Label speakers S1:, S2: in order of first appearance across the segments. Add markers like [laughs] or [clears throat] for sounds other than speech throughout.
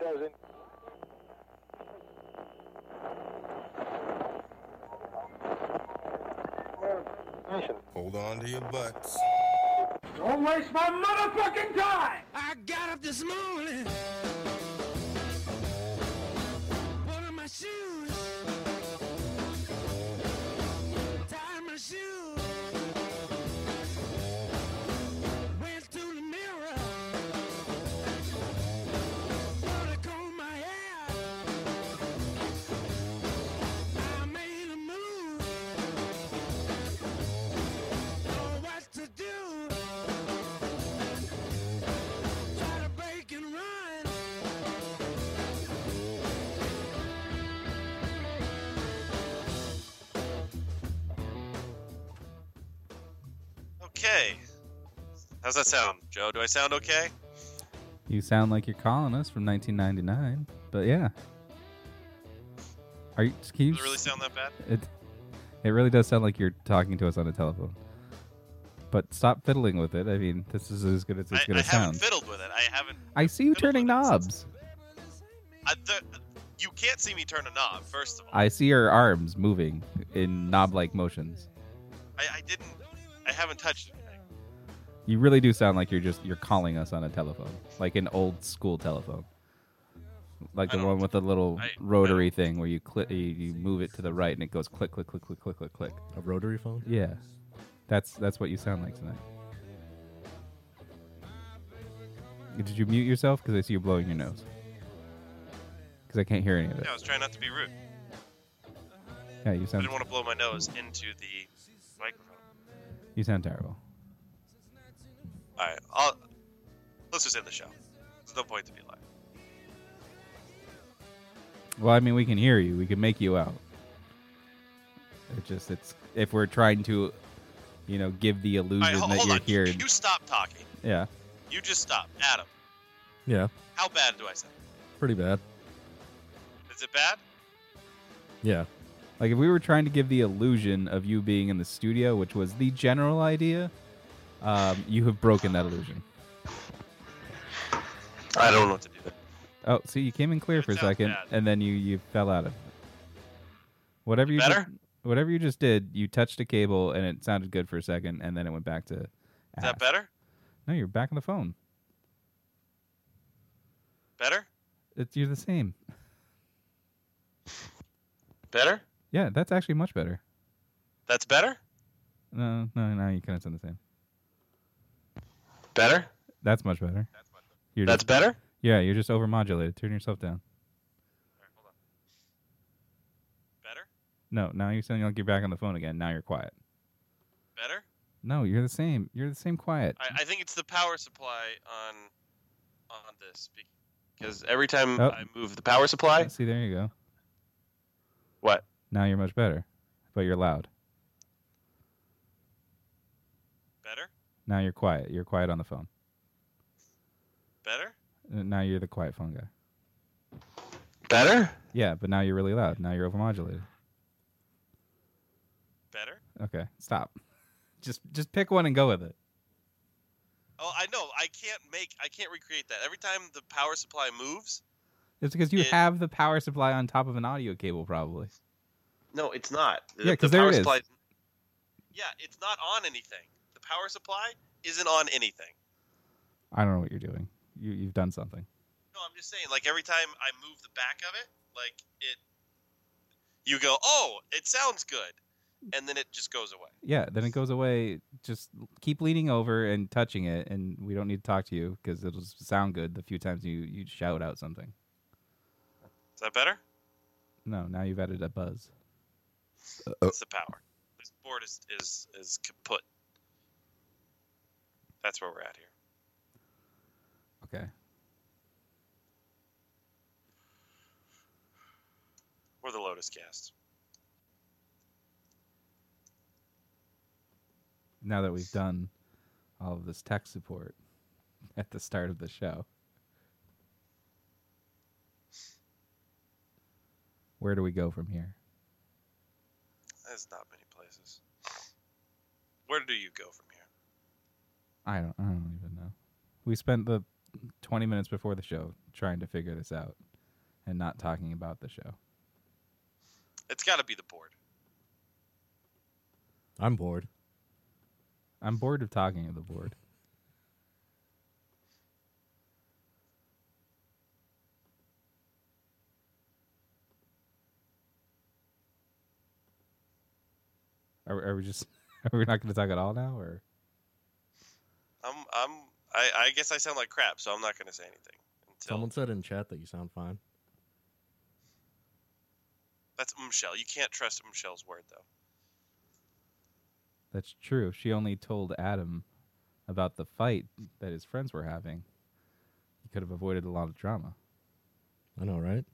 S1: doesn't. Nation.
S2: Hold on to your butts.
S3: Don't waste my motherfucking time!
S4: I got up this morning. Put on my shoes. Tied my shoes. Went to the mirror. Thought I combed my hair. I made a move. Know what to do. Try to break and run.
S5: Okay. How's that sound, Joe? Do I sound okay?
S6: You sound like you're calling us from 1999, but yeah. Are you? Can you
S5: Does it really
S6: s-
S5: sound that bad?
S6: It, it really does sound like you're talking to us on a telephone. But stop fiddling with it. I mean, this is as good as
S5: I,
S6: it's going
S5: I
S6: to sound.
S5: haven't fiddled with it. I haven't.
S6: I see you
S5: fiddled
S6: turning
S5: with it since-
S6: knobs.
S5: I, the, you can't see me turn a knob, first of all.
S6: I see your arms moving in knob-like motions.
S5: I, I didn't. I haven't touched anything.
S6: You really do sound like you're just you're calling us on a telephone, like an old school telephone, like
S5: I
S6: the
S5: don't
S6: one with the little
S5: I- I don't-
S6: rotary thing where you click, you, you move it to the right and it goes click, click, click, click, click, click, click.
S7: A rotary phone?
S6: Yeah, that's that's what you sound like tonight. Did you mute yourself? Because I see you blowing your nose. Because I can't hear any of it.
S5: Yeah, I was trying not to be rude.
S6: Yeah, you
S5: I
S6: sound
S5: didn't want to blow my nose into the microphone.
S6: you sound terrible.
S5: All right, I'll, let's just end the show. There's no point to be live.
S6: Well, I mean, we can hear you. We can make you out. It just it's if we're trying to, you know, give the
S5: All
S6: illusion
S5: right, ho-
S6: that
S5: hold
S6: you're
S5: on.
S6: here.
S5: You stop talking.
S6: Yeah.
S5: You just stop, Adam.
S7: Yeah,
S5: How bad do I sound?
S7: pretty bad.
S5: Is it bad?
S7: Yeah.
S6: Like if we were trying to give the illusion of you being in the studio, which was the general idea, um, you have broken that illusion.
S5: I don't know what to do.
S6: Oh, see, you came in clear
S5: It
S6: for a
S5: sounds
S6: second,
S5: bad.
S6: and then you you fell out of. It. Whatever you
S5: Better?
S6: Just, whatever you just did, you touched a cable and it sounded good for a second, and then it went back to.
S5: Is
S6: ass.
S5: that better?
S6: No, you're back on the phone.
S5: Better?
S6: It's you're the same.
S5: Better?
S6: Yeah, that's actually much better.
S5: That's better?
S6: No, no, no, you kind of sound the same.
S5: Better?
S6: That's much better. You're
S5: That's
S6: just,
S5: better?
S6: yeah, you're just overmodulated. Turn yourself down.
S5: Better?
S6: No, now you sound like you're back on the phone again. Now you're quiet.
S5: Better?
S6: No, you're the same. You're the same quiet.
S5: I, I think it's the power supply on on this because every time
S6: Oh.
S5: I move the power supply,
S6: See, there you go.
S5: what?
S6: Now you're much better, but you're loud.
S5: Better?
S6: Now you're quiet. You're quiet on the phone.
S5: Better?
S6: Uh, Now you're the quiet phone guy.
S5: Better?
S6: Yeah, but now you're really loud. Now you're overmodulated.
S5: Better?
S6: Okay, stop. Just just pick one and go with it.
S5: Oh, I know. I can't make. I can't recreate that. Every time the power supply moves.
S6: It's because you
S5: It-
S6: have the power supply on top of an audio cable, probably.
S5: No, it's not. The,
S6: Yeah,
S5: the
S6: 'cause there
S5: power
S6: it is.
S5: supply. Yeah, it's not on anything. The power supply isn't on anything.
S6: I don't know what you're doing. You you've done something.
S5: No, I'm just saying. Like every time I move the back of it, like it, you go, oh, it sounds good, and then it just goes away.
S6: Yeah, then it goes away. Just keep leaning over and touching it, and we don't need to talk to you because it'll just sound good the few times you, you shout out something.
S5: Is that better?
S6: No, now you've added a buzz.
S5: It's the power. This board is is is kaput. That's where we're at here.
S6: Okay.
S5: We're the Lotus Cast.
S6: Now that we've done all of this tech support [laughs] at the start of the show, where do we go from here?
S5: There's not many places. Where do you go from here?
S6: I don't. I don't even know. We spent the 20 minutes before the show trying to figure this out and not talking about the show.
S5: It's got to be the board.
S7: I'm bored.
S6: I'm bored of talking of the board. Are, we- are we just [laughs] are we not going to talk at all now or
S5: I'm I'm I, I guess I sound like crap, so I'm not going to say anything until
S7: Someone said in chat that you sound fine.
S5: that's Michelle. You can't trust Michelle's word though.
S6: that's true she only told adam about the fight that his friends were having he could have avoided a lot of drama
S7: I know, right?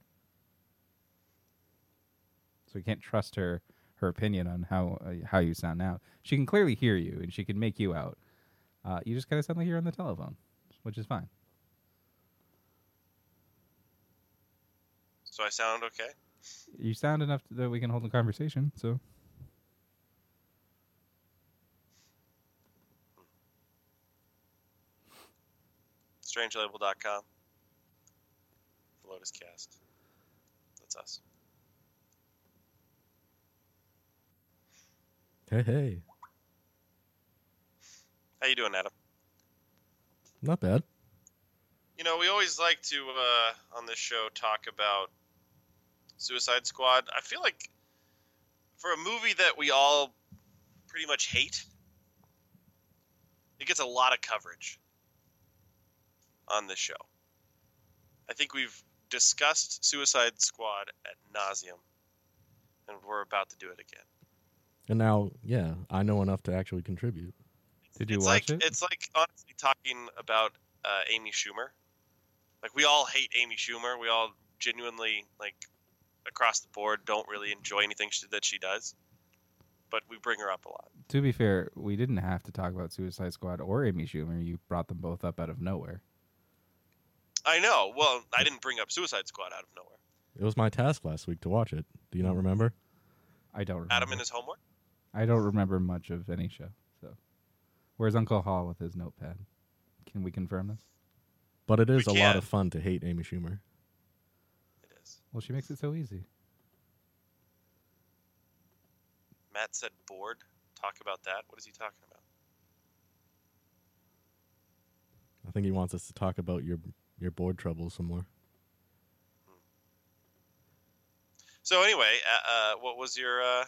S6: so we can't trust her her opinion on how uh, how you sound now. She can clearly hear you and she can make you out. Uh, you just kind of sound like you're on the telephone, which is fine.
S5: So I sound okay.
S6: You sound enough that we can hold a conversation. So
S5: Strangelabel.com. The Lotus Cast. That's us.
S7: Hey, hey.
S5: How you doing, Adam?
S7: Not bad.
S5: You know, we always like to uh, on this show talk about Suicide Squad. I feel like for a movie that we all pretty much hate, it gets a lot of coverage on this show. I think we've discussed Suicide Squad at nauseum, and we're about to do it again.
S7: And now, yeah, I know enough to actually contribute.
S6: did you
S5: it's like
S6: watch it?
S5: it's like honestly talking about uh, Amy Schumer. Like we all hate Amy Schumer. We all genuinely like across the board don't really enjoy anything she, that she does. But we bring her up a lot.
S6: To be fair, we didn't have to talk about Suicide Squad or Amy Schumer. You brought them both up out of nowhere.
S5: I know. Well, I didn't bring up Suicide Squad out of nowhere.
S7: It was my task last week to watch it. Do you not remember?
S6: I don't. Remember.
S5: Adam and his homework.
S6: I don't remember much of any show. So where's Uncle Hall with his notepad? Can we confirm this?
S7: But it is a
S5: We
S7: lot
S5: can.
S7: of fun to hate Amy Schumer.
S5: It is.
S6: Well, she makes it so easy.
S5: Matt said bored. Talk about that. What is he talking about?
S7: I think he wants us to talk about your your board troubles some more.
S5: So anyway, uh, uh, what was your uh,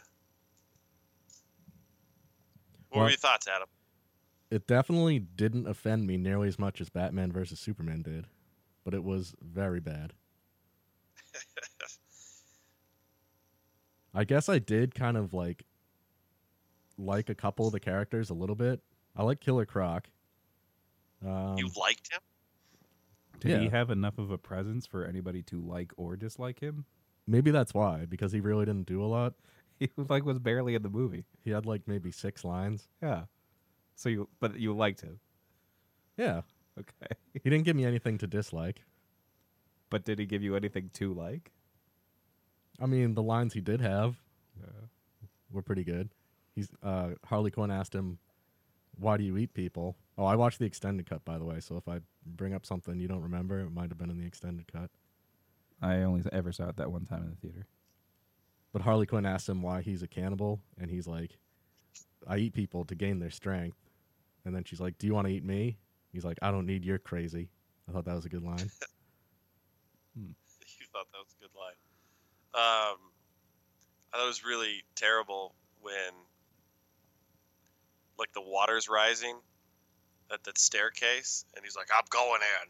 S5: what
S7: Well-
S5: were your thoughts, Adam?
S7: It definitely didn't offend me nearly as much as Batman versus Superman did, but it was very bad. I guess I did kind of like like a couple of the characters a little bit. I like Killer Croc. Um,
S5: you liked him?
S6: Did he
S7: Yeah.
S6: have enough of a presence for anybody to like or dislike him? [laughs]
S7: maybe that's why because he really didn't do a lot.
S6: He like was barely in the movie.
S7: He had like maybe six lines.
S6: Yeah. So you but you liked him.
S7: Yeah,
S6: Okay. [laughs]
S7: he didn't give me anything to dislike.
S6: But did he give you anything to like?
S7: I mean, the lines he did have
S6: Yeah.
S7: were pretty good. He's uh, Harley Quinn asked him, "Why do you eat people?" Oh, I watched the extended cut, by the way. So if I bring up something you don't remember, it might have been in the extended cut.
S6: I only ever saw it that one time in the theater.
S7: But Harley Quinn asked him why he's a cannibal, and he's like, "I eat people to gain their strength." And then she's like, "Do you want to eat me?" He's like, "I don't need your crazy." I thought that was a good line.
S5: [laughs] you thought that was a good line. Um, I thought it was really terrible when, like, the water's rising at that staircase, and he's like, "I'm going in,"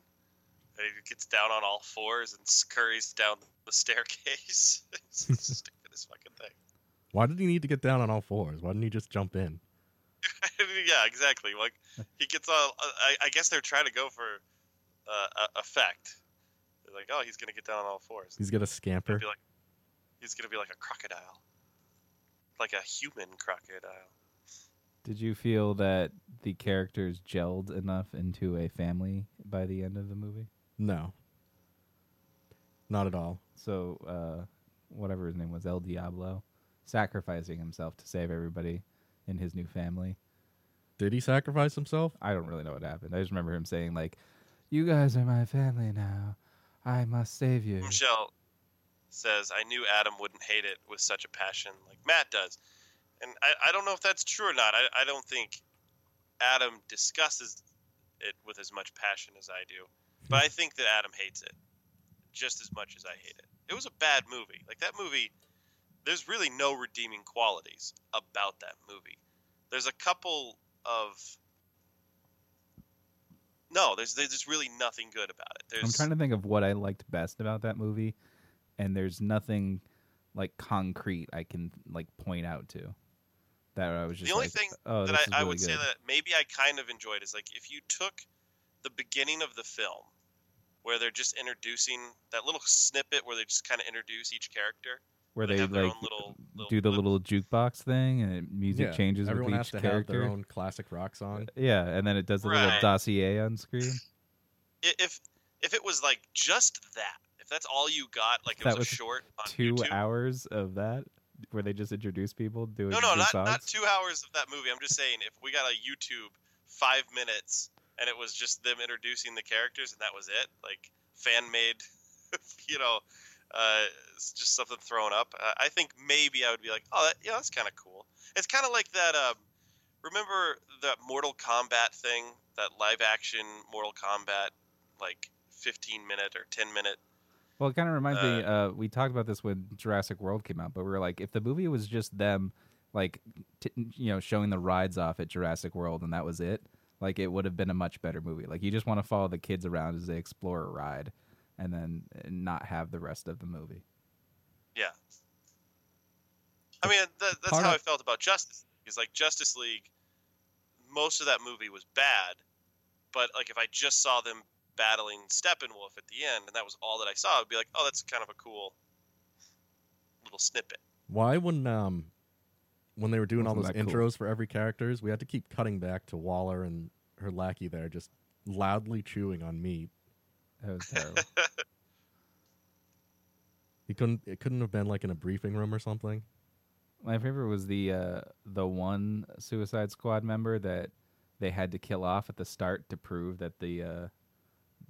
S5: and he gets down on all fours and scurries down the staircase. [laughs] it's the stupidest fucking thing.
S7: Why did he need to get down on all fours? Why didn't he just jump in?
S5: [laughs] yeah, exactly. Like he gets all. I, I guess they're trying to go for uh, a- effect. They're like, "Oh, he's gonna get down on all fours.
S7: He's gonna
S5: gonna
S7: scamper.
S5: be like he's gonna be like a crocodile like a human crocodile
S6: Did you feel that the characters gelled enough into a family by the end of the movie?
S7: No, not at all.
S6: So uh, whatever his name was, El Diablo, sacrificing himself to save everybody in his new family.
S7: Did he sacrifice himself?
S6: I don't really know what happened. I just remember him saying like, You guys are my family now. I must save you.
S5: Michelle says, I knew Adam wouldn't hate it with such a passion like Matt does. And I, I don't know if that's true or not. I, I don't think Adam discusses it with as much passion as I do. But I think that Adam hates it just as much as I hate it. It was a bad movie. Like that movie, there's really no redeeming qualities about that movie. There's a couple of. No, there's there's just really nothing good about it. There's
S6: I'm trying to think of what I liked best about that movie, and there's nothing like concrete I can like point out to. That I was just
S5: the only
S6: like,
S5: thing
S6: oh,
S5: that
S6: this
S5: I,
S6: is
S5: I
S6: really
S5: would say
S6: good.
S5: that maybe I kind of enjoyed is like if you took the beginning of the film where they're just introducing that little snippet where they just kind of introduce each character
S6: where
S5: they
S6: they
S5: have their
S6: like
S5: own little- little
S6: do the
S5: clip.
S6: little jukebox thing and it- music
S7: Yeah,
S6: changes with
S7: Everyone
S6: each
S7: has to have
S6: character.
S7: their own classic rock song.
S6: Yeah, and then it does the little
S5: Right.
S6: dossier on screen.
S5: I- if if it was like just that if that's all you got like it
S6: That
S5: was,
S6: was
S5: a short on
S6: Two
S5: YouTube
S6: hours of that where they just introduce people doing
S5: no no
S6: new
S5: not
S6: songs.
S5: not two hours of that movie I'm just saying if we got a YouTube five minutes and it was just them introducing the characters and that was it like fan made [laughs] you know uh, it's just something thrown up uh, I think maybe I would be like oh that, yeah that's kind of cool it's kind of like that um, remember that Mortal Kombat thing that live action Mortal Kombat like 15 minute or 10 minute
S6: Well, it kind of reminds me. Uh, we talked about this when Jurassic World came out, but we were like, if the movie was just them, like, t- you know, showing the rides off at Jurassic World, and that was it, like, it would have been a much better movie. Like, you just want to follow the kids around as they explore a ride, and then uh, not have the rest of the movie.
S5: I mean, that, that's
S6: Part
S5: how
S6: of-
S5: I felt about Justice. League. Is like Justice League. Most of that movie was bad, but like if I just saw them battling Steppenwolf at the end, and that was all that I saw, I'd be like, oh, that's kind of a cool little snippet.
S7: Why when um when they were doing all those
S6: Wasn't that cool?
S7: intros for every characters, we had to keep cutting back to Waller and her lackey there just loudly chewing on meat.
S6: That was terrible.
S7: He couldn't it couldn't have been like in a briefing room or something.
S6: My favorite was the uh, the one Suicide Squad member that they had to kill off at the start to prove that the uh,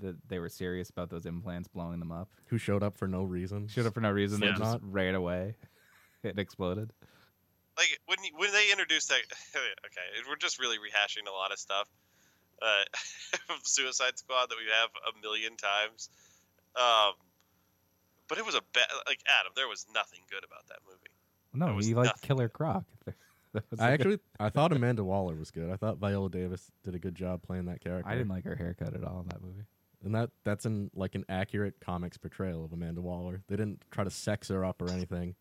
S6: that they were serious about those implants blowing them up.
S7: Who showed up for no reason.
S6: showed
S7: [laughs]
S6: up for no reason. They
S5: Yeah.
S6: just ran away. [laughs] It exploded.
S5: Like when you, when they introduced that, [laughs] okay, we're just really rehashing a lot of stuff uh, [laughs] from Suicide Squad that we have a million times. Um, but it was a bad like Adam. There was nothing good about that movie. That
S6: No,
S5: was
S6: he liked
S5: nothing.
S6: Killer Croc. [laughs] That was
S7: I
S6: a good- [laughs]
S7: actually I thought Amanda Waller was good. I thought Viola Davis did a good job playing that character.
S6: I didn't like her haircut at all in that movie.
S7: and that that's an like an accurate comics portrayal of Amanda Waller. They didn't try to sex her up or anything.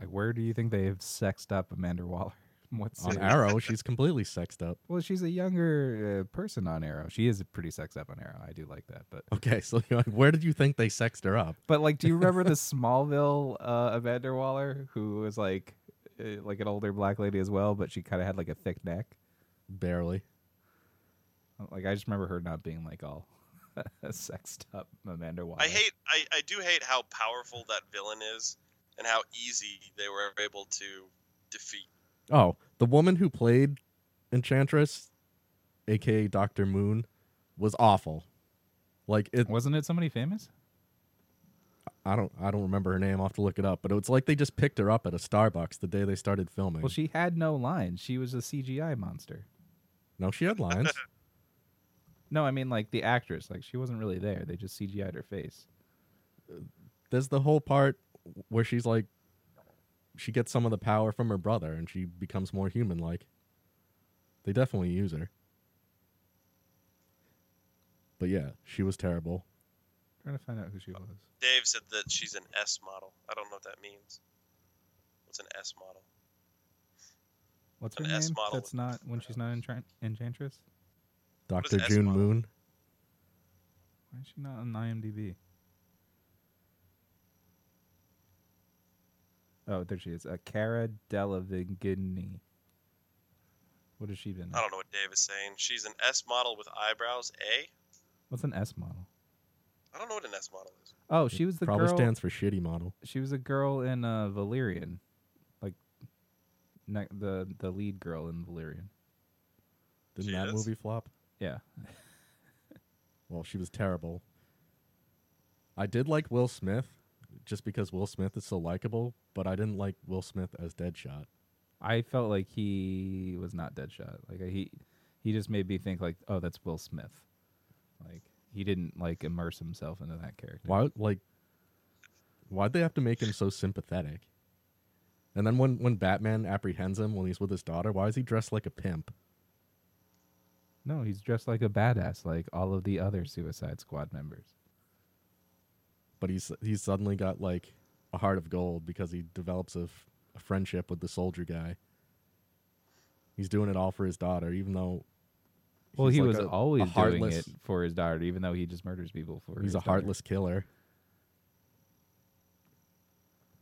S6: Like, where do you think they have sexed up Amanda Waller? [laughs] What's
S7: On
S6: it-
S7: Arrow, she's completely sexed up.
S6: Well, she's a younger uh, person on Arrow. She is pretty sexed up on Arrow. I do like that, but
S7: Okay, [laughs] so you're like, where did you think they sexed her up?
S6: but like, do you [laughs] remember the Smallville uh, Amanda Waller who was like uh, like an older black lady as well, but she kind of had like a thick neck.
S7: Barely.
S6: Like, I just remember her not being like all [laughs] sexed up Amanda Waller.
S5: I hate I, I do hate how powerful that villain is and how easy they were able to defeat.
S7: Oh, the woman who played Enchantress, aka Doctor Moon, was awful. Like it,
S6: Wasn't it somebody famous?
S7: I don't, I don't remember her name. I'll have to look it up. But it's like they just picked her up at a Starbucks the day they started filming.
S6: Well, she had no lines. She was a CGI monster.
S7: no, she had
S6: [laughs]
S7: lines.
S6: No, I mean like the actress. Like she wasn't really there. They just CGI'd her face.
S7: There's the whole part where she's like, she gets some of the power from her brother, and she becomes more human-like. They definitely use her. But yeah, she was terrible.
S6: trying to find out who she was.
S5: Dave said that she's an S model. I don't know what that means. What's an S model?
S6: What's her
S5: An
S6: name?
S5: S model
S6: That's
S5: with
S6: not when she's not Entran- Enchantress.
S5: is
S7: Doctor
S5: S
S7: June
S5: model?
S7: Moon.
S6: Why is she not on IMDb? Oh, there she is. Uh, Cara Delevingne. What has she been? in?
S5: I don't know what Dave is saying. She's an S model with eyebrows. A.
S6: What's an S model?
S5: I don't know what an S model is.
S6: Oh, she was the
S7: Probably
S6: girl.
S7: stands for shitty model.
S6: she was a girl in uh, Valerian, like ne- the the lead girl in Valerian.
S7: Didn't
S5: She
S7: that
S5: is?
S7: movie flop?
S6: Yeah.
S7: Well, she was terrible. I did like Will Smith just because Will Smith is so likable, but I didn't like Will Smith as Deadshot.
S6: I felt like he was not Deadshot. Like he, he just made me think like, oh, that's Will Smith. Like he didn't like immerse himself into that character.
S7: Why like why'd they have to make him so sympathetic? And then when, when Batman apprehends him when he's with his daughter, why is he dressed like a pimp?
S6: No, he's dressed like a badass, like all of the other Suicide Squad members.
S7: But he's he's suddenly got like a heart of gold because he develops a, f- a friendship with the soldier guy. He's doing it all for his daughter, even though
S6: Well,
S7: he's
S6: he
S7: like
S6: was
S7: a- a
S6: always doing
S7: heartless-
S6: it for his daughter, even though he just murders people for. his
S7: He's a
S6: daughter.
S7: heartless killer.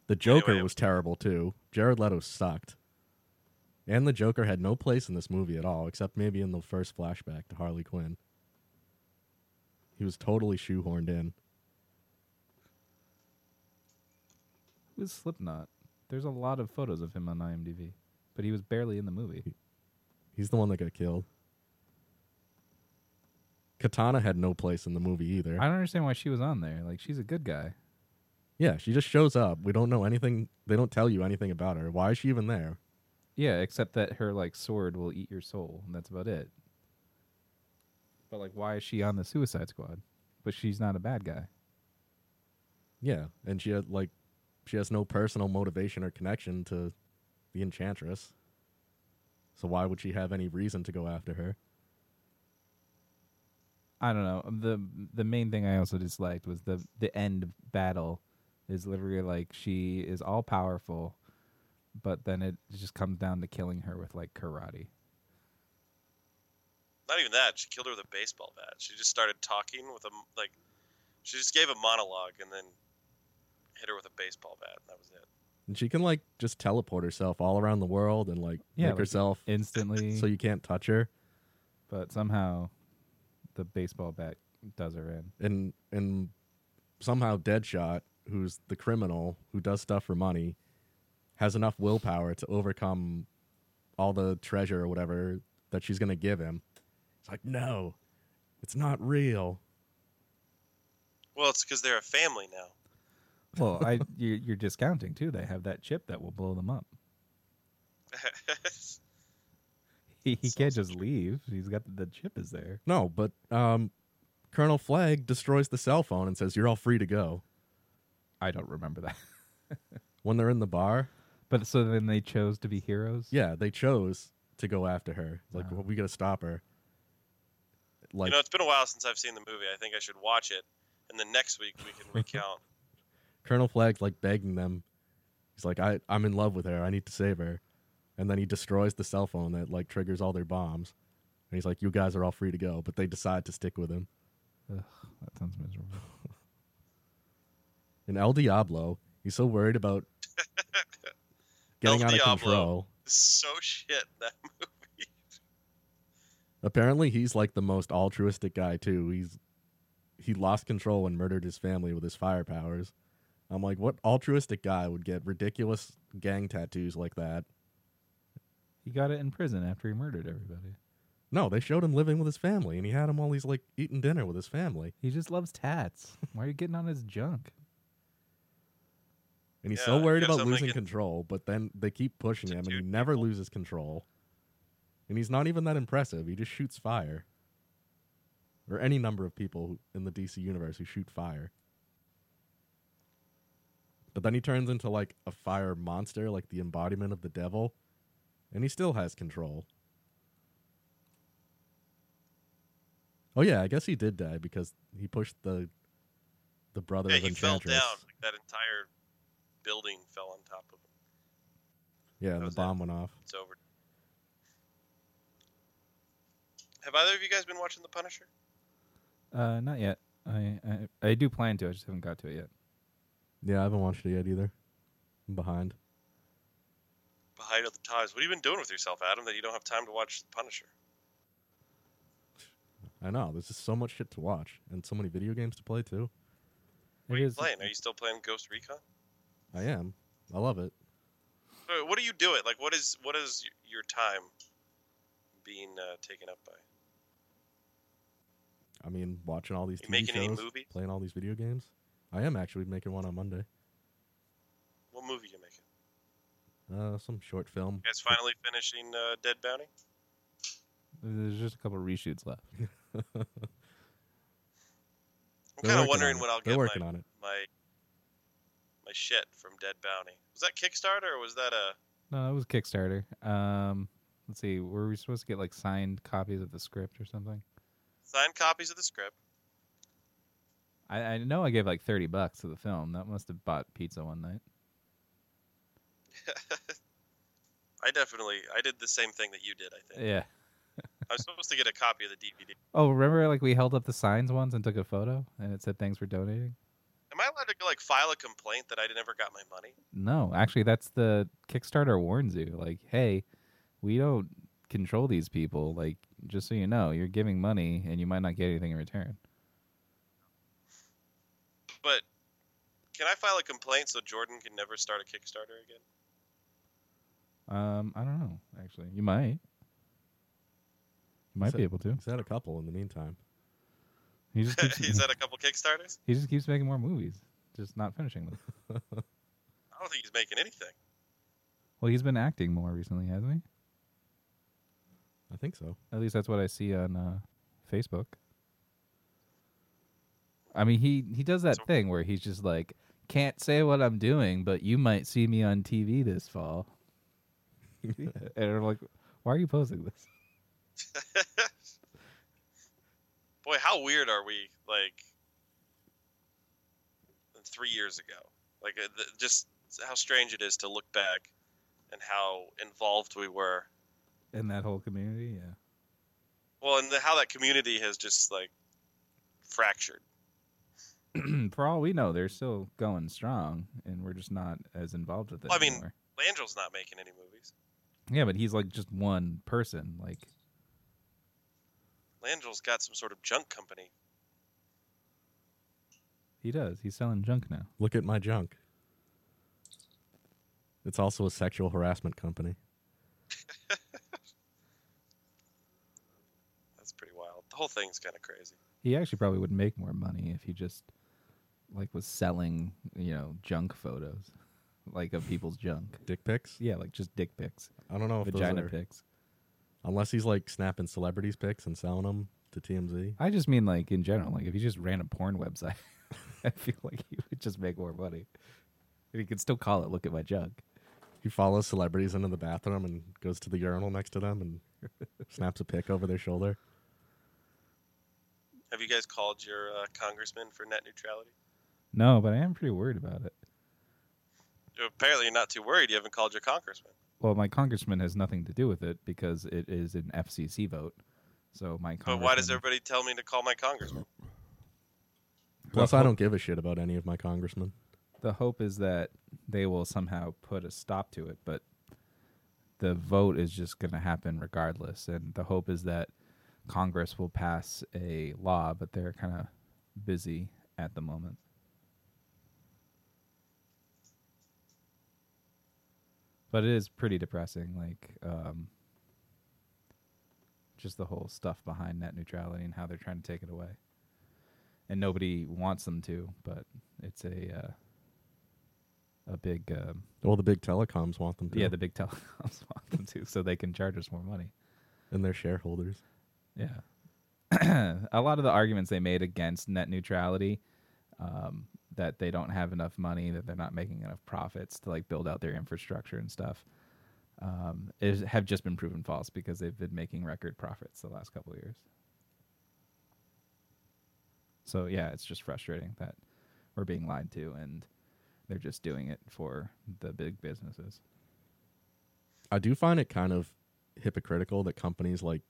S7: The Joker
S5: Anyway.
S7: was terrible too. Jared Leto sucked. And the Joker had no place in this movie at all, except maybe in the first flashback to Harley Quinn. He was totally shoehorned in.
S6: It was Slipknot. There's a lot of photos of him on IMDb, but he was barely in the movie.
S7: He's the one that got killed. Katana had no place in the movie either.
S6: I don't understand why she was on there. Like she's a good guy.
S7: yeah, she just shows up. We don't know anything. They don't tell you anything about her. Why is she even there?
S6: Yeah, except that her like sword will eat your soul, and that's about it. But like, why is she on the Suicide Squad? But she's not a bad guy.
S7: Yeah, and she had like she has no personal motivation or connection to the enchantress. So why would she have any reason to go after her?
S6: I don't know. the The main thing I also disliked was the the end battle is literally like she is all powerful, but then it just comes down to killing her with like karate.
S5: Not even that. She killed her with a baseball bat. She just started talking with a m- like. She just gave a monologue and then hit her with a baseball bat. And that was it.
S7: And she can like just teleport herself all around the world and like
S6: Yeah,
S7: make
S6: like-
S7: herself
S6: instantly.
S7: so you can't touch her.
S6: but somehow, the baseball bat does her in.
S7: And and somehow Deadshot, who's the criminal who does stuff for money, has enough willpower to overcome all the treasure or whatever that she's gonna give him. It's like no, it's not real.
S5: Well, it's because they're a family now. [laughs]
S6: Well, I you're, you're discounting too. They have that chip that will blow them up. He, he can't just leave. He's got the, chip is there.
S7: No, but um, Colonel Flagg destroys the cell phone and says, "You're all free to go."
S6: I don't
S5: [laughs]
S6: remember that.
S7: When they're in the bar,
S6: But so then they chose to be heroes.
S7: yeah, they chose to go after her. It's Like,
S6: Wow.
S7: well, we gotta stop her. Like,
S5: you know, it's been a while since I've seen the movie. I think I should watch it, and then next week we can recount.
S7: Colonel Flagg's like begging them. He's like, I, I'm in love with her. I need to save her. And then he destroys the cell phone that like triggers all their bombs. And he's like, You guys are all free to go. But they decide to stick with him.
S6: Ugh, that sounds miserable.
S7: And El Diablo, he's so worried about
S5: [laughs]
S7: getting
S5: El
S7: out
S5: Diablo.
S7: of control.
S5: so shit [laughs] that movie.
S7: Apparently, he's like the most altruistic guy too. He's he lost control and murdered his family with his fire powers. I'm like, what altruistic guy would get ridiculous gang tattoos like that?
S6: He got it in prison after he murdered everybody.
S7: No, they showed him living with his family, and he had him while he's like eating dinner with his family,
S6: He just loves tats. Why are you getting on his junk?
S7: and he's
S5: Yeah,
S7: so
S5: he
S7: worried
S5: got
S7: about
S5: something
S7: losing
S5: against-
S7: control. But then they keep pushing
S5: to
S7: him, and
S5: do
S7: he never loses control. And he's not even that impressive. He just shoots fire, or any number of people who- in the DC universe who shoot fire. But then he turns into like a fire monster, like the embodiment of the devil, and he still has control. Oh yeah, I guess he did die because he pushed the the brother
S5: Yeah,
S7: of
S5: he fell
S7: Enchantress.
S5: down. Like, that entire building fell on top of him.
S7: Yeah,
S5: That
S7: the
S5: was it.
S7: bomb went off.
S5: It's over. Have either of you guys been watching The Punisher?
S6: Uh, not yet. I, I I do plan to. I just haven't got to it yet.
S7: Yeah, I haven't watched it yet either. I'm behind.
S5: Behind other ties. What have you been doing with yourself, Adam? That you don't have time to watch The Punisher?
S7: I know. There's just so much shit to watch and so many video games to play too.
S5: What
S6: It
S5: are you
S6: is-
S5: playing? Are you still playing Ghost Recon?
S7: I am. I love it.
S5: Wait, What are you doing? Like, what is what is y- your time being uh, taken up by?
S7: I mean, watching all these
S5: You
S7: TV
S5: making any
S7: shows,
S5: movies?
S7: playing all these video games. I am actually making one on Monday.
S5: What movie you making?
S7: Uh, some short film.
S5: You guys finally finishing uh, Dead Bounty?
S6: There's just a couple reshoots left.
S7: [laughs]
S5: I'm
S7: They're
S5: kind
S7: working
S5: of wondering
S7: on it.
S5: what I'll
S7: They're
S5: get my,
S7: working on it.
S5: my my shit from Dead Bounty. Was that Kickstarter or was that uh, a?
S6: No, it was Kickstarter. Um, let's see. Were we supposed to get like signed copies of the script or something?
S5: signed copies of the script.
S6: I, I know I gave like thirty bucks to the film. That must have bought pizza one night.
S5: I definitely I did the same thing that you did. I think
S6: Yeah.
S5: I was supposed to get a copy of the DVD.
S6: Oh, remember like we held up the signs once and took a photo and it said thanks for donating?
S5: Am I allowed to like file a complaint that I never got my money?
S6: No, actually that's the Kickstarter warns you. Like, hey, we don't control these people. Like, just so you know, you're giving money and you might not get anything in return.
S5: But can I file a complaint so Jordan can never start a Kickstarter again? [laughs]
S6: Um, I don't know, actually. You might. You might
S7: So-
S6: be able [laughs] to.
S7: He's had a couple in the meantime.
S6: He just keeps
S5: He's had a couple Kickstarters.
S6: he just keeps making more movies, just not finishing them.
S5: I don't think he's making anything.
S6: Well, he's been acting more recently, hasn't he?
S7: I think so.
S6: At least that's what I see on uh, Facebook. I mean, he he does that
S5: So-
S6: thing where he's just like, can't say what I'm doing, but you might see me on TV
S5: [laughs]
S6: this fall. and I'm like, why are you posting this?
S5: Boy, how weird are we? Like three years ago, like uh, th- just how strange it is to look back and how involved we were
S6: In that whole community, yeah. [clears throat]
S5: Well, and the, how that community has just like fractured.
S6: For all we know, they're still going strong, and we're just not as involved with it
S5: Well, I mean-
S6: anymore.
S5: Landrell's not making any movies.
S6: Yeah, but he's like just one person. Like,
S5: Landrell's got some sort of junk company.
S6: he does. He's selling junk now.
S7: Look at my junk. It's also a sexual harassment company.
S5: That's pretty wild. The whole thing's kind of crazy.
S6: He actually probably would make more money if he just like was selling, you know, junk photos, like of people's junk.
S7: Dick pics?
S6: Yeah, like just dick pics,
S7: I don't know if
S6: vagina
S7: those are,
S6: pics.
S7: unless he's like snapping celebrities pics and selling them to TMZ.
S6: I just mean like in general, like if he just ran a porn website, [laughs] I feel like he would just make more money. And he could still call it "Look at my junk."
S7: He follows celebrities into the bathroom and goes to the urinal next to
S6: [laughs]
S7: them and snaps a pic over their shoulder.
S5: Have you guys called your uh, congressman for net neutrality?
S6: No, but I am pretty worried about it.
S5: Apparently, you're not too worried. You haven't called your congressman.
S6: Well, my congressman has nothing to do with it because it is an FCC vote. So my
S5: But
S6: congressman,
S5: why does everybody tell me to call my congressman?
S7: Plus, I don't give a shit about any of my congressmen.
S6: the hope is that they will somehow put a stop to it, but the vote is just going to happen regardless. And the hope is that Congress will pass a law, but they're kind of busy at the moment. But it is pretty depressing, like um, just the whole stuff behind net neutrality and how they're trying to take it away. And nobody wants them to, but it's a uh, a big um,
S7: Well, the big telecoms want them to.
S6: yeah, the big [laughs] telecoms want them to, so they can charge us more money.
S7: and their shareholders.
S6: Yeah, [clears throat] a lot of the arguments they made against net neutrality, um, that they don't have enough money, that they're not making enough profits to like build out their infrastructure and stuff, um, is, have just been proven false because they've been making record profits the last couple of years. So yeah, it's just frustrating that we're being lied to, and they're just doing it for the big businesses.
S7: I do find it kind of hypocritical that companies like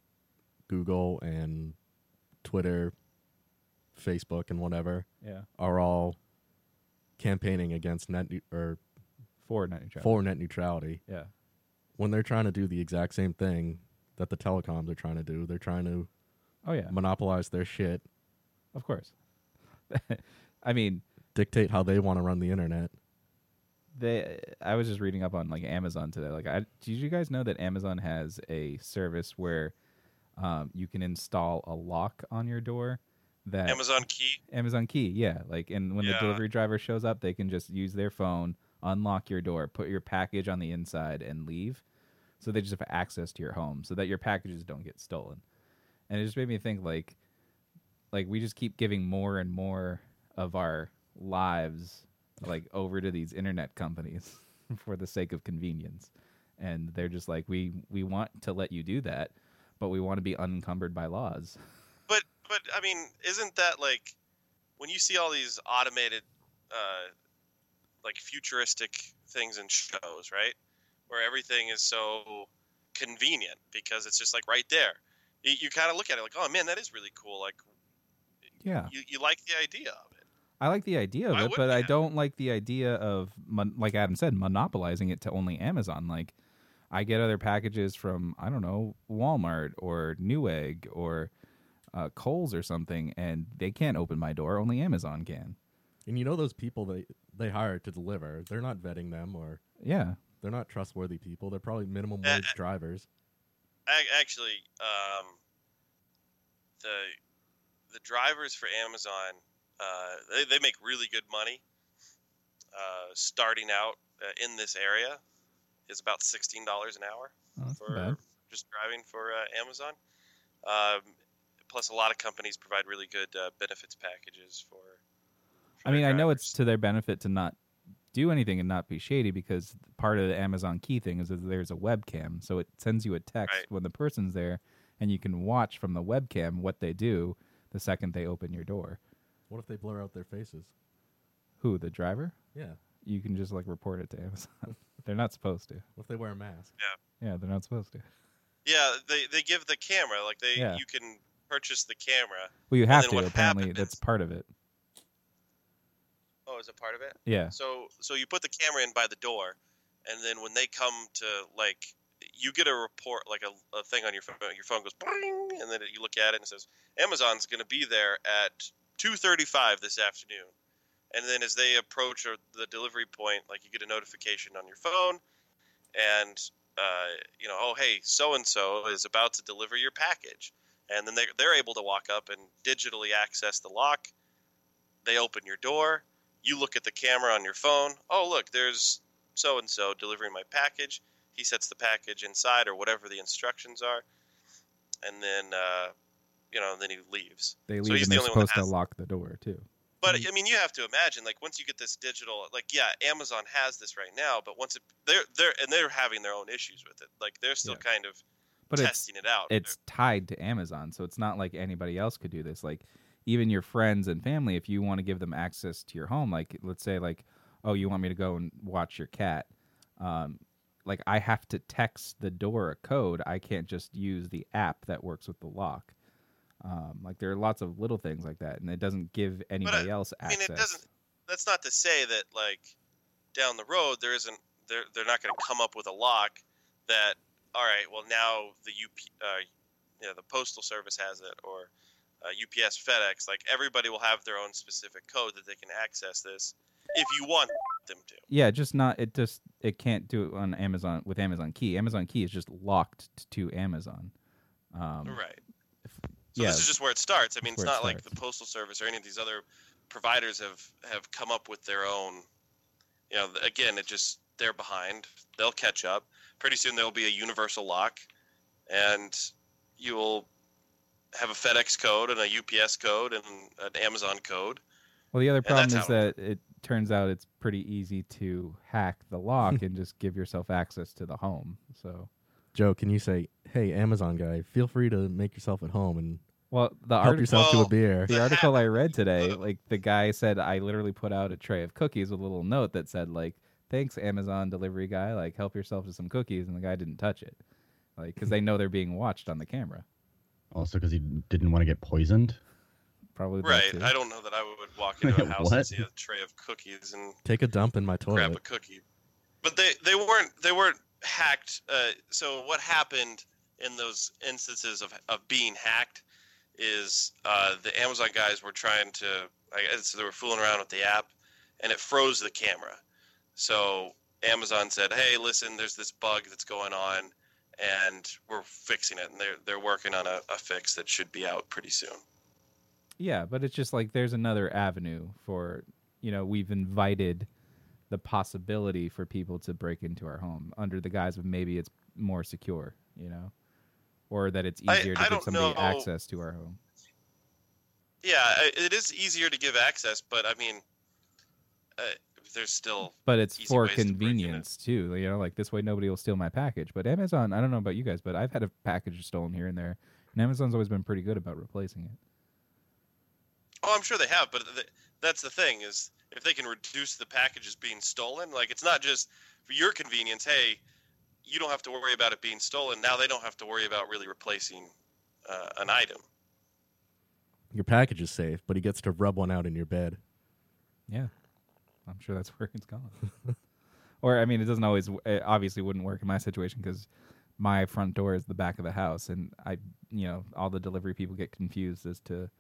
S7: Google and Twitter, Facebook, and whatever
S6: Yeah,
S7: are all campaigning against net neu- or
S6: for net neutrality.
S7: for net neutrality
S6: Yeah.
S7: when they're trying to do the exact same thing that the telecoms are trying to do. They're trying to
S6: Oh yeah.
S7: monopolize their shit,
S6: Of course. [laughs] I mean,
S7: dictate how they want to run the internet.
S6: they. I was just reading up on like Amazon today. Like, I, did you guys know that Amazon has a service where um, you can install a lock on your door, that
S5: Amazon Key.
S6: Amazon Key, yeah. Like, and when the
S5: Yeah.
S6: delivery driver shows up, they can just use their phone, unlock your door, put your package on the inside, and leave. So they just have access to your home, so that your packages don't get stolen. And it just made me think, like, like we just keep giving more and more of our lives, like, over to these internet companies [laughs] for the sake of convenience. And they're just like, we we want to let you do that, but we want to be unencumbered by laws.
S5: But but I mean, isn't that like when you see all these automated, uh, like futuristic things in shows, right? Where everything is so convenient because it's just like right there. You, you kind of look at it like, oh man, that is really cool. Like
S6: Yeah.
S5: you, you like the idea of it.
S6: I like the idea of
S5: Why
S6: it,
S5: would
S6: but
S5: they
S6: I
S5: have-
S6: don't like the idea of mon- like Adam said, monopolizing it to only Amazon. Like I get other packages from I don't know Walmart or Newegg or uh, Kohl's or something, and they can't open my door. Only Amazon can.
S7: And you know those people they they hire to deliver, they're not vetting them or
S6: Yeah,
S7: they're not trustworthy people. They're probably minimum
S5: Uh,
S7: wage drivers.
S5: A- actually, um, the the drivers for Amazon uh, they, they make really good money. Uh, starting out uh, in this area is about sixteen dollars an hour
S6: Oh, that's not
S5: for
S6: bad.
S5: just driving for uh, Amazon. Um, plus, a lot of companies provide really good uh, benefits packages for. for
S6: I mean,
S5: their
S6: I know it's
S5: drivers.
S6: to their benefit to not do anything and not be shady because part of the Amazon key thing is that there's a webcam, so it sends you a text
S5: Right.
S6: when the person's there, and you can watch from the webcam what they do the second they open your door.
S7: What if they blur out their faces?
S6: Who the driver?
S7: Yeah.
S6: You can just like report it to Amazon. [laughs] they're not supposed to.
S7: What if they wear a mask?
S6: Yeah, they're not supposed to.
S5: yeah. They, they give the camera like they
S6: Yeah.
S5: you can purchase the camera.
S6: Well, you
S5: And
S6: have
S5: then
S6: to.
S5: what
S6: Apparently,
S5: happened
S6: that's
S5: is-
S6: part of it.
S5: Oh, is it part of it?
S6: Yeah,
S5: So so you put the camera in by the door, and then when they come to like, you get a report like a, a thing on your phone. Your phone goes bling, and then you look at it and it says Amazon's going to be there at two thirty-five this afternoon. And then as they approach or the delivery point, like you get a notification on your phone, and uh, you know, oh hey, so and so is about to deliver your package. And then they, they're able to walk up and digitally access the lock. They open your door you look at the camera on your phone. Oh, look, there's so and so delivering my package. He sets the package inside or whatever the instructions are, and then uh, you know, then he leaves.
S6: they leave
S5: so he's
S6: and
S5: the
S6: they're
S5: only one that
S6: supposed to
S5: has-
S6: lock the door too.
S5: But
S6: Mm.
S5: I mean, you have to imagine like once you get this digital, like yeah, Amazon has this right now, but once it, they're they're and they're having their own issues with it. Like they're still
S6: Yeah.
S5: kind of
S6: But it's
S5: testing it out.
S6: it's tied to Amazon, so it's not like anybody else could do this. Like even your friends and family, if you want to give them access to your home, like let's say like, oh, you want me to go and watch your cat, um, like I have to text the door a code. I can't just use the app that works with the lock. Um, like there are lots of little things like that, and it doesn't give anybody else
S5: I
S6: access.
S5: mean, it doesn't. That's not to say that like down the road there isn't they're they're not going to come up with a lock that all right. Well, now the UP, uh, you know, the postal service has it or uh, UPS, FedEx. Like everybody will have their own specific code that they can access this if you want them to.
S6: Yeah, just not. It just it can't do it on Amazon with Amazon Key. Amazon Key is just locked t- to Amazon. Um,
S5: Right. So
S6: Yeah.
S5: this is just where it starts. I mean,
S6: That's
S5: it's
S6: where it
S5: not like the
S6: starts.
S5: postal service or any of these other providers have have come up with their own. You know, again, it just they're behind. They'll catch up pretty soon. There'll be a universal lock, and you'll have a FedEx code and a UPS code and an Amazon code.
S6: Well, the other
S5: And that's
S6: problem is
S5: how
S6: that it turns out it's pretty easy to hack the lock and just give yourself access to the home. So,
S7: Joe, can you say, "Hey, Amazon guy, feel free to make yourself at home and
S6: well, the
S7: help
S6: article
S7: yourself to
S5: Well,
S7: a beer."
S5: That
S6: the article I
S5: happens. [laughs]
S6: read today, like the guy said, I literally put out a tray of cookies with a little note that said like, "Thanks, Amazon delivery guy. Like, help yourself to some cookies," and the guy didn't touch it, like because they know they're being watched on the camera.
S1: Also, because he didn't want to get poisoned.
S6: Probably that
S5: Right.
S6: too.
S5: I don't know that I would walk
S6: [laughs]
S5: into a house and
S1: What?
S5: see a tray of cookies and
S7: Take a dump in my
S5: grab
S7: toilet.
S5: a cookie. But they, they weren't they weren't hacked. Uh, so what happened in those instances of, of being hacked is uh, the Amazon guys were trying to I guess they were fooling around with the app, and it froze the camera. So Amazon said, "Hey, listen, there's this bug that's going on, and we're fixing it, and they're they're working on a, a fix that should be out pretty soon."
S6: Yeah, but it's just like there's another avenue for, you know, we've invited the possibility for people to break into our home under the guise of maybe it's more secure, you know, or that it's
S5: I-
S6: easier
S5: I
S6: to
S5: don't
S6: give somebody
S5: know.
S6: access to our home.
S5: Yeah, I- it is easier to give access, but I mean, uh, there's still
S6: But it's
S5: Easy
S6: for
S5: ways to break in it.
S6: convenience too, you know, like this way nobody will steal my package. But Amazon, I don't know about you guys, but I've had a package stolen here and there, and Amazon's always been pretty good about replacing it.
S5: Oh, I'm sure they have, but th- that's the thing is if they can reduce the packages being stolen, like it's not just for your convenience. Hey, you don't have to worry about it being stolen. Now they don't have to worry about really replacing uh, an item.
S7: Your package is safe, but he gets to rub one out in your bed.
S6: Yeah, I'm sure that's [laughs] where it's gone. or I mean, it doesn't always. It obviously, wouldn't work in my situation because my front door is the back of the house, and I, you know, all the delivery people get confused as to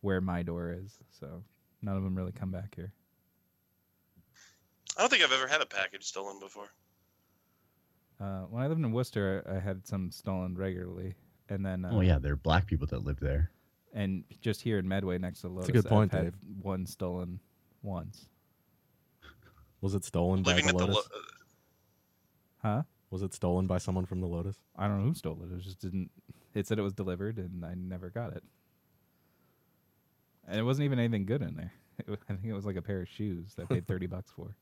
S6: where my door is. So none of them really come back here.
S5: I don't think I've ever had a package stolen before.
S6: Uh, when I lived in Worcester, I had some stolen regularly, and then uh,
S1: Oh yeah, there are black people that live there.
S6: and just here in Medway next to Lotus,
S7: a good point,
S6: I've had one stolen once.
S7: Was it stolen by
S5: Living
S7: the
S5: at the
S7: Lotus?
S5: lo-
S6: Huh?
S7: Was it stolen by someone from the Lotus?
S6: I don't know who stole it. It just didn't. It said it was delivered, and I never got it. And it wasn't even anything good in there. [laughs] It wa- I think it was like a pair of shoes that I paid thirty bucks for.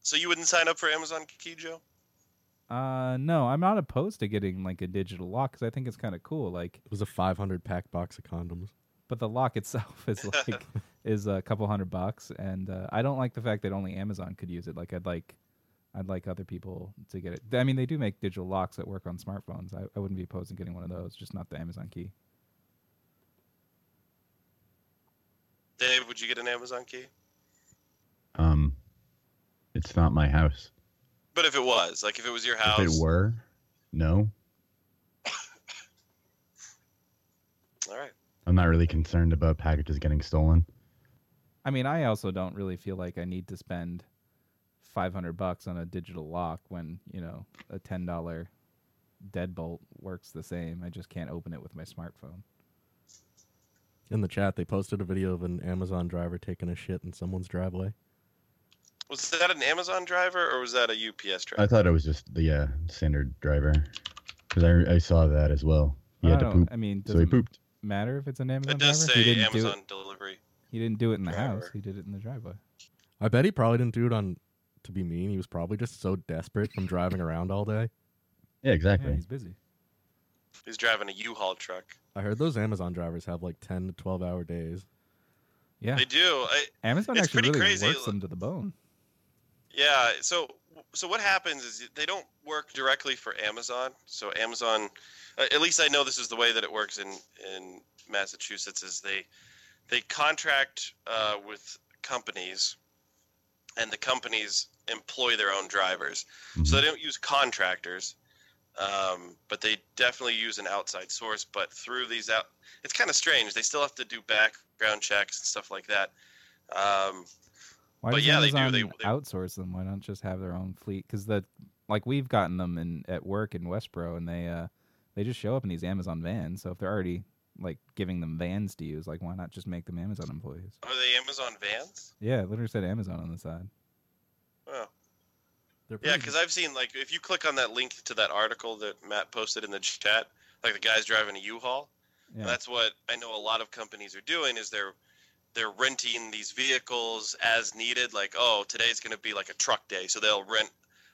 S5: so you wouldn't sign up for Amazon Kijo?
S6: Uh, no, I'm not opposed to getting like a digital lock because I think it's kind of cool. Like,
S7: It was a 500 pack box of condoms.
S6: but the lock [laughs] itself is like is a couple hundred bucks, and uh, I don't like the fact that only Amazon could use it. Like, I'd like. I'd like other people to get it. I mean, they do make digital locks that work on smartphones. I, I wouldn't be opposed to getting one of those, just not the Amazon key.
S5: Dave, would you get an Amazon key?
S1: Um, it's not my house.
S5: But if it was, like if it was your house,
S1: If it were, no,
S5: all right.
S1: I'm not really concerned about packages getting stolen.
S6: I mean, I also don't really feel like I need to spend 500 bucks on a digital lock when, you know, a $10 deadbolt works the same. I just can't open it with my smartphone.
S7: In the chat, they posted a video of an Amazon driver taking a shit in someone's driveway.
S5: Was that an Amazon driver or was that a UPS driver?
S1: I thought it was just the uh, standard driver because I, I saw that as well. He
S6: I,
S1: had to
S6: don't-
S1: poop,
S6: I mean,
S1: so he
S6: Oh, doesn't
S1: pooped.
S6: matter if it's an Amazon
S5: it does
S6: driver. he
S5: say
S6: didn't do
S5: Amazon
S6: it.
S5: delivery.
S6: He didn't do it in the
S5: driver.
S6: house. He did it in the driveway.
S7: I bet he probably didn't do it on to be mean. He was probably just so desperate from driving around all day.
S1: Yeah,
S6: Yeah,
S1: exactly.
S6: he's busy.
S5: He's driving a U-Haul truck.
S7: I heard those Amazon drivers have like 10 to 12 hour days.
S6: Yeah.
S5: They do. I,
S6: Amazon
S5: It's
S6: actually
S5: pretty
S6: really
S5: crazy.
S6: works them to the bone.
S5: Yeah. So so what happens is they don't work directly for Amazon. So Amazon, uh, at least I know this is the way that it works in in Massachusetts is they they contract uh, with companies, and the companies employ their own drivers.
S1: Mm-hmm.
S5: So they don't use contractors, um, but they definitely use an outside source. But through these out, it's kind of strange. They still have to do background checks and stuff like that. Um,
S6: Why
S5: But
S6: does
S5: yeah, they do.
S6: Amazon
S5: They- they-
S6: outsource them? Why not just have their own fleet? Because the like we've gotten them in at work in Westboro, and they uh they just show up in these Amazon vans. So if they're already like giving them vans to use, like why not just make them Amazon employees?
S5: are they Amazon vans?
S6: Yeah, it literally said Amazon on the side.
S5: Wow. Yeah,
S7: They're
S6: Hmm.
S7: pretty-
S5: because I've seen like if you click on that link to that article that Matt posted in the chat, like the guy's driving a U-Haul.
S6: Yeah.
S5: And that's what I know a lot of companies are doing is they're they're renting these vehicles as needed. Like, oh, today's going to be like a truck day, so they'll rent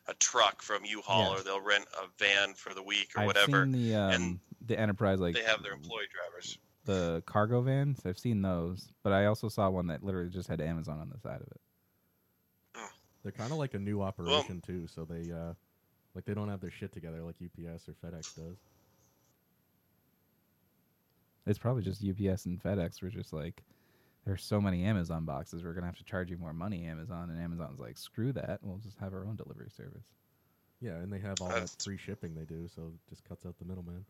S5: a truck from U-Haul
S6: Yeah.
S5: or they'll rent a van for the week or
S6: I've
S5: whatever.
S6: seen the um,
S5: and
S6: the enterprise like
S5: they have their employee drivers.
S6: the cargo vans. I've seen those, but I also saw one that literally just had Amazon on the side of it.
S7: They're kind of like a new operation too, so they uh like they don't have their shit together like UPS or FedEx does.
S6: It's probably just UPS and FedEx were just like, there's so many Amazon boxes. We're gonna have to charge you more money, Amazon. And Amazon's like, screw that. We'll just have our own delivery service.
S7: Yeah, and they have all
S5: That's-
S7: that free shipping they do, so it just cuts out the middleman.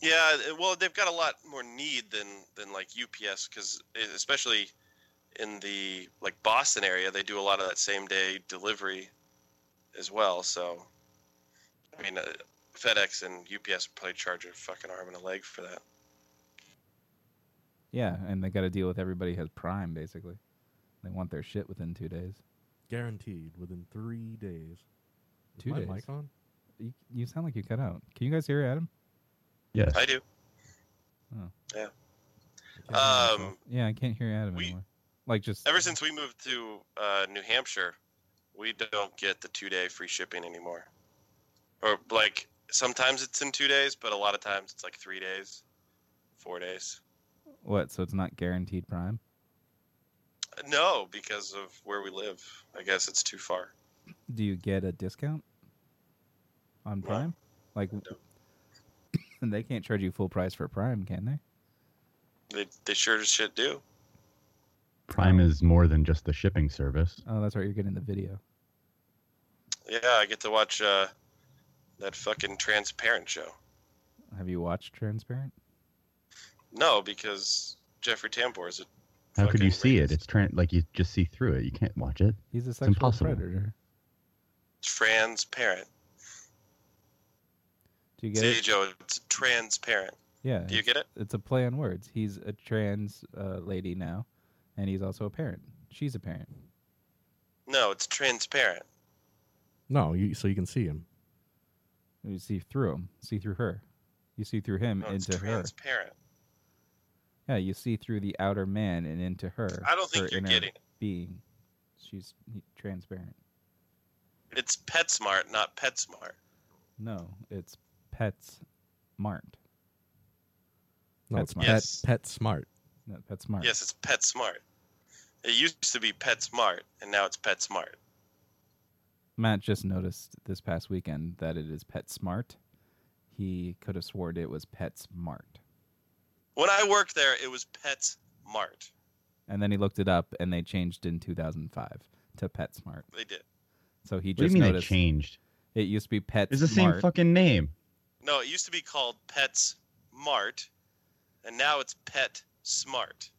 S5: Yeah, well, they've got a lot more need than than like UPS because e, especially in the like Boston area, they do a lot of that same day delivery as well. So, I mean, uh, FedEx and UPS probably charge a fucking arm and a leg for that.
S6: Yeah, and they got to deal with everybody has Prime basically. They want their shit within two days.
S7: Guaranteed within three days. Is
S6: Two
S7: my
S6: days.
S7: mic on?
S6: You, you sound like you cut out. Can you guys hear Adam?
S1: Yes.
S5: I do.
S7: I can't hear
S5: Um,
S7: myself.
S6: Yeah, I can't hear Adam
S5: We-
S6: anymore. Like just
S5: ever since we moved to uh, New Hampshire, we don't get the two day free shipping anymore. Or like sometimes it's in two days, but a lot of times it's like three days, four days.
S6: what? So it's not guaranteed Prime.
S5: No, because of where we live, I guess it's too far.
S6: Do you get a discount on
S5: No.
S6: Prime? Like, and [coughs] they can't charge you full price for Prime, can they?
S5: They they sure as shit do.
S1: Prime is more than just the shipping service.
S6: Oh, that's right. You're getting the video.
S5: Yeah, I get to watch uh, that fucking Transparent show.
S6: Have you watched Transparent?
S5: No, because Jeffrey Tambor is a.
S1: How could you
S5: fucking
S1: see it?
S5: rapist.
S1: It's tran like you just see through it. You can't watch it.
S6: He's a sexual
S1: impossible.
S6: predator.
S5: transparent.
S6: Do you get
S5: See,
S6: it?
S5: Joe, it's transparent.
S6: Yeah.
S5: Do you get it?
S6: it's a play on words. He's a trans uh, lady now, and he's also a parent. She's a parent.
S5: No, it's transparent.
S7: No, you, so you can see him.
S6: You see through him, see through her. You see through him
S5: No, Oh, it's
S6: Mm, into her.
S5: transparent.
S6: Yeah, you see through the outer man and into her.
S5: I don't
S6: her
S5: think you're
S6: inner
S5: getting it.
S6: being. She's he- transparent.
S5: It's PetSmart, not PetSmart.
S6: No, it's pets mart.
S7: No, it's
S6: PetSmart.
S7: pet,
S5: Yes.
S7: pet smart.
S6: Not pet smart.
S5: Yes, it's PetSmart. It used to be PetSmart, and now it's PetSmart.
S6: Matt just noticed this past weekend that it is pet smart. He could have sworn it was pets mart.
S5: When I worked there, it was PetSmart.
S6: And then he looked it up and they changed in 2005 to pet smart.
S5: They did.
S6: So he
S1: What do
S6: just
S1: you mean
S6: noticed
S1: it changed?
S6: it used to be pet
S1: It's the same
S6: smart.
S1: fucking name.
S5: No, it used to be called PetSmart, and now it's PetSmart.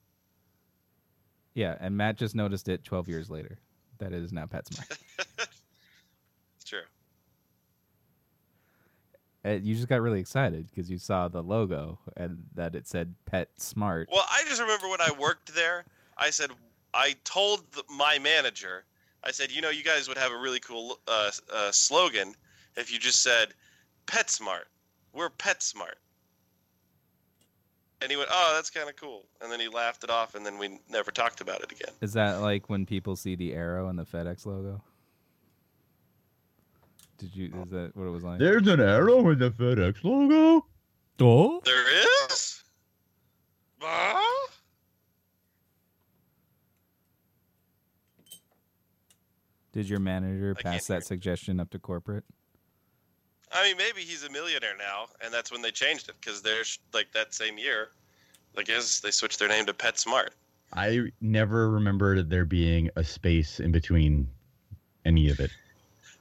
S6: Yeah, and Matt just noticed it 12 years later that it is now pet smart.
S5: It's true.
S6: Uh, you just got really excited because you saw the logo and that it said Pet Smart.
S5: Well, I just remember when I worked there, I said I told th- my manager, I said, you know, you guys would have a really cool uh, uh, slogan if you just said PetSmart. We're PetSmart. And he went, oh, that's kind of cool. And then he laughed it off, and then we never talked about it again.
S6: Is that like when people see the arrow and the FedEx logo? Did you? Is that what it was like?
S1: There's an arrow with the FedEx logo.
S7: Oh?
S5: There is? Huh?
S6: Did your manager
S5: I can't
S6: pass
S5: hear
S6: that
S5: it.
S6: suggestion up to corporate?
S5: I mean, maybe he's a millionaire now, and that's when they changed it because they're sh- like that same year. I guess they switched their name to PetSmart.
S1: I never remembered there being a space in between any of it.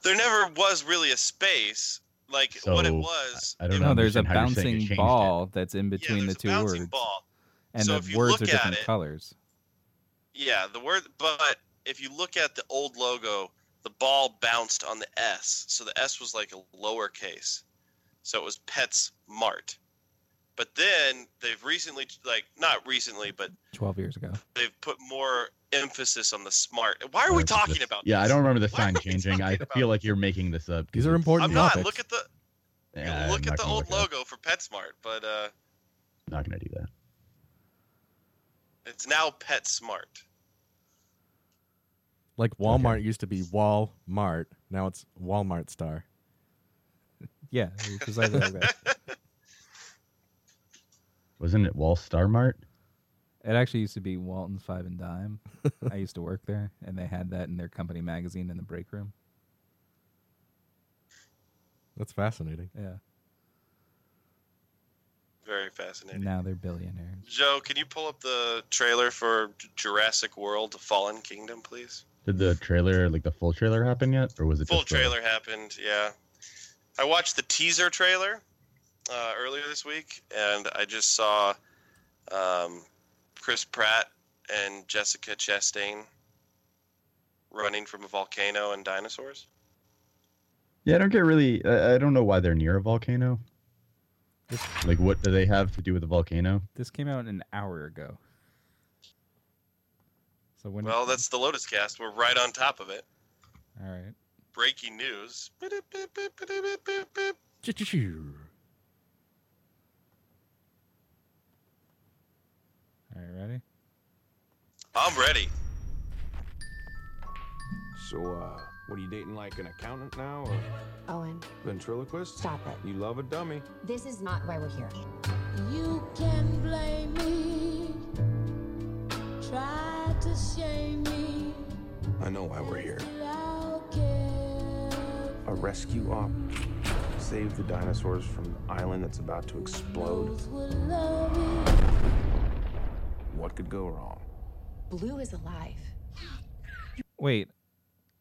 S5: there never was really a space. Like
S1: So,
S5: what it was.
S1: I- I don't
S5: it-
S1: know.
S6: No, there's a
S1: understand how you're saying you
S6: bouncing
S1: changed it.
S6: ball that's in
S5: yeah,
S6: between
S5: there's
S6: the
S5: a
S6: two
S5: bouncing
S6: words,
S5: Ball.
S6: and
S5: So if
S6: the
S5: you
S6: words
S5: look
S6: are
S5: at
S6: different
S5: it-
S6: colors.
S5: Yeah, the word. But if you look at the old logo, the ball bounced on the S, so the S was like a lowercase, so it was Pets Mart. But then they've recently, like not recently, but
S6: Twelve years ago,
S5: they've put more emphasis on the smart. Why are we talking about?
S1: Yeah, I
S5: this?
S1: don't remember the
S5: Why are
S1: sign
S5: we
S1: changing. I
S5: talking
S1: feel
S5: about
S1: like you're making this up.
S7: These are important
S5: I'm not.
S7: topics.
S5: Look at the
S1: Yeah,
S5: look
S1: I'm
S5: at
S1: not
S5: the
S1: gonna
S5: old
S1: look it up.
S5: logo for PetSmart, but uh,
S1: Not gonna do that.
S5: it's now PetSmart.
S7: Like Walmart used to be Walmart. Now it's Walmart Star.
S6: yeah, precisely like that.
S1: Wasn't it Wall Star Mart?
S6: It actually used to be Walton's Five and Dime. I used to work there, and they had that in their company magazine in the break room.
S7: That's fascinating.
S6: Yeah.
S5: Very fascinating.
S6: Now they're billionaires.
S5: Joe, can you pull up the trailer for J- Jurassic World: Fallen Kingdom, please?
S1: Did the trailer, like the full trailer, happen yet, or was it
S5: Full
S1: just the-
S5: trailer happened. Yeah, I watched the teaser trailer uh, earlier this week, and I just saw um, Chris Pratt and Jessica Chastain running from a volcano and dinosaurs.
S1: Yeah, I don't get really. I, I don't know why they're near a volcano. Like, what do they have to do with the volcano?
S6: This came out an hour ago. So when?
S5: Well, that's the Lotus Cast. We're right on top of it.
S6: all right.
S5: Breaking news. All
S7: Choo-choo-choo.
S6: All right, ready?
S5: I'm ready.
S2: So, uh, what are you dating like an accountant now? A
S8: Owen,
S2: ventriloquist?
S8: stop it.
S2: You love a dummy.
S8: This is not why we're here.
S9: You can blame me, try to shame me.
S2: I know why we're here.
S9: but I'll care.
S2: A rescue op. uh, Save the dinosaurs from the island that's about to explode.
S9: Those who love me,
S2: What could go wrong?
S8: Blue is alive.
S6: Wait,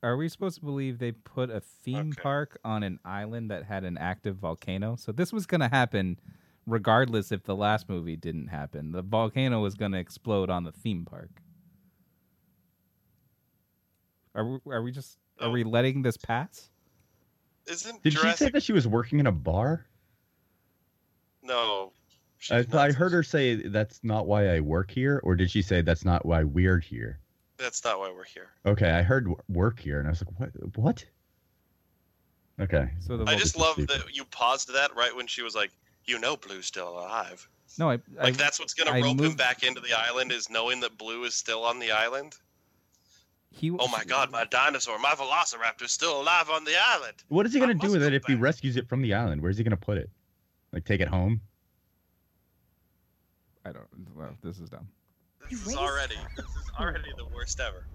S6: are we supposed to believe they put a theme
S5: Okay.
S6: park on an island that had an active volcano? So this was going to happen regardless if the last movie didn't happen. The volcano was going to explode on the theme park. Are we, are we just are
S5: Oh.
S6: we letting this pass?
S5: Isn't
S1: Did she say
S5: Jurassic?
S1: that she was working in a bar?
S5: No. she's
S1: I,
S5: not.
S1: I heard her say that's not why I work here, or did she say that's not why we're here?
S5: That's not why we're here.
S1: Okay, I heard w- work here, and I was like, what? What? Okay.
S6: So the
S5: I just
S1: Well,
S5: love
S1: this is
S5: that you paused that right when she was like, "You know, Blue's still alive."
S6: no, I, I
S5: Like that's what's gonna
S6: I
S5: rope him
S6: moved-
S5: back into the island is knowing that Blue is still on the island.
S6: he
S5: Oh my God, my dinosaur, my Velociraptor's still alive on the island.
S1: What is he
S5: I
S1: gonna do
S5: must
S1: with it
S5: go
S1: if he
S5: back.
S1: rescues it from the island? Where's he gonna put it? Like take it home?
S6: I don't well, this is dumb.
S8: You
S5: This is
S8: raised [laughs]
S5: already this is already the worst ever.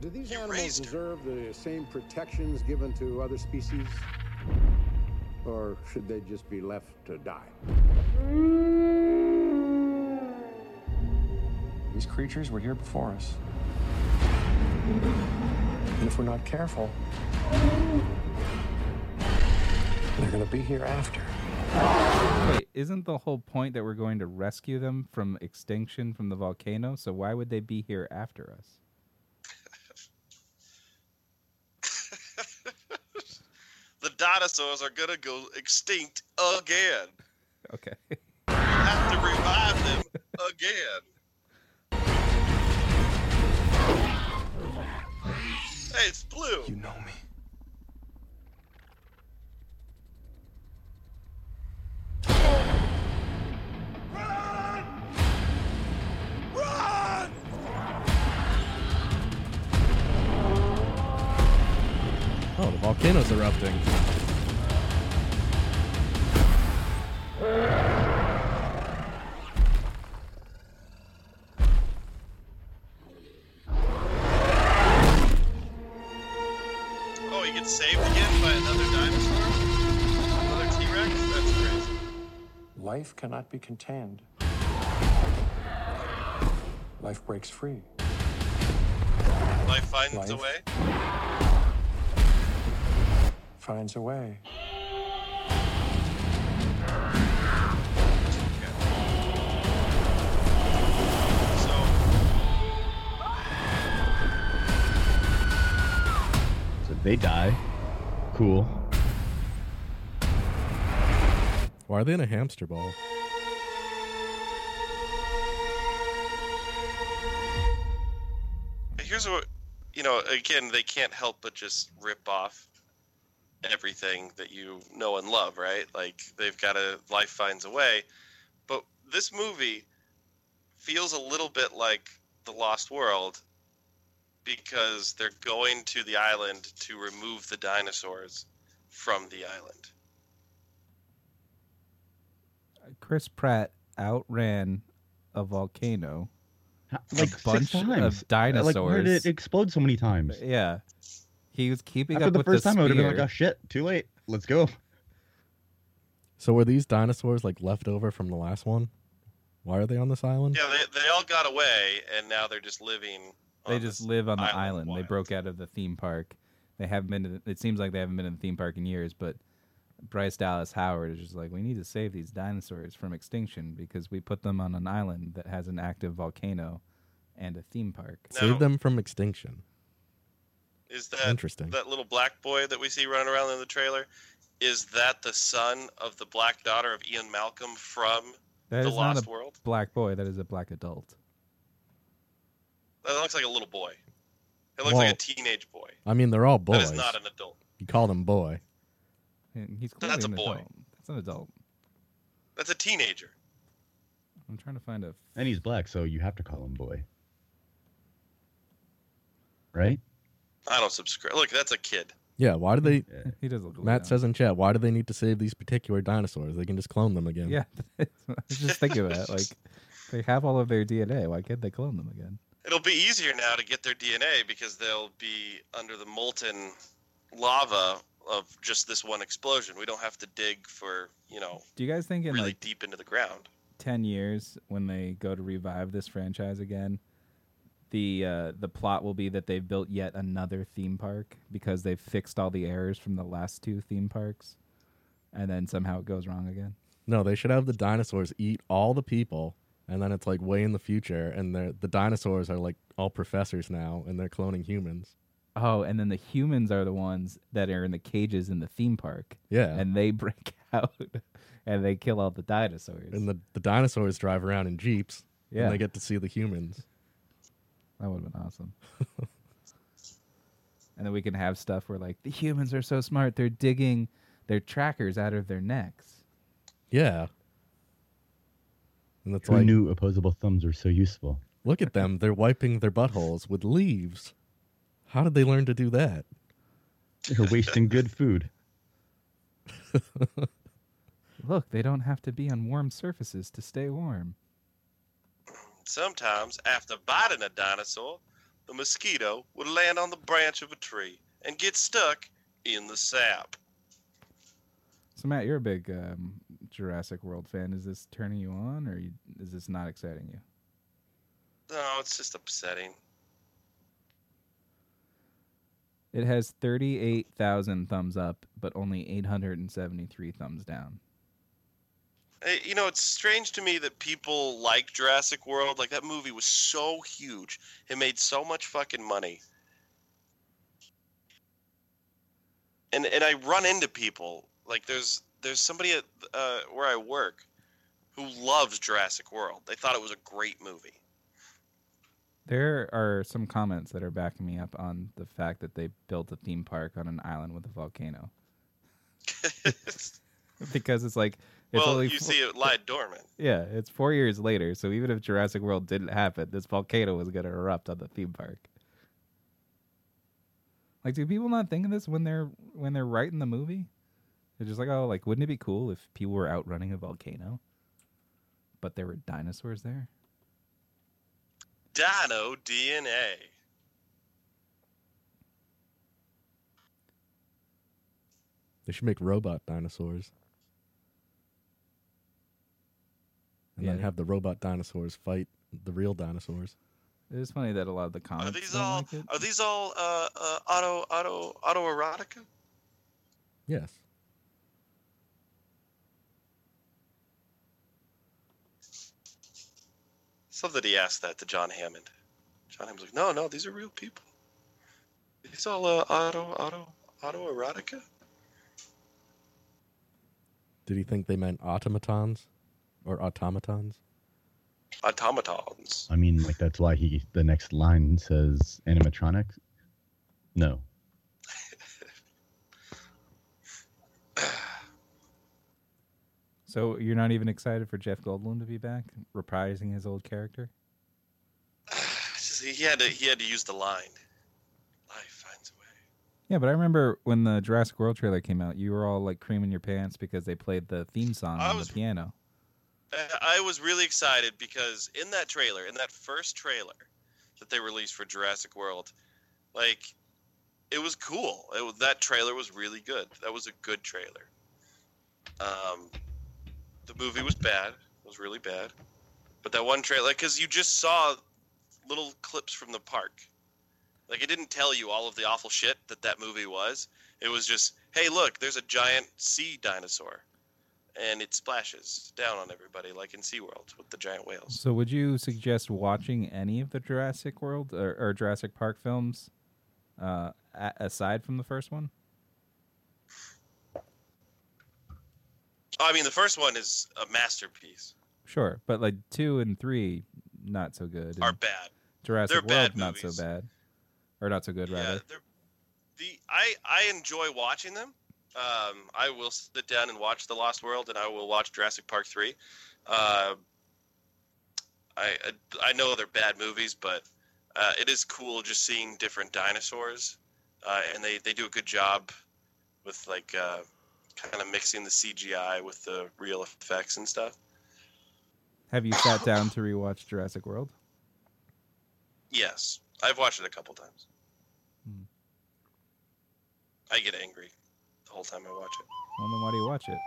S10: Do these
S5: You
S10: animals
S5: raised her.
S10: deserve the same protections given to other species? Or should they just be left to die?
S2: These creatures were here before us. And if we're not careful, they're gonna be here after.
S6: Wait, isn't the whole point that we're going to rescue them from extinction from the volcano? So why would they be here after us? [laughs]
S5: The dinosaurs are gonna go extinct again.
S6: Okay.
S5: You have to
S10: [laughs]
S5: revive them again. Hey, it's Blue.
S2: You know me.
S7: Oh, the volcano's erupting.
S5: Oh, he gets saved again by another dinosaur? Another T Rex? That's crazy.
S2: Life cannot be contained. Life breaks free.
S5: Life finds a
S2: Life.
S5: way.
S2: Finds a way.
S5: So.
S1: So they die. Cool.
S7: Why are they in a hamster ball?
S5: here's what you know again they can't help but just rip off everything that you know and love right like they've got a life finds a way but this movie feels a little bit like the lost world because they're going to the island to remove the dinosaurs from the island
S6: Chris Pratt outran a volcano.
S1: How- Like
S6: bunch
S1: six
S6: of
S1: times. Uh, Like, where did
S6: uh, dinosaurs.
S1: it explode so many times?
S6: Yeah. He was keeping
S1: After
S6: up
S1: the
S6: with
S1: first
S6: the
S1: time, I would have been like,
S6: spear.
S1: "Oh shit, too late. Let's go."
S7: So were these dinosaurs like left over from the last one? Why are they on this island?
S5: yeah they, they all got away and now they're just living
S1: oh,
S6: they
S5: on
S6: just
S5: this
S6: live on the
S5: island
S6: island. They
S5: wild.
S6: broke out of the theme park. They haven't been to the, it seems like they haven't been in the theme park in years, but Bryce Dallas Howard is just like, we need to save these dinosaurs from extinction because we put them on an island that has an active volcano and a theme park.
S5: No.
S7: Save them from extinction.
S5: Is that
S7: Interesting.
S5: that little black boy that we see running around in the trailer? Is that the son of the black daughter of Ian Malcolm from
S6: That is
S5: The Lost
S6: not a
S5: World?
S6: black boy. That is a black adult.
S5: That looks like a little boy. It looks like
S7: Whoa.
S5: a teenage boy.
S7: I mean, they're all boys.
S5: That is not an adult.
S7: You called him boy.
S6: And He's clearly
S5: That's a
S6: an
S5: boy.
S6: Adult. That's an adult.
S5: That's a teenager.
S6: I'm trying to find a.
S1: And he's black, so you have to call him boy. Right?
S5: I don't subscribe. Look, that's a kid.
S7: Yeah. Why do they?
S1: Yeah.
S6: He does look. a little
S7: Matt
S6: down.
S7: says in chat, why do they need to save these particular dinosaurs? They can just clone them again.
S6: Yeah, [laughs] I was just thinking of that. Like, they have all of their DNA. Why can't they clone them again?
S5: It'll be easier now to get their DNA because they'll be under the molten lava of just this one explosion. We don't have to dig for, you know,
S6: Do you guys think in
S5: really
S6: like
S5: deep into the ground.
S6: ten years, when they go to revive this franchise again, the uh, the plot will be that they've built yet another theme park because they've fixed all the errors from the last two theme parks, and then somehow it goes wrong again.
S7: No, they should have the dinosaurs eat all the people, and then it's like way in the future, and they're- the dinosaurs are like all professors now, and they're cloning humans.
S6: Oh, and then the humans are the ones that are in the cages in the theme park,
S7: Yeah. And,
S6: and they [laughs] break out and they kill all the dinosaurs.
S7: the, the dinosaurs drive around in jeeps,
S6: yeah,
S7: and they get to see the humans.
S6: That would have been awesome. and then we can have stuff where like the humans are so smart they're digging their trackers out of their necks.
S7: Yeah. And it's
S1: Who
S7: like,
S1: knew opposable thumbs were so useful? [laughs]
S7: look at them. They're wiping their buttholes with leaves. How did they learn to do that?
S1: They're wasting good food.
S6: Look, they don't have to be on warm surfaces to stay warm.
S5: Sometimes, after biting a dinosaur, the mosquito would land on the branch of a tree and get stuck in the sap.
S6: So Matt, you're a big um, Jurassic World fan. Is this turning you on, or you, is this not exciting you?
S5: No, Oh, it's just upsetting.
S6: It has thirty-eight thousand thumbs up, but only eight hundred and seventy-three thumbs down.
S5: Eh, You know, it's strange to me that people like Jurassic World. Like, that movie was so huge. It made so much fucking money. And, and I run into people. Like, there's there's somebody at uh, where I work who loves Jurassic World. They thought it was a great movie. [laughs]
S6: There are some comments that are backing me up on the fact that they built a theme park on an island with a volcano. [laughs] because it's like it's
S5: well,
S6: only
S5: you
S6: fo-
S5: see it lied dormant.
S6: yeah, it's four years later. So even if Jurassic World didn't happen, this volcano was going to erupt on the theme park. Like, do people not think of this when they're when they're writing the movie? They're just like, oh, like wouldn't it be cool if people were out running a volcano, but there were dinosaurs there?
S5: Dino DNA.
S7: They should make robot dinosaurs. And then
S6: Yeah.
S7: have the robot dinosaurs fight the real dinosaurs.
S6: It is funny that a lot of the
S5: Are
S6: comments
S5: these
S6: don't
S5: all
S6: like it.
S5: are these all uh, uh, auto auto auto erotica?
S7: Yes.
S5: Somebody asked that to John Hammond. John Hammond's like, no, no, these are real people. These all uh, auto auto auto erotica.
S7: Did he think they meant automatons or automatons?
S5: Automatons. [sighs]
S1: I mean, like that's why he the next line says animatronics. No,
S6: So you're not even excited for Jeff Goldblum to be back, reprising his old character?
S5: It's just- he had to he had to use the line. Life finds a way.
S6: Yeah, but I remember when the Jurassic World trailer came out, you were all like creaming your pants because they played the theme song
S5: I
S6: on
S5: was-
S6: the piano.
S5: I I was really excited because in that trailer, in that first trailer that they released for Jurassic World, like it was cool. It was, that trailer was really good. That was a good trailer. Um, the movie was bad. It was really bad. But that one trailer, because you just saw little clips from the park. Like it didn't tell you all of the awful shit that that movie was. It was just, hey, look, there's a giant sea dinosaur and it splashes down on everybody like in SeaWorld with the giant whales.
S6: So, would you suggest watching any of the Jurassic World or, or Jurassic Park films uh, a- aside from the first one?
S5: Oh, I mean, the first one is a masterpiece.
S6: Sure, but like two and three, not so good. and
S5: Are bad.
S6: Jurassic
S5: they're
S6: World,
S5: bad
S6: not
S5: movies.
S6: so bad, or not so good
S5: Yeah,
S6: rather.
S5: they're, the I I enjoy watching them. Um, I will sit down and watch The Lost World, and I will watch Jurassic Park three. Uh, I I- I know they're bad movies, but uh, it is cool just seeing different dinosaurs, uh, and they they do a good job with like uh, kind of mixing the CGI with the real effects and stuff.
S6: Have you sat
S5: [coughs]
S6: down to rewatch Jurassic World?
S5: Yes, I've watched it a couple times.
S6: Hmm.
S5: I get angry the whole time I watch it.
S6: Well, then why do you watch it?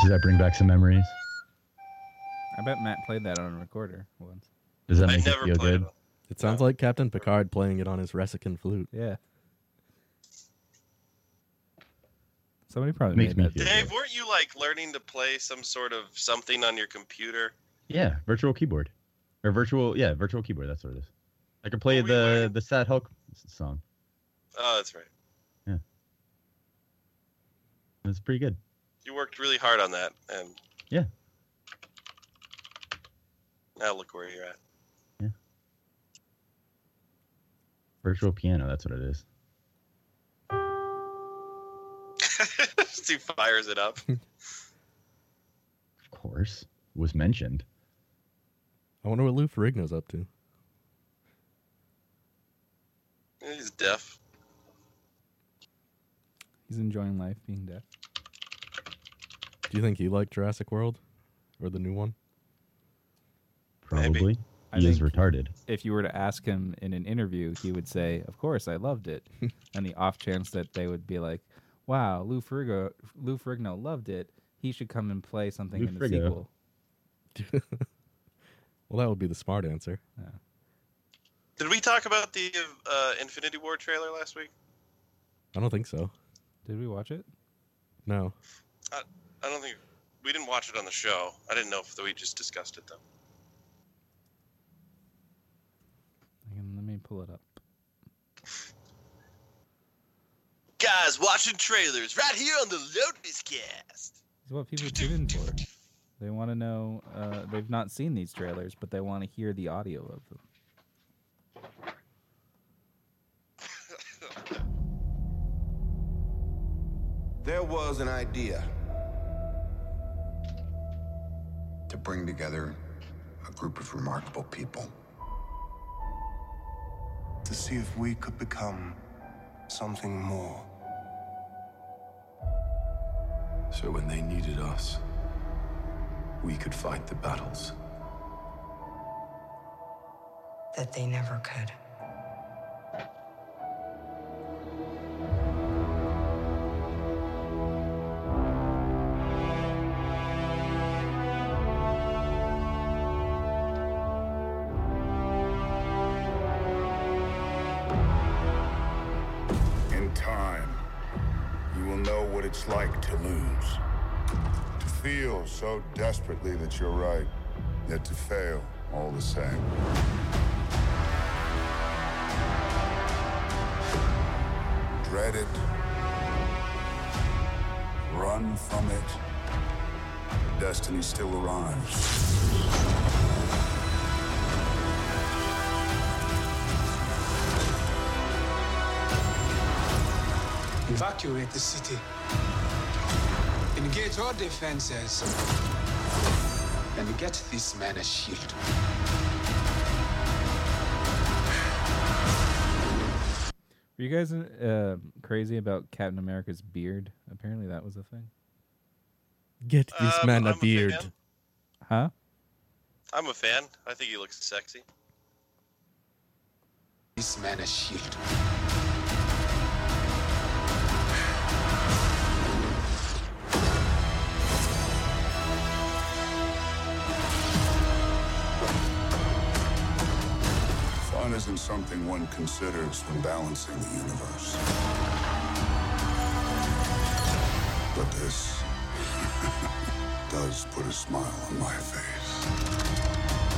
S1: Does that bring back some memories?
S6: I bet Matt played that on a recorder once.
S1: Does that
S5: I
S1: make you
S5: never
S1: feel
S5: played
S1: good?
S5: it.
S7: It sounds like Captain Picard playing it on his Resican flute.
S6: Yeah. Somebody probably
S1: Makes
S6: made
S1: me
S6: that.
S1: feel
S5: Dave, weren't you like learning to play some sort of something on your computer?
S1: Yeah, virtual keyboard, or virtual yeah, virtual keyboard. That's what it is. I can play
S5: Well, we
S1: the
S5: learned-
S1: the Sad Hulk song.
S5: Oh, that's right.
S1: It's pretty good.
S5: You worked really hard on that, and
S1: Yeah.
S5: Now look where you're at. [laughs]
S1: Virtual piano. That's what it is.
S5: Just he fires it
S1: [laughs]
S5: up.
S1: Of course, it was mentioned.
S7: I wonder what Lou Ferrigno's up to.
S5: He's deaf.
S6: He's enjoying life being deaf.
S7: Do you think he liked Jurassic World or the new one? [laughs]
S5: Maybe.
S1: Probably
S6: I
S1: he is
S6: think-
S1: retarded.
S6: If you were to ask him in an interview, he would say, "Of course, I loved
S1: [laughs]
S6: it." and the off chance that they would be like, "Wow, Lou Ferrigno, Lou Ferrigno loved it. He should come and play something
S1: Lou
S6: in the
S1: Ferrigno.
S6: sequel."
S7: Well, that would be the smart answer.
S5: Did we talk about the uh, Infinity War trailer last week?
S7: I don't think so.
S6: Did we watch it?
S7: No.
S5: I don't think we didn't watch it on the show. I didn't know if we just discussed it though.
S6: I can, let me pull it up.
S5: Guys, watching trailers right here on the Lotus Cast.
S6: It's what people tune in for. They want to know. Uh, they've not seen these trailers, but they want to hear the audio of them.
S11: There was an idea to bring together a group of remarkable people to see if we could become something more. So when they needed us, we could fight the battles.
S4: That they never could.
S11: In time, you will know what it's like to lose. To feel so desperately that you're right, yet to fail all the same. Dread it. Run from it. Destiny still arrives.
S4: Evacuate the city. Engage all defenses. And get this man a shield.
S6: Were you guys uh, crazy about Captain America's beard? Apparently, that was a thing.
S7: Get this
S5: Um,
S7: man
S5: I'm
S7: a
S5: a
S7: beard.
S5: fan.
S6: Huh?
S5: I'm a fan. I think he looks sexy.
S4: This man a shield.
S11: Find isn't something one considers when balancing the universe. But this [laughs] does put a smile on my face.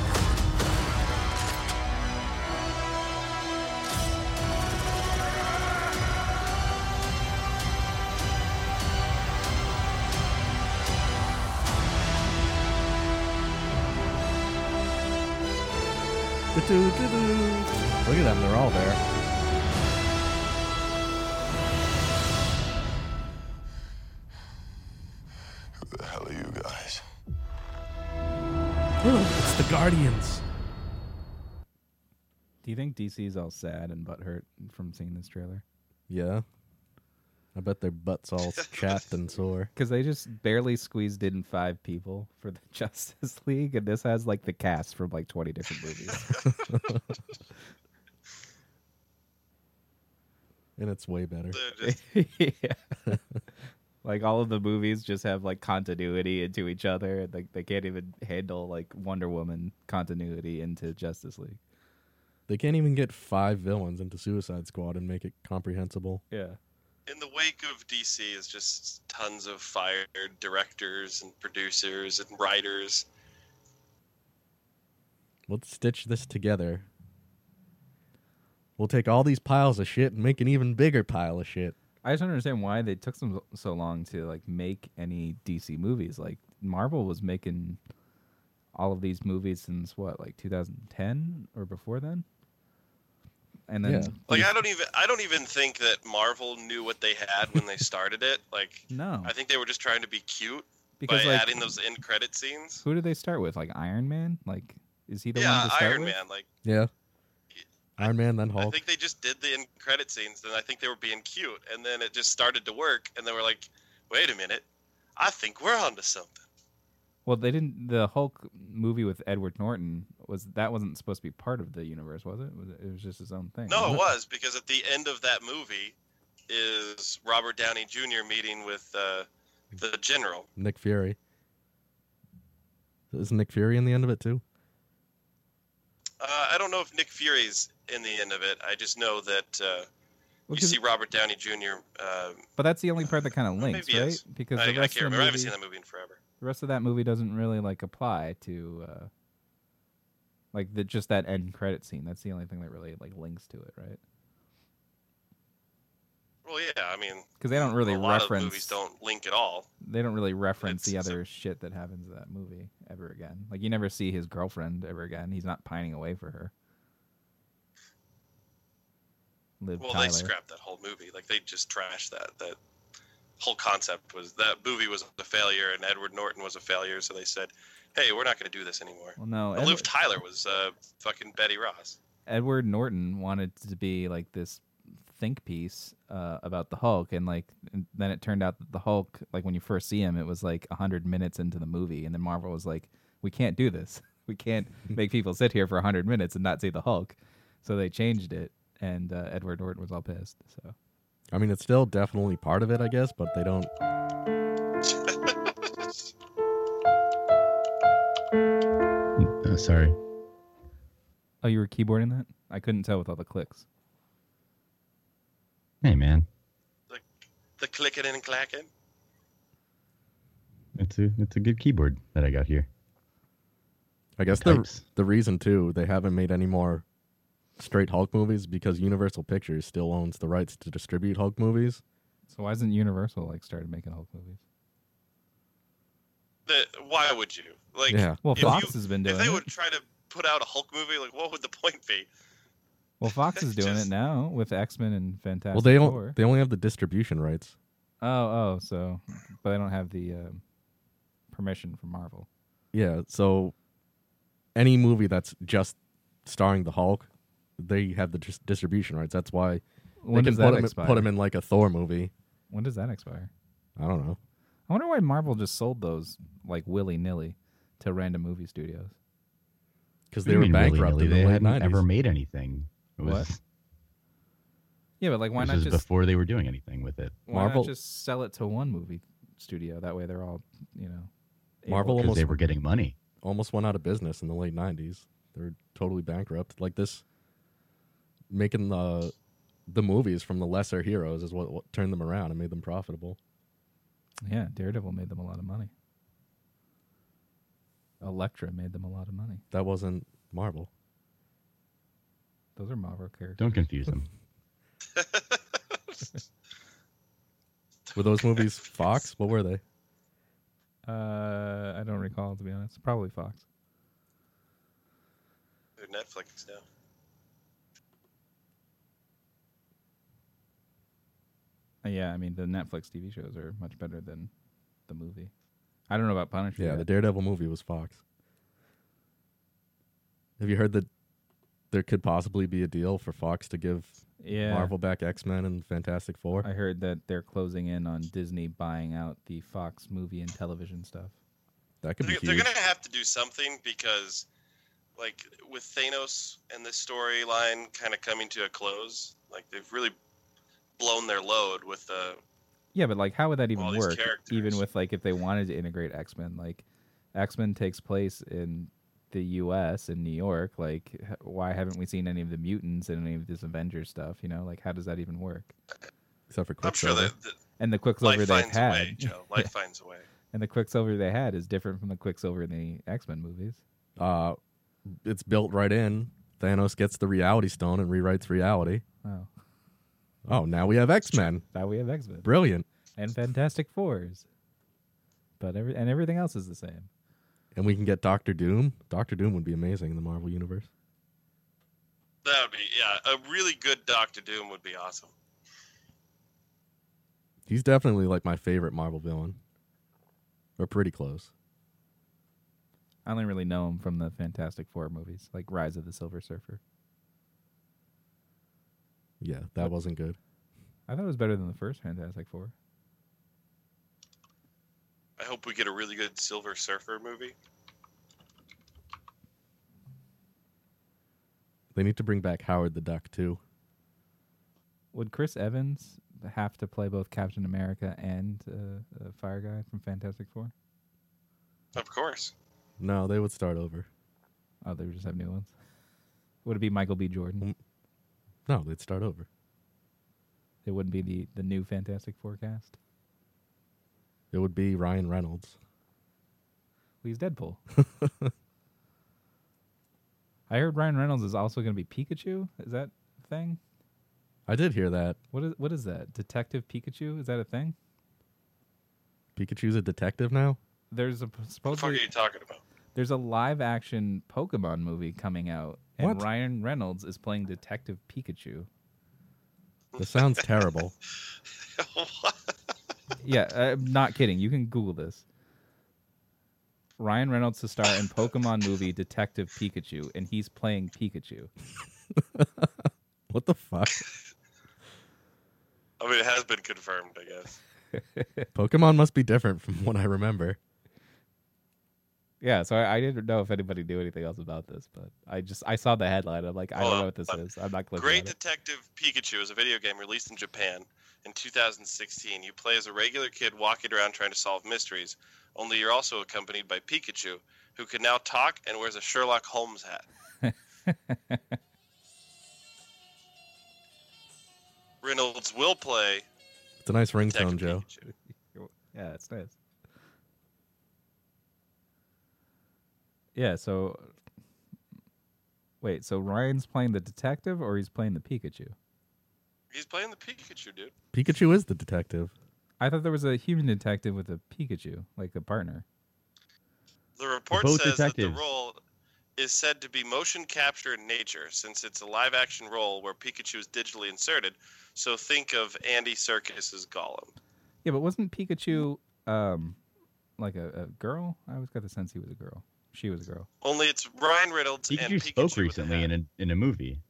S7: Look at them, they're all there.
S11: Who the hell are you guys?
S7: [gasps] it's the Guardians.
S6: Do you think DC's all sad and butthurt from seeing this trailer?
S7: Yeah. I bet their butts [laughs] all chapped and sore.
S6: Because they just barely squeezed in five people for the [laughs] Justice League, and this has like the cast from like 20 different movies.
S7: And it's way better.
S5: They're
S6: [laughs]
S5: just-
S6: yeah. like all of the movies just have like continuity into each other, and like they can't even handle like Wonder Woman continuity into Justice League.
S7: They can't even get five villains into Suicide Squad and make it comprehensible.
S6: Yeah.
S5: in the wake of DC is just tons of fired directors and producers and writers.
S7: Let's stitch this together. We'll take all these piles of shit and make an even bigger pile of shit.
S6: I just don't understand why they took some so long to like make any DC movies. Like Marvel was making all of these movies since what, like 2010 or before then. And then
S7: Yeah.
S5: Like I don't even I don't even think that Marvel knew what they had when they started it. Like
S6: no,
S5: I think they were just trying to be cute
S6: because
S5: by
S6: like
S5: adding those end credit scenes.
S6: who did they start with? Like Iron Man? Like is he the
S5: yeah,
S6: one to start
S5: Iron
S6: with?
S5: Man. Like
S7: Yeah.
S5: I-
S7: Iron Man, then
S5: I
S7: Hulk.
S5: think they just did the end credit scenes, and I think they were being cute, and then it just started to work, and they were like, "Wait a minute, I think we're onto something."
S6: Well, they didn't. The Hulk movie with Edward Norton was that wasn't supposed to be part of the universe, was it? Was it, it was just his own thing.
S5: No,
S6: wasn't
S5: it was because at the end of that movie is Robert Downey Jr. meeting with uh, the general.
S7: Nick Fury. Is Nick Fury in the end of it too?
S5: Uh, I don't know if Nick Fury's in the end of it. I just know that uh,
S6: Well,
S5: you
S6: 'cause-
S5: see Robert Downey Jr. Um,
S6: but that's the only part that kind of links,
S5: maybe it
S6: right?
S5: is.
S6: Because
S5: I, I
S6: the
S5: can't
S6: rest
S5: remember.
S6: of the
S5: I
S6: movie,
S5: haven't seen that movie in forever.
S6: the rest of that movie doesn't really like apply to uh like the just that end credit scene that's the only thing that really like links to it right
S5: Well, yeah, I mean,
S6: because they don't really
S5: a lot
S6: reference
S5: of movies don't link at all.
S6: they don't really reference the
S5: It's- it's a-
S6: other shit that happens in that movie ever again like you never see his girlfriend ever again he's not pining away for her Liv
S5: Well,
S6: Tyler.
S5: they scrapped that whole movie. Like they just trashed that. That whole concept was that movie was a failure, and Edward Norton was a failure. So they said, "Hey, we're not going to do this anymore."
S6: well no
S5: And Liv
S6: Edward,
S5: Tyler was uh, fucking Betty Ross.
S6: Edward Norton wanted to be like this think piece uh, about the Hulk, and like and then it turned out that the Hulk, like when you first see him, it was like hundred minutes into the movie, and then Marvel was like, "We can't do this. [laughs] We can't make people sit here for hundred minutes and not see the Hulk," so they changed it, and uh, Edward Norton was all pissed. So
S7: I mean, it's still definitely part of it, I guess, but they don't.
S1: Uh, sorry.
S6: oh, you were keyboarding that? I couldn't tell with all the clicks.
S1: Hey, man.
S5: The clicking and clacking.
S1: It's a it's a good keyboard that I got here.
S7: I guess the
S1: Types.
S7: the reason too they haven't made any more straight Hulk movies because Universal Pictures still owns the rights to distribute Hulk movies.
S6: So why isn't Universal like started making Hulk movies?
S5: That why would you like?
S7: yeah,
S6: Well,
S5: If you-
S6: Fox has been doing
S5: If they
S6: it.
S5: would try to put out a Hulk movie, like what would the [laughs] point be?
S6: Well, Fox
S5: [laughs]
S6: is doing
S5: Just-
S6: it now with X Men and Fantastic
S7: well they
S6: Four.
S7: don't. They only have the distribution rights.
S6: Oh, oh, so but I don't have the um, permission from Marvel.
S7: Yeah, so any movie that's just starring the Hulk, they have the dis- distribution rights. That's why
S6: When
S7: they
S6: does
S7: can put
S6: that
S7: him,
S6: expire?
S7: put him in like a Thor movie.
S6: When does that expire?
S7: I don't know.
S6: I wonder why Marvel just sold those like willy nilly to random movie studios.
S7: Because
S1: What
S7: they
S1: do
S7: were
S1: you mean,
S7: bankrupt
S1: willy-nilly?
S7: in the
S1: They
S7: late
S1: hadn't
S7: 90s.
S1: ever made anything. It was,
S6: What? Yeah, but like, why
S1: this
S6: not
S1: was
S6: just
S1: before they were doing anything with it.
S6: why
S7: Marvel-
S6: not just sell it to one movie studio? That way, they're all you know. able-
S7: Marvel
S1: Because
S7: almost
S1: they were getting money.
S7: almost went out of business in the late 90s. They were totally bankrupt. Like this making the the movies from the lesser heroes is what, what turned them around and made them profitable.
S6: Yeah, Daredevil made them a lot of money. Elektra made them a lot of money.
S7: That wasn't Marvel.
S6: Those are Marvel characters.
S1: Don't confuse them.
S7: Were those movies Fox? What were they?
S6: Uh, I don't recall to be honest. Probably Fox.
S5: They're Netflix now.
S6: Uh, yeah, I mean the Netflix TV shows are much better than the movie. I don't know about Punisher.
S7: Yeah,
S6: yet.
S7: the Daredevil movie was Fox. Have you heard that there could possibly be a deal for Fox to give
S6: Yeah.
S7: Marvel back X Men and Fantastic Four?
S6: I heard that they're closing in on Disney buying out the Fox movie and television stuff.
S7: that could be
S5: They're, they're
S7: huge.
S5: gonna have to do something because, like, with Thanos and the storyline kind of coming to a close, like they've really blown their load with the.
S6: Yeah, but like, how would that even
S5: All these
S6: work? Even
S5: characters.
S6: with like, if they wanted to integrate X Men, like, X Men takes place in the U.S. in New York. Like, h- why haven't we seen any of the mutants and any of this Avengers stuff? You know, like, how does that even work?
S7: Except for
S5: I'm sure
S7: Quicksilver.
S5: that, that
S6: And the Quicksilver
S5: life
S6: they
S5: finds a
S6: had,
S5: way, Joe.
S7: [laughs]
S5: Life finds a way.
S6: [laughs] and the Quicksilver they had is different from the Quicksilver in the X Men movies.
S7: uh, it's built right in. Thanos gets the Reality Stone and rewrites reality.
S6: Oh,
S7: Oh, now we have X Men.
S6: now we have X Men
S7: Brilliant.
S6: and Fantastic Fours, but every and everything else is the same.
S7: And we can get Doctor Doom. Doctor Doom would be amazing in the Marvel universe.
S5: That would be yeah. A really good Doctor Doom would be awesome.
S7: He's definitely like my favorite Marvel villain, or pretty close.
S6: I only really know him from the Fantastic Four movies, like Rise of the Silver Surfer.
S7: Yeah, that wasn't good.
S6: I thought it was better than the first Fantastic Four.
S5: I hope we get a really good Silver Surfer movie.
S7: They need to bring back Howard the Duck too.
S6: Would Chris Evans have to play both Captain America and uh, uh, Fire Guy from Fantastic Four?
S5: Of course.
S7: No, they would start over.
S6: Oh, they would just have new ones. Would it be Michael B. Jordan?
S7: No, they'd start over.
S6: It wouldn't be the, the new Fantastic Four cast.
S7: It would be Ryan Reynolds.
S6: Well, he's Deadpool. I heard Ryan Reynolds is also going to be Pikachu. Is that a thing?
S7: I did hear that
S6: What is what is that? Detective Pikachu? Is that a thing?
S7: Pikachu's a detective now.
S6: There's a p-
S5: What the fuck are
S6: supposedly
S5: you talking about?
S6: There's a live action Pokemon movie coming out, and
S7: What?
S6: Ryan Reynolds is playing Detective Pikachu.
S7: This sounds terrible.
S6: Yeah, I'm not kidding. You can Google this. Ryan Reynolds to star in Pokemon movie Detective Pikachu, and he's playing Pikachu.
S7: What the fuck?
S5: I mean, it has been confirmed, I guess.
S7: Pokemon must be different from what I remember.
S6: Yeah, so I, I didn't know if anybody knew anything else about this, but I just I saw the headline. I'm like, I
S5: Hold
S6: don't know
S5: on,
S6: what this
S5: hold on.
S6: is. I'm not clicking.
S5: Great
S6: on it.
S5: Detective Pikachu is a video game released in Japan in 2016. You play as a regular kid walking around trying to solve mysteries, only you're also accompanied by Pikachu, who can now talk and wears a Sherlock Holmes hat. Reynolds will play
S7: It's a nice ringtone,
S5: Detective
S7: Joe.
S5: Pikachu.
S6: Yeah, it's nice. Yeah, so wait, so Ryan's playing the detective or he's playing the Pikachu?
S5: He's playing the Pikachu, dude.
S7: Pikachu is the detective.
S6: I thought there was a human detective with a Pikachu, like a partner.
S5: The report
S1: Both
S5: says that
S1: detectives.
S5: the role is said to be motion capture in nature, since it's a live action role where Pikachu is digitally inserted. So think of Andy Serkis's Gollum.
S6: Yeah, but wasn't Pikachu um like a, a girl? I always got the sense he was a girl. She was a girl.
S5: Only it's Ryan Reynolds and
S1: Pikachu
S5: Pikachu
S1: spoke
S5: with a
S1: recently
S5: hat.
S1: in a, in a movie,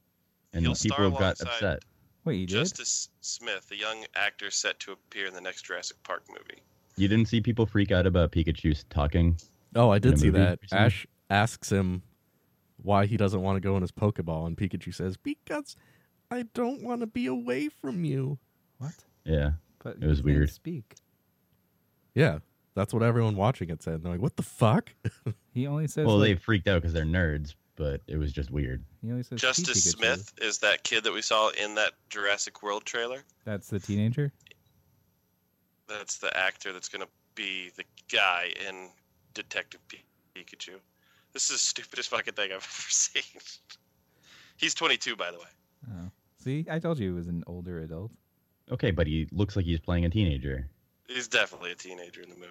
S1: and
S5: He'll star
S1: people got
S5: alongside
S1: upset.
S6: Wait, you did?
S5: Justice Smith, a young actor set to appear in the next Jurassic Park movie.
S1: You didn't see people freak out about Pikachu's talking.
S7: Oh, I
S1: In a
S7: did see
S1: movie
S7: that.
S1: recently?
S7: Ash asks him why he doesn't want to go in his Pokeball, and Pikachu says, Because I don't want to be away from you.
S6: What?
S1: Yeah,
S6: But
S1: It was
S6: he can't
S1: weird.
S6: Speak.
S7: Yeah, that's what everyone watching it said. They're like, What the fuck? [laughs]
S6: He only says
S1: well,
S6: like,
S1: they freaked out because they're nerds, but it was just weird.
S6: He only says, "Hey,
S5: Justice
S6: Pikachu."
S5: Smith is that kid that we saw in that Jurassic World trailer.
S6: That's the teenager.
S5: That's the actor that's going to be the guy in Detective P- Pikachu. This is the stupidest fucking thing I've [laughs] ever seen. He's 22, by the way.
S6: Oh. See, I told you he was an older adult.
S1: Okay, but he looks like he's playing a teenager.
S5: He's definitely a teenager in the movie.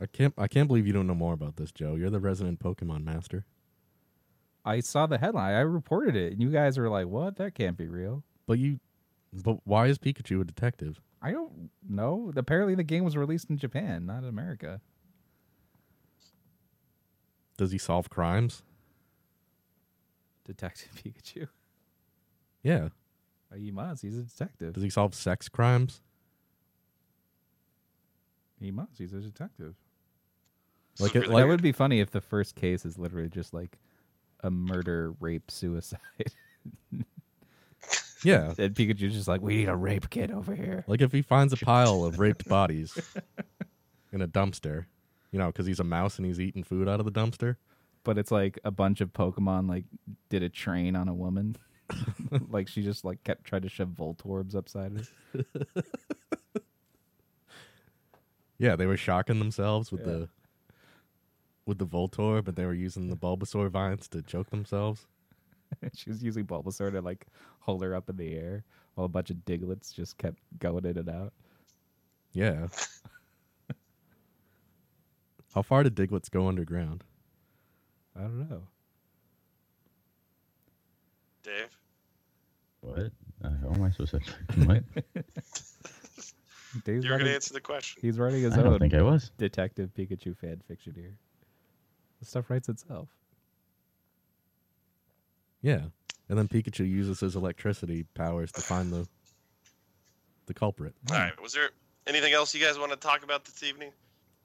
S7: I can't. I can't believe you don't know more about this, Joe. You're the resident Pokemon master.
S6: I saw the headline. I reported it, and you guys were like, "What? That can't be real."
S7: But you. But why is Pikachu a detective?
S6: I don't know. Apparently, the game was released in Japan, not in America.
S7: Does he solve crimes?
S6: Detective [laughs] Pikachu.
S7: Yeah.
S6: Uh, He must. He's a detective.
S7: Does he solve sex crimes?
S6: He must. He's a detective.
S5: It's
S7: Like it-
S5: really
S6: that
S7: like-
S6: would be funny if the first case is literally just like a murder, rape, suicide, [laughs]
S7: Yeah.
S6: and Pikachu's just like, "We need a rape kit over here."
S7: Like if he finds a pile of raped bodies [laughs] in a dumpster, you know, because he's a mouse and he's eating food out of the dumpster.
S6: But it's like a bunch of Pokemon like did a train on a woman. [laughs] like she just like kept trying to shove Voltorbs upside her.
S7: Yeah, they were shocking themselves with the with the Voltorb, but they were using the Bulbasaur vines to choke themselves.
S6: [laughs] she was using Bulbasaur to like hold her up in the air while a bunch of Diglets just kept going in and out.
S7: Yeah. How far did Diglets go underground?
S6: I don't know.
S5: Dave,
S1: What? Uh, how am I supposed to? [laughs] What?
S5: you're going
S6: Dave's
S5: to
S6: running-
S5: answer the question.
S6: [laughs] He's writing his
S1: I don't
S6: own
S1: think I was.
S6: Detective Pikachu fan fiction here. The stuff writes itself.
S7: Yeah. And then Pikachu uses his electricity powers to find the the culprit.
S1: Mm-hmm.
S5: All right. Was there anything else you guys want to talk about this evening?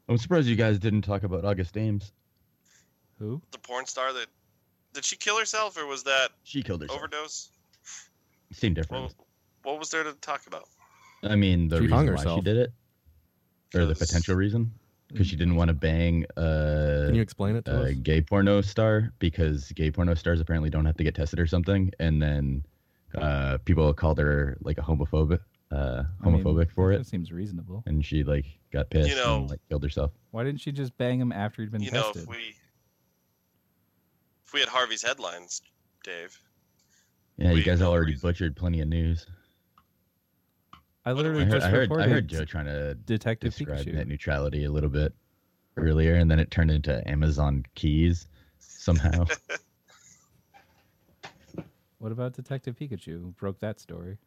S1: I'm surprised you guys didn't talk about August Ames.
S6: Who?
S5: The porn star that did she kill herself or was that
S1: She killed herself.
S5: overdose?
S1: Same difference.
S5: What, what was there to talk about?
S1: I mean, the
S7: She
S1: reason
S7: hung
S1: why she
S7: herself.
S1: did it, or the
S5: 'Cause-
S1: potential reason, because she didn't want to bang uh,
S7: Can you explain it to
S1: a
S7: us?
S1: gay porno star because gay porno stars apparently don't have to get tested or something, and then uh, people called her like a homophobic, uh,
S6: I mean,
S1: homophobic for
S6: that
S1: it,
S6: seems reasonable.
S1: and she like got pissed
S5: You know-
S1: and like killed herself.
S6: Why didn't she just bang him after he'd been
S5: you know,
S6: tested?
S5: if we if we had Harvey's headlines, Dave,
S1: Yeah, you
S5: Wait,
S1: guys
S5: no
S1: already
S5: reason.
S1: butchered plenty of news.
S6: I literally
S1: I heard,
S6: just
S1: I heard,
S6: reported
S1: I heard Joe trying to
S6: Detective
S1: describe net
S6: Pikachu.
S1: neutrality a little bit earlier, and then it turned into Amazon keys
S5: [laughs]
S1: somehow.
S6: What about Detective Pikachu? Who broke that story?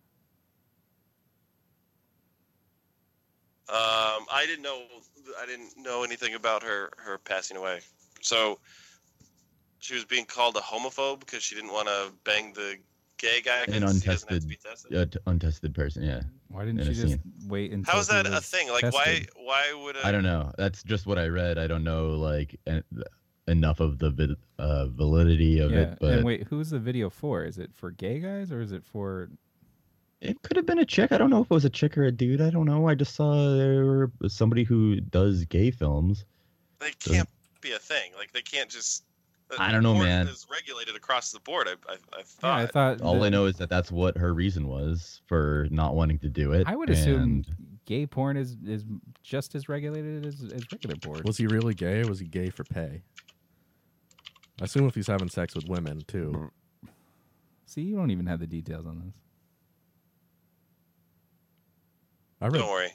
S5: um, I didn't know I didn't know anything about her her passing away. So she was being called a homophobe because she didn't want to bang the gay guy
S1: An
S5: because he doesn't have to
S1: untested-
S5: be tested.
S1: a t- untested person. Yeah,
S6: Why didn't
S1: In
S6: she
S1: a
S6: just wait until
S5: How is
S6: he
S5: that a
S6: was
S5: thing? Like,
S6: tested?
S5: why why would a
S1: I don't know. That's just what I read. I don't know like en- enough of the vid- uh, validity of
S6: Yeah.
S1: it, but
S6: and wait, who's the video for? Is it for gay guys or is it for
S1: it could have been a chick. I don't know if it was a chick or a dude. I don't know. I just saw there were somebody who does gay films.
S5: they can't be a thing? Like they can't just.
S1: I don't know,
S5: porn
S1: man.
S5: Is regulated across the board. I, I, I
S6: Yeah,
S5: thought.
S6: I thought
S1: All
S6: that-
S1: I know is that that's what her reason was for not wanting to do it.
S6: I would assume
S1: and
S6: gay porn is, is just as regulated as, as regular porn.
S7: Was he really gay or was he gay for pay? I assume if he's having sex with women
S5: Mm.
S7: too.
S6: See, you don't even have the details on this.
S7: I read
S5: Don't worry,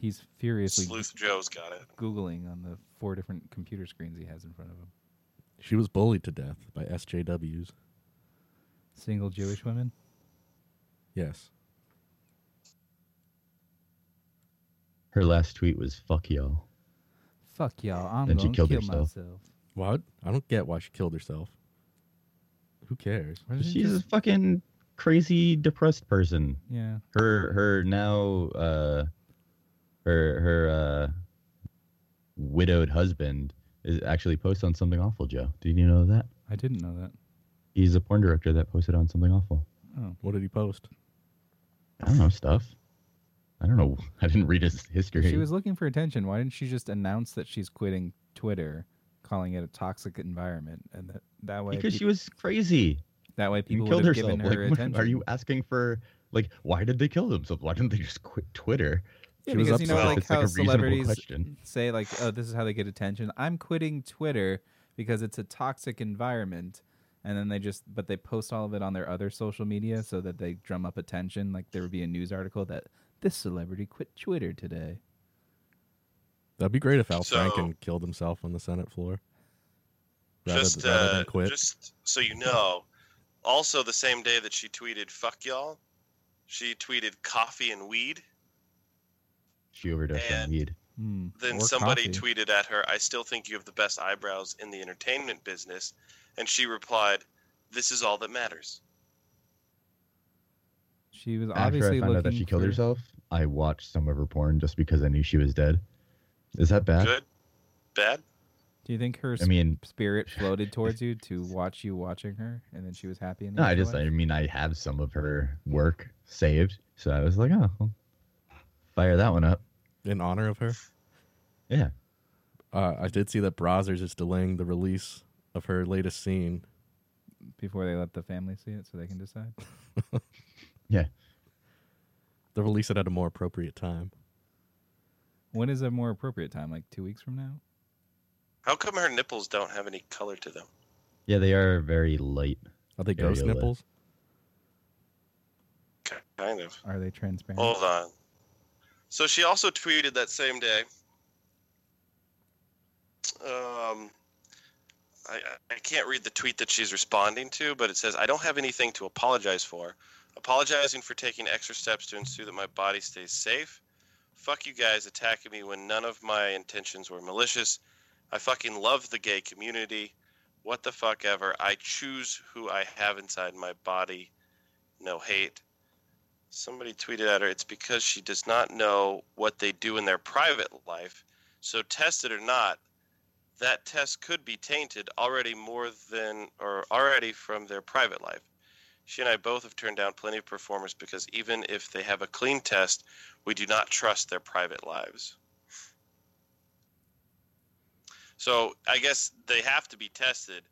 S6: He's furiously
S5: Sleuth Joe's got it.
S6: googling on the four different computer screens he has in front of him.
S7: she was bullied to death by SJWs.
S6: Single Jewish women.
S7: Yes.
S1: her last tweet was "fuck y'all."
S6: Fuck y'all! I'm
S1: Then she
S6: gonna kill
S1: killed herself.
S6: myself.
S7: What? I don't get why she killed herself. Who cares?
S6: Why doesn't he
S1: She's a
S6: just-
S1: fucking crazy depressed person.
S6: yeah.
S1: her her now uh her her uh widowed husband is actually posted on something awful joe did you know that
S6: I didn't know that.
S1: he's a porn director that posted on something awful
S7: What did he post?
S1: i don't know stuff I don't know. [laughs] I didn't read his history.
S6: She was looking for attention. Why didn't she just announce that she's quitting Twitter, calling it a toxic environment, and that that way
S1: because
S6: pe-
S1: she was crazy.
S6: that way people
S1: and
S6: would
S1: killed
S6: have
S1: herself.
S6: given
S1: like,
S6: her
S1: what-
S6: attention.
S1: are you asking for like why did they kill themselves? Why didn't they just quit Twitter?
S6: Yeah,
S1: She was
S6: because you know,
S1: upset.
S6: like
S1: It's
S6: how
S1: like a reasonable
S6: celebrities
S1: question.
S6: say, like, "Oh, this is how they get attention." I'm quitting Twitter because it's a toxic environment, and then they just, but they post all of it on their other social media so that they drum up attention. Like there would be a news article that this celebrity quit Twitter today.
S7: That'd be great if Al
S5: So-
S7: Franken killed himself on the Senate floor. Rather,
S5: just,
S7: th- rather
S5: uh,
S7: than quit.
S5: just so you know, also the same day that she tweeted "fuck y'all," she tweeted "coffee and weed."
S1: She overdosed on
S5: And-
S1: weed.
S6: Hmm.
S5: Then
S6: Or
S5: somebody
S6: coffee.
S5: tweeted at her, "I still think you have the best eyebrows in the entertainment business," and she replied, "This is all that matters."
S6: She was
S1: After
S6: obviously
S1: I found
S6: looking
S1: out that she killed
S6: for-
S1: herself, I watched some of her porn just because I knew she was dead. Is that bad?
S5: Good, bad.
S6: Do you think her
S1: I mean, [laughs]
S6: spirit floated towards you to watch you watching her, and then she was happy? In the
S1: no, I just,
S6: afterlife?
S1: I mean, I have some of her work saved, so I was like, oh, well, fire that one up.
S7: in honor of her.
S1: Yeah.
S7: Uh, I did see that Brazzers is delaying the release of her latest scene.
S6: before they let the family see it, so they can decide.
S7: They'll release it at a more appropriate time.
S6: When is a more appropriate time? Like two weeks from now?
S5: How come her nipples don't have any color to them?
S1: Yeah, they are very light.
S7: Are they ghost
S1: Areola.
S7: nipples?
S5: K- Kind of.
S6: Are they transparent?
S5: Hold on. So she also tweeted that same day. Um, I, I can't read the tweet that she's responding to, but it says, I don't have anything to apologize for. Apologizing for taking extra steps to ensure that my body stays safe. Fuck you guys attacking me when none of my intentions were malicious. I fucking love the gay community. What the fuck ever. I choose who I have inside my body. No hate. Somebody tweeted at her, it's because she does not know what they do in their private life. So, tested or not, that test could be tainted already more than or already from their private life. She and I both have turned down plenty of performers because even if they have a clean test, we do not trust their private lives. So, I guess they have to be tested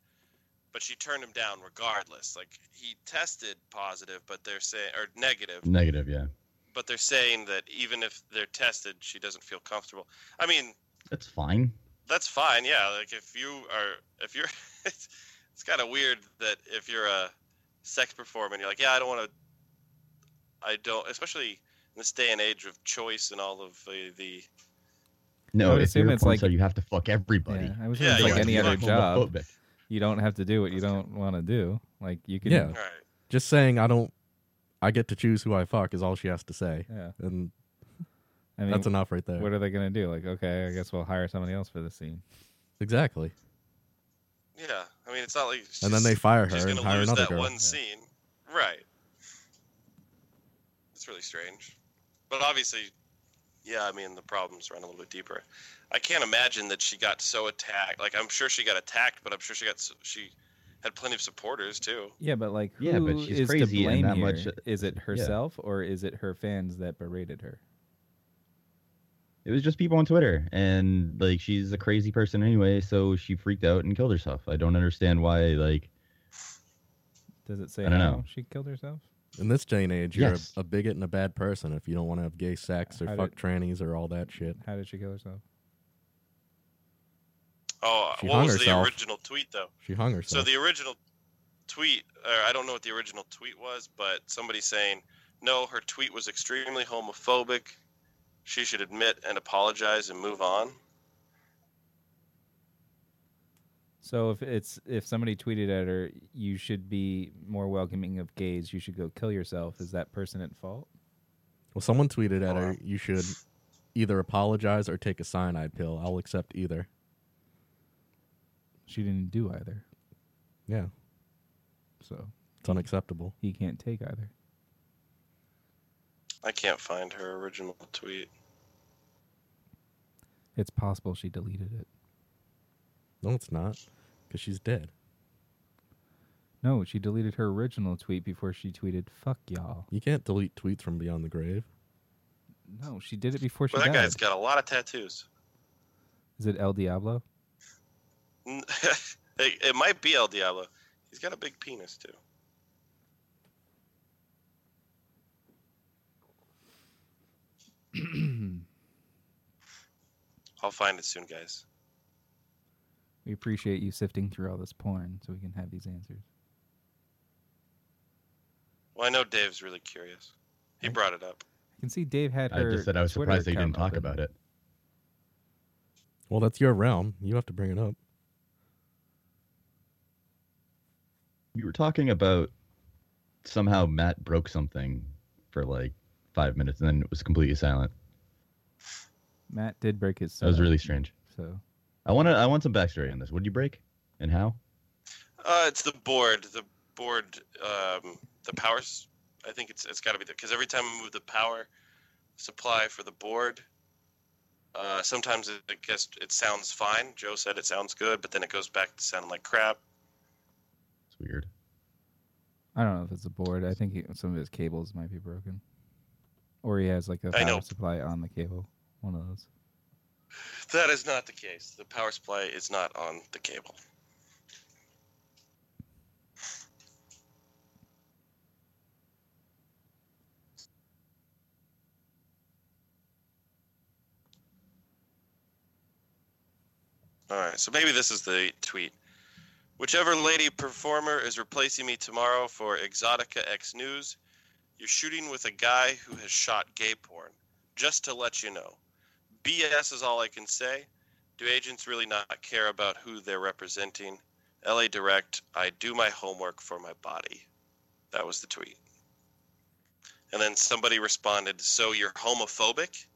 S5: but she turned him down regardless. Like he tested positive, but they're saying or negative,
S1: Negative, yeah.
S5: but they're saying that even if they're tested, she doesn't feel comfortable. I mean,
S1: That's fine.
S5: that's fine. Yeah, like if you are, if you're, [laughs] it's, it's kind of weird that if you're a sex performer and you're like, yeah, I don't want to, I don't, especially in this day and age of choice and all of the, the
S1: No,
S6: would
S1: if
S6: assume
S1: you're a
S6: it's like-
S1: porn star, you have to fuck everybody.
S6: Yeah, I was
S5: Yeah,
S6: yeah,
S5: you
S6: like
S5: can
S6: any
S5: do
S6: other
S5: that.
S6: job.
S1: Homophobic.
S6: You don't have to do what you don't want to do. Like you can.
S7: Yeah.
S5: all right.
S7: Just saying, I don't. I get to choose who I fuck is all she has to say,
S6: yeah.
S7: and
S6: I mean,
S7: that's enough right there.
S6: what are they gonna do? Like, okay, I guess we'll hire somebody else for this scene.
S7: Exactly.
S5: Yeah. I mean, it's not like, she's,
S7: And then they fire her
S5: she's
S7: and
S5: going to
S7: hire
S5: lose
S7: another
S5: that
S7: girl.
S5: one scene. Right. It's really strange. But obviously, yeah, I mean, the problems run a little bit deeper. I can't imagine that she got so attacked. Like, I'm sure she got attacked, but I'm sure she got, s- she had plenty of supporters too.
S6: Yeah, but like, who
S1: Yeah, but she's
S6: is
S1: crazy
S6: to blame
S1: and that
S6: here?
S1: much- uh,
S6: Is it
S1: yeah.
S6: herself or is it her fans that berated her?
S1: It was just people on Twitter, and like she's a crazy person anyway, so she freaked out and killed herself. I don't understand why. Like,
S6: Does it say
S1: I don't
S6: how
S1: know.
S6: she killed herself?
S7: In this day and age, you're
S1: Yes.
S7: a, a bigot and a bad person if you don't want to have gay sex or
S6: How
S7: fuck trannies or all that shit.
S6: How did she kill herself?
S5: Oh,
S7: She
S5: what
S7: hung
S5: was
S7: herself.
S5: the original tweet, though?
S7: She hung herself.
S5: So the original tweet, or I don't know what the original tweet was, but somebody saying, no, her tweet was extremely homophobic. She should admit and apologize and move on.
S6: So if it's if somebody tweeted at her, you should be more welcoming of gays. You should go kill yourself. Is that person at fault?
S7: well, someone tweeted at her, "You should either apologize or take a cyanide pill. I'll accept either."
S6: She didn't do either,
S7: Yeah,
S6: so
S7: it's unacceptable.
S6: he can't take either.
S5: I can't find her original tweet.
S6: It's possible she deleted it.
S7: No, it's not, because she's dead.
S6: No, she deleted her original tweet before she tweeted "fuck y'all."
S7: You can't delete tweets from beyond the grave.
S6: No, she did it before she
S5: Well, that
S6: died.
S5: guy's got a lot of tattoos.
S6: Is it El Diablo? [clears throat]
S5: N- [laughs] it, it might be El Diablo. He's got a big penis too. I'll find it soon, guys.
S6: We appreciate you sifting through all this porn so we can have these answers.
S5: Well, I know Dave's really curious. He brought it up.
S6: I can see Dave had
S1: I
S6: her.
S1: just said I was
S6: Twitter
S1: surprised they
S6: account
S1: didn't talk
S6: open.
S1: about it.
S7: Well, that's your realm. You have to bring it up.
S1: You were talking about somehow Matt broke something for like five minutes and then it was completely silent.
S6: Matt did break his.
S1: That was
S6: setup,
S1: really strange.
S6: So
S1: I want to. I want some backstory on this. What did you break, and how?
S5: Uh, it's the board. The board. Um, the powers. I think it's it's got to be there because every time I move the power supply for the board, uh, sometimes it, it gets it sounds fine. Joe said it sounds good, but then it goes back to sounding like crap.
S1: It's weird.
S6: I don't know if it's a board. I think he, some of his cables might be broken, or he has like a
S5: I know.
S6: power supply on the cable. One of those.
S5: That is not the case. The power supply is not on the cable. All right, so maybe this is the tweet. Whichever lady performer is replacing me tomorrow for Exotica X News, you're shooting with a guy who has shot gay porn. Just to let you know. BS is all I can say. Do agents really not care about who they're representing? LA Direct, I do my homework for my body. That was the tweet. And then somebody responded, So you're homophobic?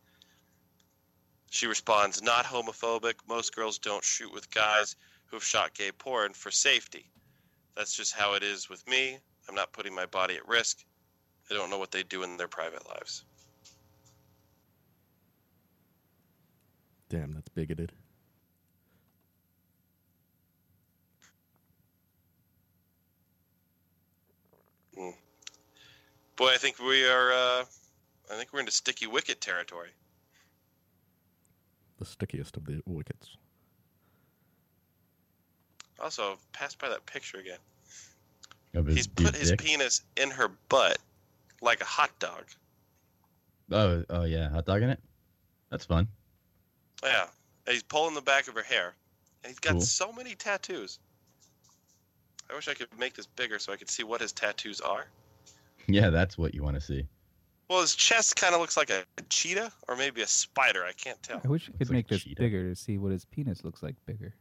S5: She responds, Not homophobic. Most girls don't shoot with guys who have shot gay porn for safety. That's just how it is with me. I'm not putting my body at risk. I don't know what they do in their private lives.
S7: Damn, that's bigoted.
S5: Boy, I think we are. Uh, I think we're into sticky wicket territory.
S7: The stickiest of the wickets.
S5: Also, passed by that picture again.
S1: Of his
S5: He's put
S1: dude's
S5: his
S1: dick?
S5: penis in her butt like a hot dog.
S1: Oh, oh yeah, hot dog in it. That's fun.
S5: Yeah, and he's pulling the back of her hair, and he's got
S1: Cool.
S5: so many tattoos. I wish I could make this bigger so I could see what his tattoos are.
S1: Yeah, that's what you want to see.
S5: Well, his chest kind of looks like a cheetah or maybe a spider. I can't tell.
S6: I wish I could
S1: like
S6: make
S1: a
S6: this
S1: cheetah.
S6: bigger to see what his penis looks like bigger.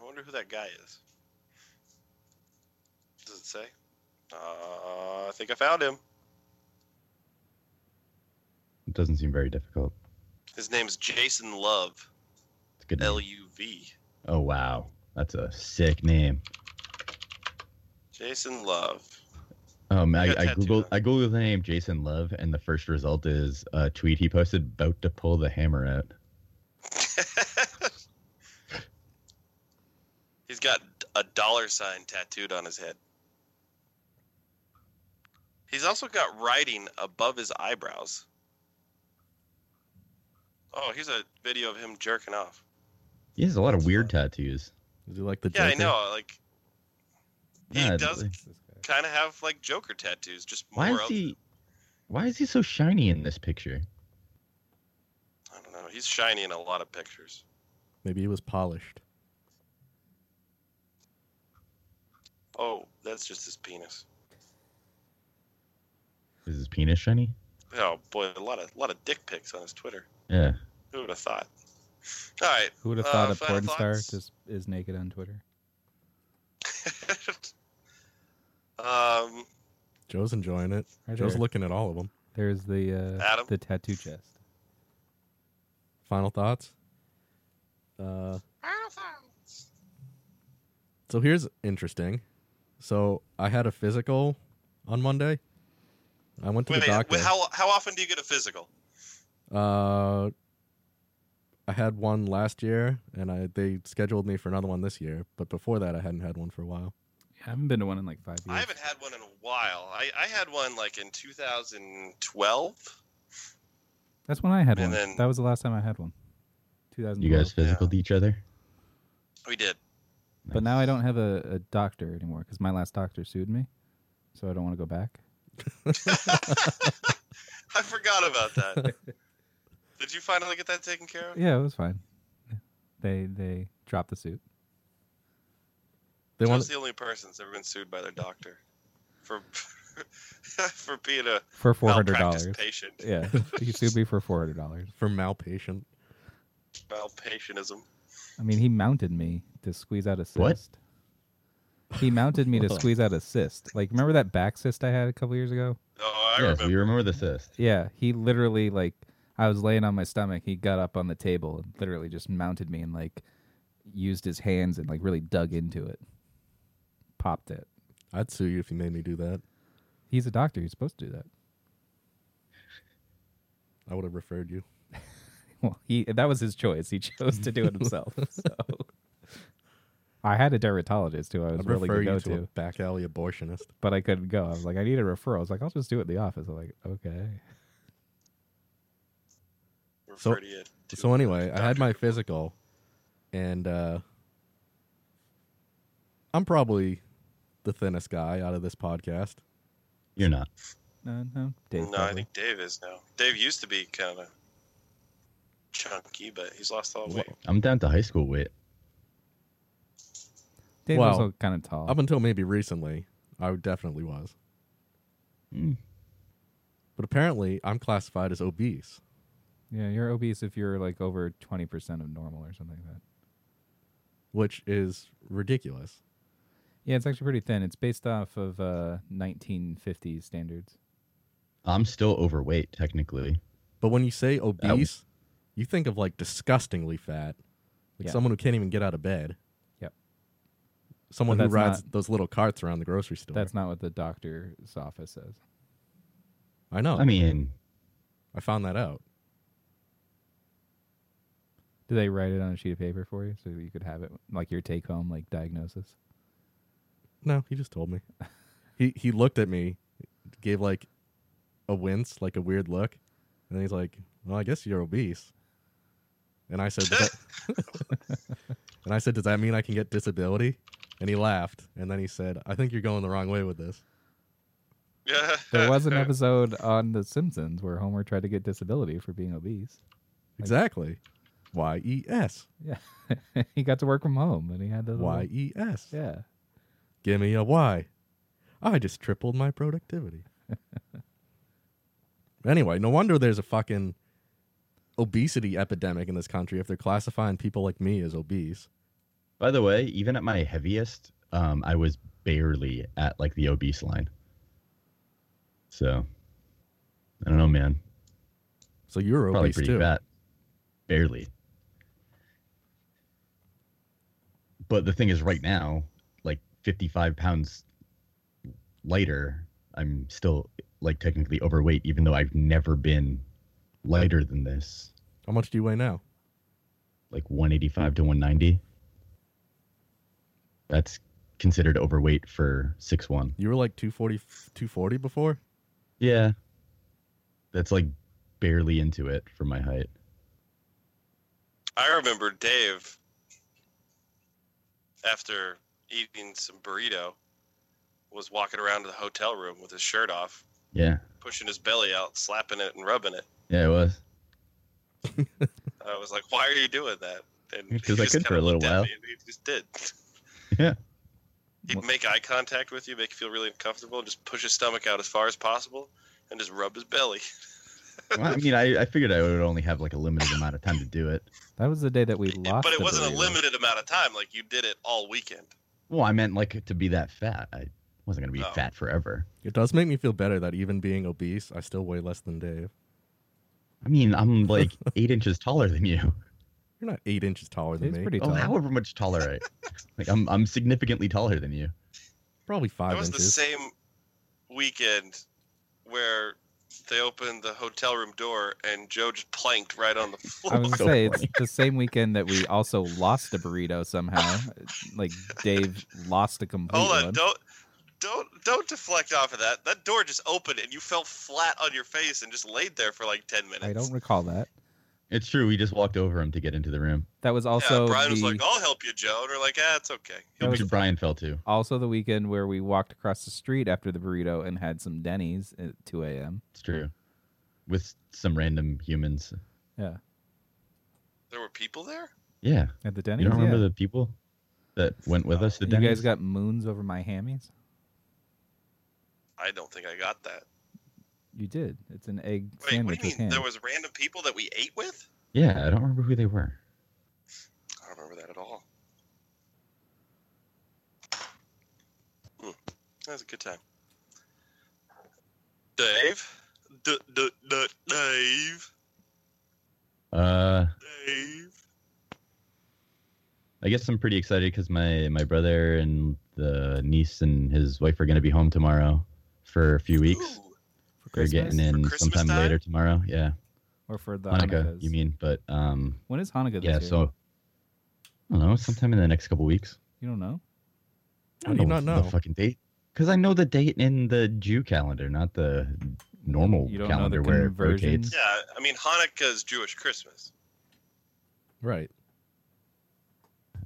S5: I wonder who that guy is. Does it say? Uh, I think I found him.
S1: It doesn't seem very difficult.
S5: His name's Jason Love.
S1: It's a good. name.
S5: L E. U V.
S1: Oh wow, that's a sick name.
S5: Jason Love. [laughs]
S1: Um, I,
S5: You got
S1: I
S5: tattooed
S1: googled
S5: on.
S1: I googled the name Jason Love, and the first result is a tweet he posted about to pull the hammer out.
S5: He's got a dollar sign tattooed on his head. He's also got writing above his eyebrows. Oh, here's a video of him jerking off.
S1: He has a lot of weird tattoos.
S7: Is he like the
S5: Yeah, I
S7: Joker?
S5: know. Like he
S1: Yeah,
S5: does kind of have like Joker tattoos, just more
S1: Why is
S5: of.
S1: he? Why is he so shiny in this picture?
S5: I don't know. He's shiny in a lot of pictures.
S7: Maybe he was polished.
S5: Oh, that's just his penis.
S1: Is his penis shiny?
S5: Oh boy, a lot of lot of dick pics on his Twitter.
S1: Yeah.
S5: Who would have thought? All right.
S6: Who would have
S5: Uh,
S6: thought a
S5: final
S6: porn star
S5: thoughts?
S6: just is naked on Twitter?
S5: [laughs] um,
S7: Joe's enjoying it.
S6: Right
S7: Joe's
S6: there.
S7: looking at all of them.
S6: There's the uh,
S5: Adam?
S6: the tattoo chest.
S7: Final thoughts. Uh, so here's interesting. So I had a physical on Monday. I went to
S5: wait,
S7: the
S5: wait,
S7: doctor.
S5: wait, how how often do you get a physical?
S7: Uh, I had one last year, and I they scheduled me for another one this year. But before that, I hadn't had one for a while. [laughs]
S6: I haven't been to one in like five years.
S5: I haven't had one in a while. I, I had one like in 2012.
S6: That's when I had
S5: And
S6: one.
S5: then-
S6: that was the last time I had one. 2000.
S1: You guys physical to each other?
S5: We did.
S6: But now I don't have a, a doctor anymore because my last doctor sued me, so I don't want to go back.
S5: I forgot about that. did you finally get that taken care of?
S6: Yeah, it was fine. They they dropped the suit.
S5: Joe's the only person that's ever been sued by their doctor for [laughs] for being a
S6: for four hundred dollars.
S5: malpractice patient.
S6: Yeah, he sued me for four hundred dollars
S7: for malpatient.
S5: Malpatientism.
S6: I mean, he mounted me to squeeze out a cyst.
S1: What?
S6: He mounted
S1: [laughs]
S6: me to
S1: Whoa.
S6: squeeze out a cyst. Like, remember that back cyst I had a couple years ago?
S5: Oh, I
S1: yes,
S5: remember.
S1: you remember the cyst.
S6: Yeah, he literally like I was laying on my stomach. He got up on the table and literally just mounted me and like used his hands and like really dug into it, popped it.
S7: I'd sue you if you made me do that.
S6: He's a doctor. He's supposed to do that. [laughs]
S7: I would have referred you.
S6: Well, he that was his choice. He chose to do it himself. [laughs] so I had a dermatologist who I was
S7: I'd
S6: willing
S7: refer
S6: to go
S7: you
S6: to,
S7: to, a back alley abortionist.
S6: but I couldn't go. I was like, I need a referral. I was like, I'll just do it in the office. I'm like, okay.
S7: So,
S5: Referred you to
S7: so anyway, I had my physical, and uh, I'm probably the thinnest guy out of this podcast.
S1: You're not.
S6: No, no,
S5: no,
S6: Dave.
S5: I
S6: probably.
S5: think Dave is now. Dave used to be kind of chunky, but he's lost all weight.
S1: I'm down to high school weight.
S6: Dave
S7: Well,
S6: was also kind of tall.
S7: Up until maybe recently, I definitely was.
S6: Hmm.
S1: Mm.
S7: But apparently, I'm classified as obese.
S6: yeah, you're obese if you're like over twenty percent of normal or something like that.
S7: which is ridiculous.
S6: Yeah, it's actually pretty thin. It's based off of uh, 1950s standards.
S1: I'm still overweight technically.
S7: But when you say obese, you think of like disgustingly fat, like
S6: Yeah.
S7: someone who can't even get out of bed.
S6: Yep.
S7: Someone
S6: But
S7: who
S6: that's
S7: rides
S6: not-
S7: those little carts around the grocery store.
S6: That's not what the doctor's office says.
S7: I know.
S1: I mean,
S7: I found that out.
S6: Do they write it on a sheet of paper for you so you could have it like your take home like diagnosis?
S7: No, he just told me. [laughs] he he looked at me, gave like a wince, like a weird look, and then he's like, "Well, I guess you're obese." And I said, "Does that-" and I said, "Does that mean I can get disability?" And he laughed, and then he said, "I think you're going the wrong way with this."
S5: [laughs] Yeah.
S6: There was an episode on The Simpsons where Homer tried to get disability for being obese.
S7: Exactly. Y E S.
S6: Yeah, [laughs] he got to work from home and he had the little-
S7: Y E S.
S6: Yeah,
S7: Give me a Y. I just tripled my productivity. [laughs] anyway, no wonder there's a fucking obesity epidemic in this country if they're classifying people like me as obese.
S1: by the way, even at my heaviest, um, I was barely at like the obese line. So, I don't know, man.
S7: So you're
S1: Probably
S7: obese
S1: pretty
S7: too.
S1: fat. Barely. But the thing is, right now, like 55 pounds lighter, I'm still like technically overweight, even though I've never been lighter than this,
S7: How much do you weigh now?
S1: like 185 to 190. That's considered overweight for six one.
S7: You were like 240, 240 before?
S1: Yeah. That's like barely into it for my height.
S5: I remember Dave after eating some burrito was walking around to the hotel room with his shirt off,
S1: Yeah.
S5: pushing his belly out, slapping it and rubbing it.
S1: Yeah, it was.
S5: I was like, "Why are you doing that?" And he
S1: 'Cause I
S5: just
S1: could for
S5: kinda
S1: a little
S5: looked at
S1: while.
S5: me and He just did.
S1: [laughs] Yeah.
S5: He'd make eye contact with you, make you feel really uncomfortable, and just push his stomach out as far as possible, and just rub his belly.
S1: Well, I mean, I, I figured I would only have like a limited amount of time to do it.
S6: that was the day that we lost.
S5: but it
S6: the
S5: wasn't a
S6: burrito.
S5: limited amount of time. Like you did it all weekend.
S1: Well, I meant like to be that fat. I wasn't gonna be
S5: Oh.
S1: fat forever.
S7: It does make me feel better that even being obese, I still weigh less than Dave.
S1: I mean,
S6: [laughs]
S1: I'm like eight inches taller than you.
S7: You're not eight inches taller than
S6: It's
S7: me.
S6: pretty
S1: Oh,
S6: tall.
S1: however much taller I. Like I'm, I'm significantly taller than you.
S7: Probably
S5: That
S7: five
S5: was the
S7: inches.
S5: same weekend where they opened the hotel room door, and Joe just planked right on the [laughs] floor.
S6: I was gonna say it's the same weekend that we also lost a burrito somehow. like Dave lost a complete
S5: Hold on,
S6: one.
S5: don't don't don't deflect off of that. That door just opened and you fell flat on your face and just laid there for like ten minutes.
S6: I don't recall that.
S1: It's true. We just walked over him to get into the room.
S6: That was
S5: Yeah,
S6: also
S5: Brian
S6: the,
S5: was like, "Oh." "I'll help you, Joe," and we're like, "Ah, it's okay."
S6: that was
S1: Brian fell too.
S6: also the weekend where we walked across the street after the burrito and had some Denny's at 2 a.m.
S1: It's true. With some random humans.
S6: Yeah,
S5: There were people there.
S1: Yeah.
S6: at the Denny's.
S1: you don't remember
S6: yeah.
S1: the people that went with us to
S6: you
S1: Denny's?
S6: guys got moons over my hammies.
S5: I don't think I got that.
S6: You did. It's an egg
S5: Wait,
S6: sandwich
S5: what do you
S6: with
S5: mean?
S6: ham.
S5: There was random people that we ate with?
S1: Yeah, I don't remember who they were.
S5: I don't remember that at all. Hmm. That was a good time. Dave, D- D- D- Dave,
S1: Uh,
S5: Dave.
S1: I guess I'm pretty excited because my my brother and the niece and his wife are gonna be home tomorrow for a few weeks.
S5: Ooh,
S6: for
S1: They're getting in
S5: For Christmas
S1: sometime
S5: time?
S1: later tomorrow. Yeah,
S6: or for the
S1: Hanukkah,
S6: Hanukkahs.
S1: you mean? But um,
S6: When is Hanukkah this
S1: yeah.
S6: year?
S1: So I don't know. Sometime in the next couple weeks.
S6: you don't know.
S7: How do you not know?
S1: the fucking date? Because I know the date in the Jew calendar, not the normal
S6: You don't know the
S1: calendar where it
S6: conversion?
S1: rotates.
S5: Yeah, I mean Hanukkah is Jewish Christmas.
S7: Right.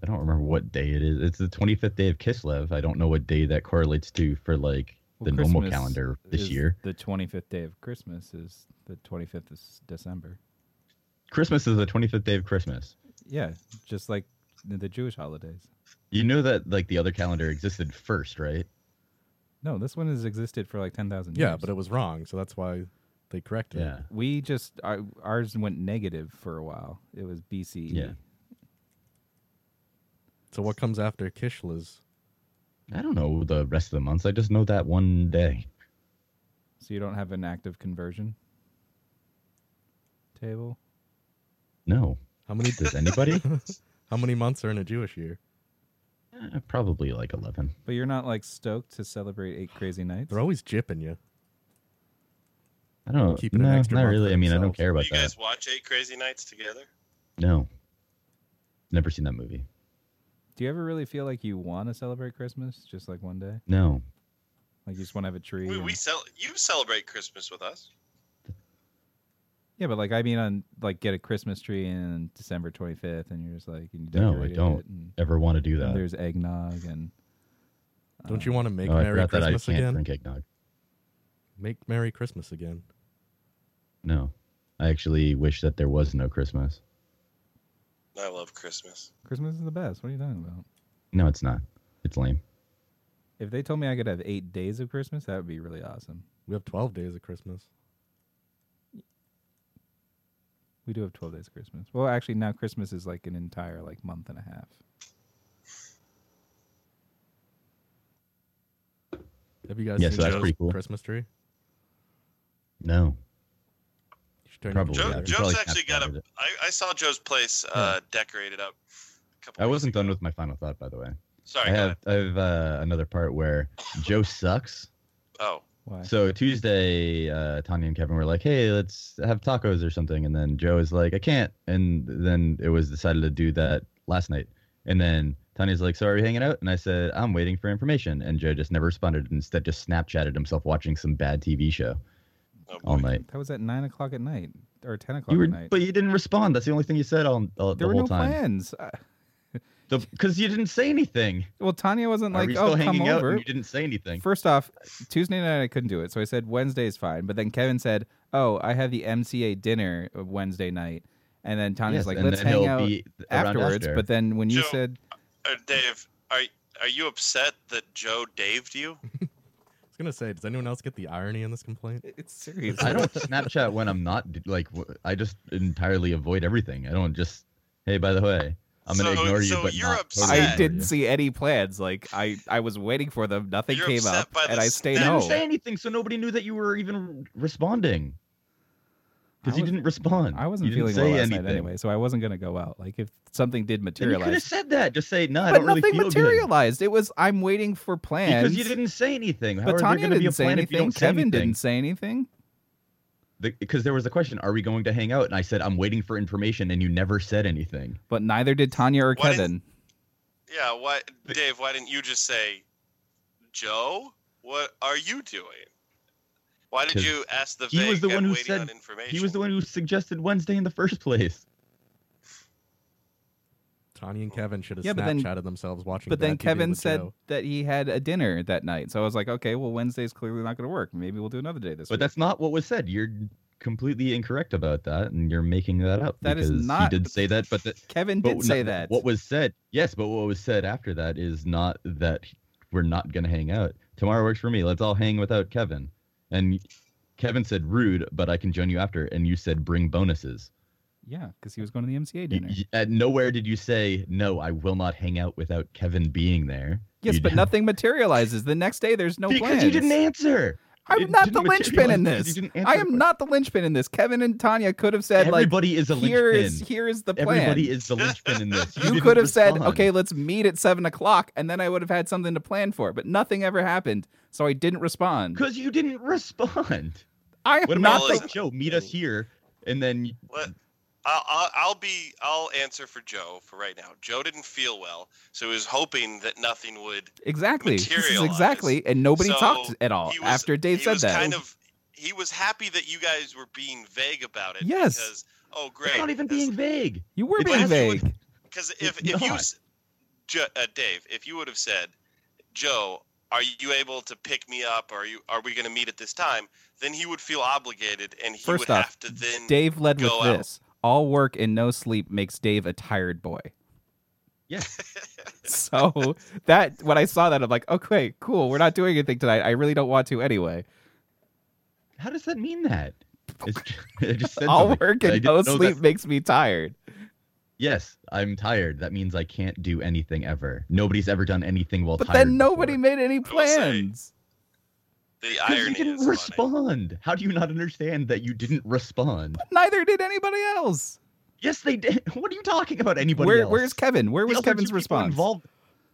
S1: I don't remember what day it is. It's the 25th day of Kislev. I don't know what day that correlates to for like the
S6: Well,
S1: normal
S6: Christmas
S1: calendar this
S6: is
S1: year.
S6: The 25th day of Christmas is the 25th of s- December.
S1: Christmas is the 25th day of Christmas.
S6: Yeah, just like the the Jewish holidays.
S1: You know that like the other calendar existed first, right?
S6: No, this one has existed for like 10,000 years.
S7: Yeah, but it was wrong, so that's why they corrected
S1: Yeah.
S7: it.
S6: we just our, ours went negative for a while. It was E. BCE.
S1: Yeah.
S7: So what comes after Kishla's?
S1: I don't know the rest of the months. I just know that one day.
S6: So you don't have an active conversion table.
S1: No.
S7: How many [laughs]
S1: Does anybody?
S7: how many months are in a Jewish year?
S1: Eh, probably like 11.
S6: But you're not like stoked to celebrate eight crazy nights.
S7: They're always jipping you.
S1: I don't know.
S7: Keeping an
S1: No,
S7: extra
S1: not
S7: month
S1: really.
S7: for
S1: I mean, I
S7: themselves.
S1: don't care
S5: Do
S1: about
S5: you
S1: that.
S5: guys watch Eight Crazy Nights together?
S1: No. Never seen that movie.
S6: Do you ever really feel like you want to celebrate Christmas just like one day?
S1: No.
S6: Like you just want to have a tree.
S5: We,
S6: and-
S5: we cel- you celebrate Christmas with us.
S6: Yeah, but like I mean, on like get a Christmas tree in December 25th, and you're just like, and you
S1: No, I
S6: decorate
S1: don't
S6: It and,
S1: Ever want to do
S6: and
S1: that?
S6: there's eggnog and
S7: Don't you want to make
S1: Oh, I
S7: Merry
S1: forgot that I
S7: Christmas
S1: can't
S7: again?
S1: drink eggnog.
S7: Make Merry Christmas again.
S1: No. I actually wish that there was no Christmas.
S5: I love Christmas.
S6: Christmas is the best. What are you talking about?
S1: No, it's not. It's lame.
S6: If they told me I could have eight days of Christmas, that would be really awesome.
S7: We have twelve days of Christmas.
S6: We do have 12 days of Christmas. Well, actually, now Christmas is like an entire like month and a half.
S7: Have you guys
S1: Yeah,
S7: seen
S1: so that's
S7: Joe's
S1: pretty cool.
S7: Christmas tree?
S1: No.
S7: You should turn
S1: Probably
S7: your
S5: Joe,
S1: yeah, we
S5: Joe's
S1: probably
S5: actually got
S1: Snapchatted
S5: a.
S1: it.
S5: I, I saw Joe's place uh, decorated up. A couple
S1: I
S5: weeks
S1: wasn't
S5: ago.
S1: done with my final thought, by the way.
S5: Sorry,
S1: I
S5: go
S1: have
S5: ahead.
S1: I have uh, another part where Joe sucks.
S5: Oh,
S6: Why?
S1: So Tuesday, uh, Tanya and Kevin were like, "Hey, let's have tacos or something," and then Joe is like, "I can't," and then it was decided to do that last night. And then Tanya's like, "So are we hanging out?" And I said, "I'm waiting for information," and Joe just never responded. and Instead, just Snapchatted himself watching some bad TV show
S5: oh
S1: all
S5: boy.
S1: night.
S6: that was at nine o'clock at night or 10 o'clock
S1: You were,
S6: at night.
S1: but you didn't respond. That's the only thing you said all, all
S6: there
S1: the
S6: were
S1: whole
S6: no
S1: time.
S6: plans. Uh,
S1: Because you didn't say anything.
S6: well, Tanya wasn't
S1: Are
S6: like,
S1: we still
S6: oh, come
S1: hanging out?
S6: over.
S1: And you didn't say anything.
S6: First off, Tuesday night I couldn't do it, so I said Wednesday's fine. But then Kevin said, "Oh, I have the MCA dinner uh, Wednesday night," and then Tanya's
S1: Yes,
S6: like,
S1: and
S6: "Let's
S1: then
S6: hang
S1: he'll
S6: out
S1: be around
S6: afterwards."
S1: after.
S6: But then when you
S5: Joe.
S6: said,
S5: Uh, Dave, are are you upset that Joe daved
S1: [laughs]
S5: you?
S7: I was gonna say, does anyone else get the irony in this complaint?
S6: "It's serious,"
S1: I don't Snapchat when I'm not like w- I just entirely avoid everything. I don't just hey by the way I'm gonna
S5: So-
S1: ignore you.
S5: so
S1: but
S5: you're
S1: not totally
S5: upset.
S6: [laughs]
S1: ignore
S6: I
S5: Yeah.
S6: didn't
S1: you.
S6: see any plans. Like I, I was waiting for them. Nothing
S5: You're
S6: came
S5: upset
S6: up,
S5: by the
S6: and I stayed
S1: You
S5: snap-
S1: didn't
S6: home.
S1: say anything, so nobody knew that you were even responding because
S6: I
S1: you
S6: was-
S1: didn't respond.
S6: I wasn't
S1: you
S6: feeling
S1: didn't say
S6: well last
S1: anything.
S6: night anyway, so I wasn't gonna go out. Like if something did
S1: And you could have
S6: materialize,
S1: said that. Just say no. I
S6: but
S1: don't
S6: nothing
S1: really feel good.
S6: materialized. It was I'm waiting for plans
S1: Because you didn't say anything. How
S6: But
S1: are there
S6: Tanya
S1: going to
S6: didn't
S1: be a
S6: say
S1: plan if you
S6: anything.
S1: don't say
S6: Kevin
S1: anything?
S6: didn't say anything.
S1: because there was a question: Are we going to hang out? And I said, I'm waiting for information, and you never said anything.
S6: But neither did Tanya or
S5: What is-
S6: Kevin.
S5: Yeah, why, Dave? Why didn't you just say, Joe? What are you doing? Why did
S1: 'Cause
S5: you ask the
S1: he
S5: vague
S1: was the one
S5: and
S1: who
S5: waiting on
S1: said
S5: information?
S1: he was the one who suggested Wednesday in the first place.
S7: Tanya and Kevin should have
S6: Yeah, but then-
S7: Snapchatted themselves watching.
S6: But then
S7: Bad TV
S6: Kevin
S7: with
S6: said
S7: Joe.
S6: that he had a dinner that night. So I was like, okay, well, Wednesday's clearly not going to work. Maybe we'll do another day this
S1: But
S6: week.
S1: that's not what was said. You're completely incorrect about that, and you're making that up.
S6: That is
S1: because
S6: not-
S1: He did say that, but the,
S6: Kevin
S1: but
S6: did say
S1: not-
S6: that.
S1: What was said, yes, but what was said after that is not that we're not gonna hang out. Tomorrow works for me. Let's all hang without Kevin. And Kevin said rude, but I can join you after. And you said bring bonuses.
S6: yeah, because he was going to the MCA
S1: You,
S6: dinner.
S1: you- at nowhere did you say no. I will not hang out without Kevin being there.
S6: yes,
S1: You
S6: but
S1: didn't-
S6: nothing materializes. The next day, there's no
S1: because
S6: plans.
S1: you didn't answer.
S6: I'm
S1: It
S6: not
S1: didn't
S6: the linchpin in
S1: materialize because
S6: this.
S1: you didn't answer
S6: I
S1: the
S6: am
S1: question.
S6: not the linchpin in this. Kevin and Tanya could have said,
S1: Everybody
S6: like,
S1: is a
S6: here is
S1: linchpin.
S6: here is the plan.
S1: Everybody is the linchpin in
S6: [laughs]
S1: this.
S6: you
S1: didn't
S6: could have said,
S1: respond.
S6: okay, let's meet at seven o'clock, and then I would have had something to plan for. But nothing ever happened, so I didn't respond.
S1: because you
S6: [laughs]
S1: didn't respond.
S6: I
S1: What
S6: am
S1: about
S6: not
S1: like,
S6: the,
S1: Joe? Meet us here, and then
S5: What? I'll, I'll, I'll be. I'll answer for Joe for right now. Joe didn't feel well, so he was hoping that nothing would.
S6: exactly. This is
S5: materialized.
S6: exactly, and nobody
S5: So
S6: talked at all
S5: he was-
S6: after Dave
S5: he
S6: said
S5: was
S6: that.
S5: Kind of. He was happy that you guys were being vague about it.
S6: Yes.
S5: Because oh
S1: it's
S5: great.
S1: not even being vague.
S6: you were
S1: It
S6: being
S1: has to do
S6: vague.
S1: with-
S5: Because
S1: It's
S5: if if you,
S1: not.
S5: s- Ju- uh, Dave, if you would have said, Joe, are you able to pick me up? Are you are we going to meet at this time? Then he would feel obligated, and he
S6: First
S5: would
S6: off,
S5: have to then.
S6: Dave led with
S5: go out.
S6: this: all work and no sleep makes Dave a tired boy.
S1: Yes,
S6: So that when I saw that, I'm like, okay, cool. We're not doing anything tonight. I really don't want to anyway.
S1: how does that mean that? It's, [laughs] I just said
S6: All
S1: something,
S6: work
S1: but I
S6: and
S1: didn't
S6: no
S1: know that-
S6: sleep makes me tired.
S1: Yes, I'm tired. That means I can't do anything ever. Nobody's ever done anything while
S6: But
S1: tired.
S6: then nobody
S1: before.
S6: made any
S5: will say-
S6: plans.
S5: the
S1: 'Cause
S5: irony
S1: you didn't
S5: is funny.
S1: respond. How do you not understand that you didn't respond?
S6: Neither did anybody else.
S1: Yes, they did. [laughs] What are you talking about? Anybody
S6: Where,
S1: else?
S6: where's Kevin? Where
S1: The
S6: was
S1: other two
S6: Kevin's
S1: people
S6: response?
S1: Involved.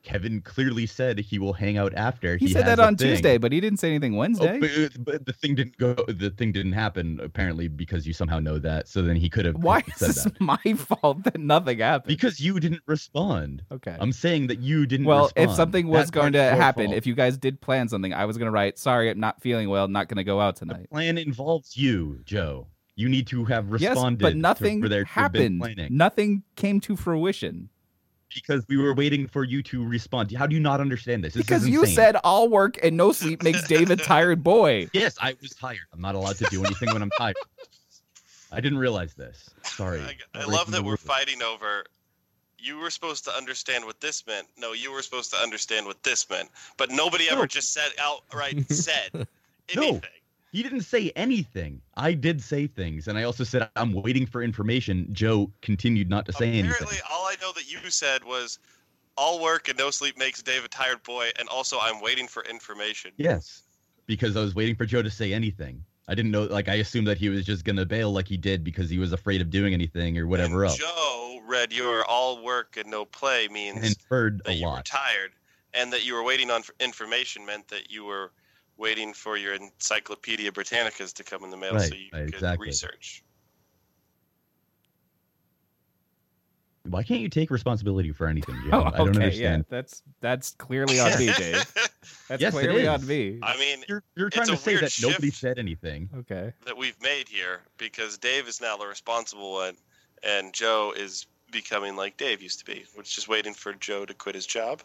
S1: Kevin clearly said he will hang out after.
S6: He, said
S1: has
S6: that
S1: a
S6: on
S1: thing.
S6: Tuesday, but he didn't say anything
S1: Oh,
S6: Wednesday.
S1: but, but the thing didn't go. The thing didn't happen apparently because you somehow know that. So then he could have
S6: Why is
S1: said
S6: this [laughs]
S1: that
S6: my fault that nothing happened?
S1: because you didn't respond.
S6: okay.
S1: I'm saying that you didn't.
S6: well,
S1: respond.
S6: if something was
S1: That
S6: going to
S1: part's your
S6: happen,
S1: fault.
S6: if you guys did plan something, I was going to write, "Sorry, I'm not feeling well. Not going to go out
S1: the
S6: tonight."
S1: plan involves you, Joe, you need to have
S6: Yes,
S1: responded.
S6: but
S1: to-
S6: nothing
S1: for there to have been
S6: happened.
S1: planning
S6: Nothing came to fruition
S1: because we were waiting for you to respond. How do you not understand this? This is
S6: because you
S1: insane.
S6: said all work and no sleep makes Dave
S1: [laughs]
S6: a tired boy.
S1: yes. I was tired. I'm not allowed to do anything when I'm tired. I didn't realize this. Sorry.
S5: I, I
S1: Breaking
S5: love
S1: the
S5: that we're
S1: rules.
S5: fighting over. You were supposed to understand what this meant. No, you were supposed to understand what this meant. But nobody ever
S1: No.
S5: just said outright
S1: [laughs]
S5: said anything.
S1: He didn't say anything. I did say things, and I also said I'm waiting for information. Joe continued not to say
S5: Apparently,
S1: anything.
S5: all I know that you said was, "All work and no sleep makes Dave a tired boy," and also I'm waiting for information.
S1: Yes, because I was waiting for Joe to say anything. I didn't know. Like I assumed that he was just gonna bail, like he did, because he was afraid of doing anything or whatever
S5: And
S1: else.
S5: Joe read your "all work and no play" means
S1: and inferred
S5: that
S1: a
S5: you were
S1: lot.
S5: tired, and that you were waiting on f- information meant that you were waiting for your Encyclopedia Britannicas to come in the mail so
S1: Right,
S5: you
S1: right,
S5: could
S1: exactly.
S5: research.
S1: Why can't you take responsibility for anything, Joe?
S6: [laughs] Oh,
S1: I
S6: okay,
S1: don't understand.
S6: Yeah, that's that's clearly on
S1: [laughs]
S6: me,
S5: [laughs]
S6: Dave. That's
S1: Yes, it
S6: clearly
S1: is.
S6: on me.
S5: I mean,
S1: You're you're
S5: It's
S1: trying
S5: a
S1: to say
S5: weird
S1: that nobody
S5: shift.
S1: said anything.
S6: Okay.
S5: that we've made here because Dave is now the responsible one, and Joe is becoming like Dave used to be, which is waiting for Joe to quit his job,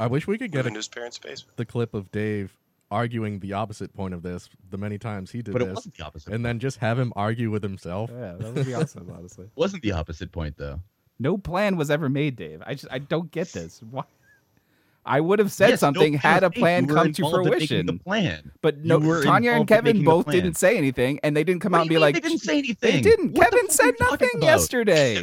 S7: I wish we could
S5: move
S7: get a,
S5: into his parents' [laughs] basement.
S7: the clip of Dave arguing the opposite point of this the many times he did
S1: But it
S7: this,
S1: wasn't the opposite.
S7: and then just have him argue with himself.
S6: Yeah, that would be awesome, honestly.
S1: It wasn't the opposite point though.
S6: No plan was ever made, Dave. I just I don't get this. Why? I would have said
S1: Yes, no
S6: something
S1: plan
S6: had a
S1: was made.
S6: plan
S1: You were
S6: come to
S1: involved in making
S6: fruition.
S1: The plan.
S6: but no,
S1: were
S6: Tanya and
S1: involved in
S6: Kevin
S1: making the
S6: both
S1: plan.
S6: didn't say anything, and they didn't come
S1: What
S6: out and
S1: do
S6: be
S1: you mean
S6: like,
S1: they didn't say anything.
S6: They didn't.
S1: What the
S6: Kevin
S1: fuck are
S6: said
S1: you talking
S6: nothing
S1: about? [laughs]
S6: yesterday.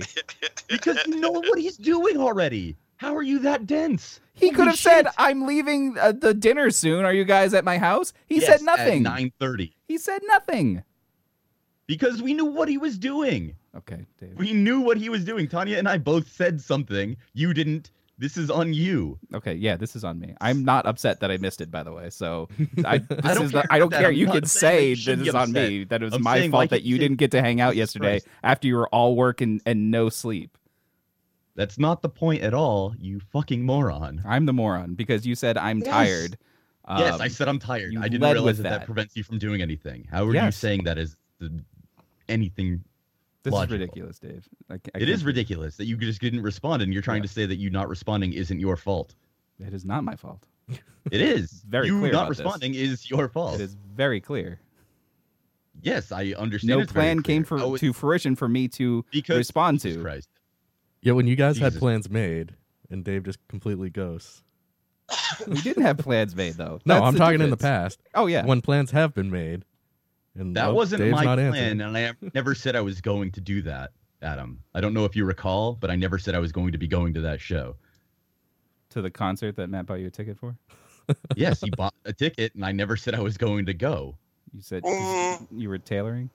S1: because you know what he's doing already. How are you that dense?
S6: He
S1: Holy
S6: could have
S1: shit.
S6: said, "I'm leaving uh, the dinner soon. Are you guys at my house?" He
S1: Yes,
S6: said nothing.
S1: at 9:30
S6: He said nothing.
S1: because we knew what he was doing.
S6: Okay, Dave.
S1: We knew what he was doing. Tanya and I both said something. You didn't. This is on you.
S6: Okay, yeah, this is on me. I'm not upset that I missed it, by the way. So I, this
S1: [laughs] I don't
S6: is
S1: care
S6: the, I don't
S1: about that.
S6: care.
S1: I'm
S6: You
S1: not
S6: can say
S1: saying I
S6: this
S1: should
S6: is
S1: get
S6: on
S1: upset.
S6: me. That it was
S1: I'm
S6: my
S1: saying,
S6: fault
S1: like
S6: that
S1: you
S6: you
S1: said,
S6: didn't get to hang out yesterday
S1: Christ.
S6: after you were all work and, and no sleep.
S1: That's not the point at all, you fucking moron.
S6: I'm the moron because you said I'm
S1: Yes.
S6: tired.
S1: yes,
S6: Um,
S1: I said I'm tired.
S6: you
S1: I didn't
S6: led
S1: realize
S6: with
S1: that, that
S6: that.
S1: prevents you from doing anything. How are you
S6: Yes.
S1: saying that is the, anything?
S6: This
S1: logical?
S6: is ridiculous, Dave. I, ca- I
S1: It is
S6: can't-
S1: ridiculous that you just didn't respond, and you're trying to say that you not responding isn't your
S6: [laughs]
S1: fault.
S6: It is not my fault.
S1: It is
S6: Very
S1: you
S6: clear
S1: not
S6: about this.
S1: responding is your fault.
S6: It is very clear.
S1: Yes, I understand.
S6: No
S1: it's very
S6: plan came
S1: clear.
S6: for
S1: Oh, it-
S6: to fruition for me to
S1: because
S6: respond
S1: Jesus
S6: to.
S1: Christ.
S7: Yeah, when you guys had
S1: Jesus.
S7: plans made and Dave just completely ghosts.
S6: We didn't have plans made though.
S7: No,
S6: That's
S7: I'm talking in the
S6: difference.
S7: past
S6: Oh yeah.
S7: when plans have been made. And
S1: That
S7: nope,
S1: wasn't
S7: Dave's
S1: my
S7: not
S1: plan,
S7: Answering.
S1: and I
S6: [laughs]
S1: never said I was going to do that, Adam. I don't know if you recall, but I never said I was going to be going to that show.
S6: to the concert that Matt bought you a ticket for.
S1: Yes,
S6: [laughs]
S1: he bought a ticket, and I never said I was going to go.
S6: You said
S5: Mm.
S6: you were tailoring.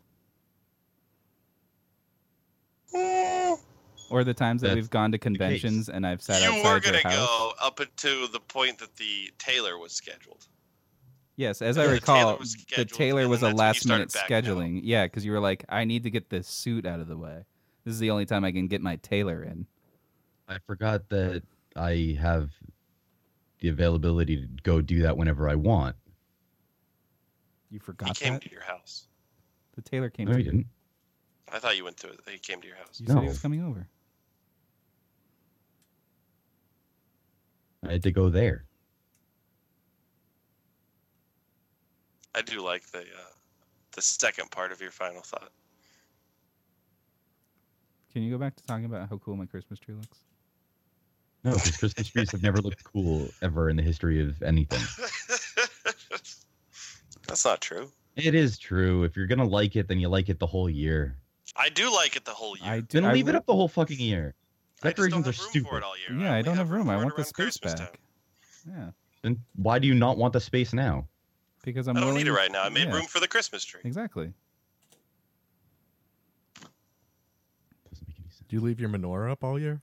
S6: Or the times that
S1: That's
S6: we've gone to conventions and I've sat
S5: you
S6: outside
S5: were
S6: your
S5: gonna
S6: house.
S5: go up until the point that the tailor was scheduled.
S6: Yes, as I
S5: Yeah, the tailor
S6: recall,
S5: was
S6: the
S5: scheduled,
S6: tailor
S5: and
S6: was a
S5: then that's
S6: last
S5: when you
S6: minute
S5: started backing out.
S6: scheduling. Yeah, because you were like, I need to get this suit out of the way. This is the only time I can get my tailor in.
S1: I forgot that I have the availability to go do that whenever I want.
S6: You
S5: he
S6: forgot
S5: came
S6: that?
S5: to your house.
S6: The tailor came
S1: No,
S6: to
S1: you
S6: you.
S1: didn't.
S5: I thought you went to. He came to your house.
S6: You said he
S1: No.
S6: was coming over.
S1: I had to go there.
S5: I do like the uh, the second part of your final thought. [laughs]
S6: Can you go back to talking about how cool my Christmas tree looks?
S1: No, because Christmas trees have never looked cool ever in the history of anything.
S5: That's not true.
S1: It is true. If you're gonna like it, then you like it the whole year.
S5: I do like it the whole year.
S6: I do.
S1: Then
S6: I
S1: leave it
S6: re-
S1: up the whole fucking year.
S5: I just don't
S1: Decorations are
S5: have room for
S1: stupid.
S5: it all year.
S6: Yeah, I
S5: only
S6: don't have room. I
S5: for it
S6: want the
S5: around
S6: space
S5: Christmas time.
S6: back. Yeah,
S1: Then why do you not want the space now?
S6: because I'm
S5: I don't
S6: willing
S5: need it right now. I made
S6: yeah,
S5: room for the Christmas tree.
S6: Exactly.
S1: Doesn't make any sense.
S7: Do you leave your menorah up all year?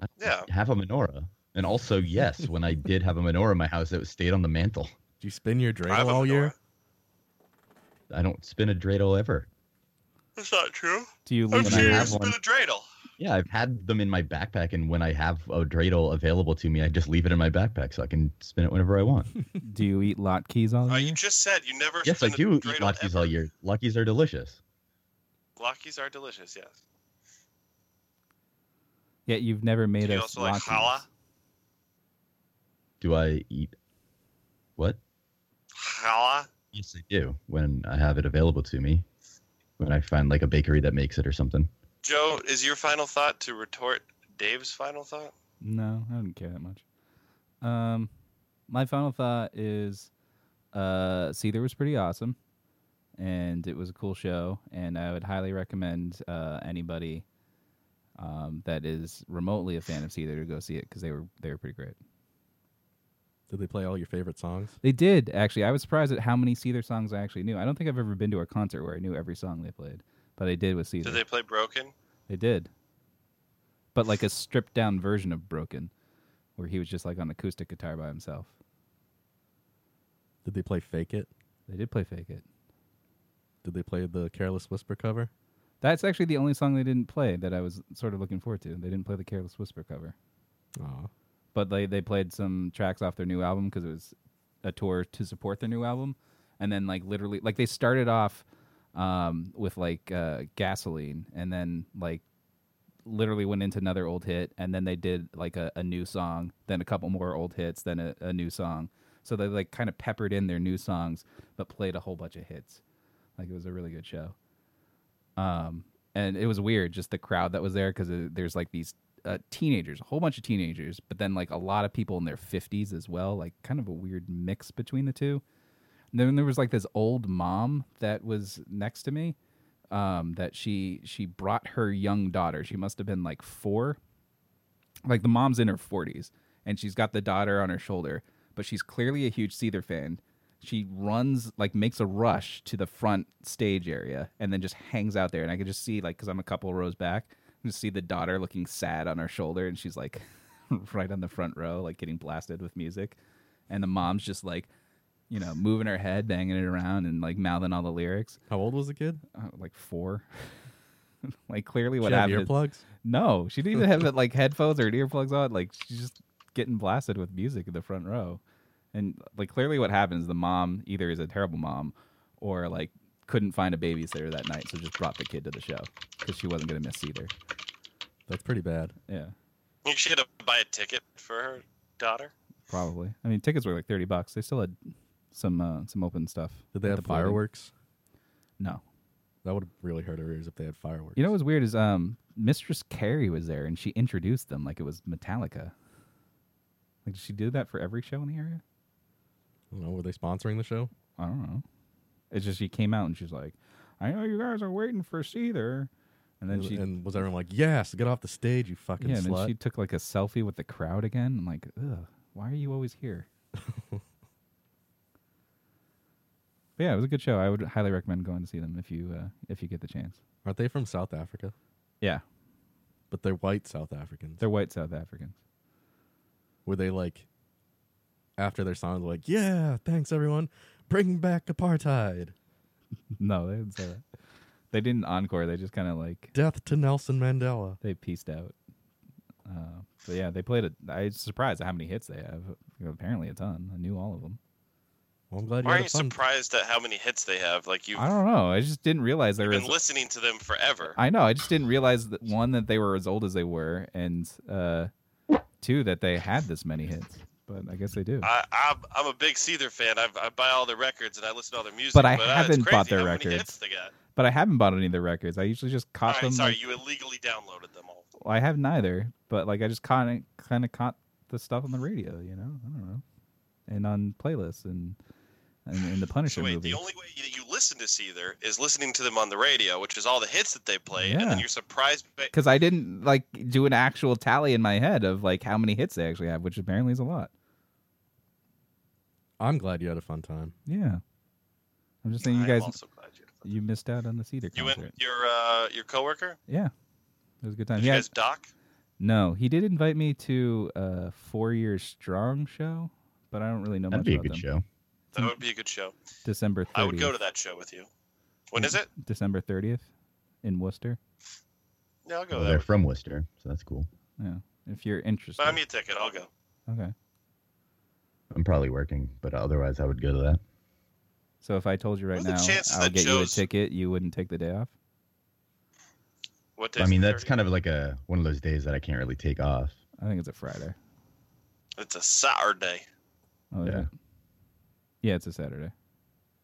S1: I
S5: Yeah.
S1: Have a menorah. And also, yes, when I did have a menorah in my house, it stayed on the mantle.
S7: Do you spin your
S5: I have
S7: dreidel
S5: a
S7: all year?
S5: menorah.
S1: I don't spin a dreidel ever.
S5: That's not true.
S6: Do you
S5: I'm
S6: leave?
S1: sure
S5: sure
S1: you
S5: you
S1: have
S5: spin
S1: one.
S5: a dreidel.
S1: Yeah, I've had them in my backpack, and when I have a dreidel available to me, I just leave it in my backpack so I can spin it whenever I want.
S6: Do you eat latkes all
S5: Uh,
S6: year?
S5: you just said you never.
S1: yes, I
S5: spin a
S1: do eat
S5: dreidel
S1: Luckies
S5: ever.
S1: all year. Luckies are delicious.
S5: Lockies are delicious. Yes.
S6: Yet you've never made
S5: Do you
S6: us
S5: also like
S6: latkes.
S5: challah?
S1: Do I eat what?
S5: Challah.
S1: Yes, I do. When I have it available to me, when I find like a bakery that makes it or something.
S5: Joe, is your final thought to retort Dave's final thought?
S6: No, I don't care that much. Um, my final thought is, uh, Seether was pretty awesome, and it was a cool show, and I would highly recommend uh, anybody um, that is remotely a fan of Seether to go see it because they were they were pretty great.
S7: Did they play all your favorite songs?
S6: They did actually. I was surprised at how many Seether songs I actually knew. I don't think I've ever been to a concert where I knew every song they played, but I did with Seether.
S5: Did they play Broken?
S6: They did. But like a stripped down version of Broken, where he was just like on acoustic guitar by himself.
S7: Did they play Fake It?
S6: They did play Fake It.
S7: Did they play the Careless Whisper cover?
S6: That's actually the only song they didn't play that I was sort of looking forward to. They didn't play the Careless Whisper cover.
S7: Aw.
S6: But they, they played some tracks off their new album because it was a tour to support their new album. And then, like, literally, like, they started off um, with, like, uh, gasoline and then, like, literally went into another old hit and then they did like a, a new song then a couple more old hits then a, a new song so they like kind of peppered in their new songs but played a whole bunch of hits like it was a really good show um and it was weird just the crowd that was there because there's like these uh, teenagers a whole bunch of teenagers but then like a lot of people in their 50s as well like kind of a weird mix between the two and then there was like this old mom that was next to me um, that she she brought her young daughter. She must have been like four. Like the mom's in her forties, and she's got the daughter on her shoulder, but she's clearly a huge Seether fan. She runs like makes a rush to the front stage area, and then just hangs out there. And I could just see like [laughs] because I'm a couple rows back, I can just see the daughter looking sad on her shoulder, and she's like right on the front row, like getting blasted with music, and the mom's just like, you know, moving her head, banging it around, and like mouthing all the lyrics.
S7: How old was the kid?
S6: Uh, like four. [laughs] like clearly, what
S7: She have
S6: happened? is-
S7: earplugs?
S6: No, she didn't even have like headphones or earplugs on. Like she's just getting blasted with music in the front row, and like clearly, what happens? The mom either is a terrible mom, or like couldn't find a babysitter that night, so just brought the kid to the show because she wasn't gonna miss either.
S7: That's pretty bad.
S6: Yeah.
S5: You should have buy a ticket for her daughter.
S6: Probably. I mean, tickets were like thirty bucks. They still had some uh, some open stuff.
S7: Did they
S6: at
S7: have
S6: building.
S7: fireworks?
S6: No.
S7: That would have really hurt her ears if they had fireworks.
S6: You know what's weird is um Mistress Carey was there and she introduced them like it was Metallica. Like, did she do that for every show in the area?
S7: I don't know. Were they sponsoring the show?
S6: I don't know. It's just she came out and she's like, "I know you guys are waiting for Seether," and then she
S7: and was everyone like, "Yes, get off the stage, you fucking
S6: yeah, and
S7: slut."
S6: then she took like a selfie with the crowd again. I'm like, ugh, why are you always
S7: [laughs]
S6: here? but yeah, it was a good show. I would highly recommend going to see them if you uh, if you get the chance.
S7: Aren't they from South Africa?
S6: Yeah,
S7: But they're white South Africans.
S6: they're white South Africans. [laughs]
S7: Were they like, after their song, like, "Yeah, thanks everyone, bring back apartheid,
S6: No, they didn't say that. They didn't encore. They just kind of like
S7: death to Nelson Mandela."
S6: they pieced out. Uh, but yeah, they played it. I was surprised at how many hits they have. Apparently, a ton. I knew all of them.
S7: Well, I'm glad you
S5: Why are
S7: had
S5: you
S7: a fun.
S5: surprised at how many hits they have? Like you've
S6: I don't know. I just didn't realize there
S5: been
S6: was
S5: listening to them forever.
S6: I know. I just didn't realize that one that they were as old as they were, and uh, two that they had this many hits. But I guess they do.
S5: I, I'm, I'm a big Seether fan. I've, I buy all their records and I listen to all their music.
S6: But I
S5: uh, it's
S6: haven't
S5: crazy
S6: bought their
S5: how Many
S6: records.
S5: hits they got.
S6: but I haven't bought any of their records. I usually just
S5: All
S6: caught
S5: right,
S6: them.
S5: sorry,
S6: like-
S5: you illegally downloaded them all.
S6: well, I haven't either. But like, I just kind of kind of caught the stuff on the radio. You know, I don't know, and on playlists and and in the Punisher
S5: So wait,
S6: movie.
S5: the only way that you listen to Seether is listening to them on the radio, which is all the hits that they play, and then
S6: Yeah.
S5: you're surprised. By,
S6: Because I didn't like do an actual tally in my head of like how many hits they actually have, which apparently is a lot.
S7: I'm glad you had a fun time.
S6: Yeah, I'm just saying you
S5: I'm
S6: guys
S5: also glad you.
S6: you missed out on the Cedar
S5: You
S6: concert.
S5: and your uh, your coworker.
S6: Yeah, it was a good time.
S5: Did
S6: Uh, Yeah,
S5: you guys doc?
S6: no, he did invite me to a four year strong show, but I don't really know
S1: That'd
S6: much
S1: be a
S6: about
S1: good
S6: them.
S1: show.
S5: That would be a good show.
S6: December 30th.
S5: I would go to that show with you. When is it?
S6: December 30th in Worcester.
S5: Yeah, I'll go
S1: Well,
S5: there.
S1: they're from Worcester, so that's cool.
S6: Yeah, if you're interested.
S5: Buy me a ticket. I'll go.
S6: okay.
S1: I'm probably working, but otherwise I would go to that.
S6: So if I told you right
S5: What are the
S6: now
S5: chances
S6: I'll
S5: that
S6: get you a
S5: Joe's-
S6: ticket, you wouldn't take the day off?
S5: What day?
S1: I mean, that's kind of like a one of those days that I can't really take off.
S6: I think it's a Friday.
S5: It's a Saturday.
S6: Oh, is
S1: Yeah.
S6: it? Yeah, it's a Saturday.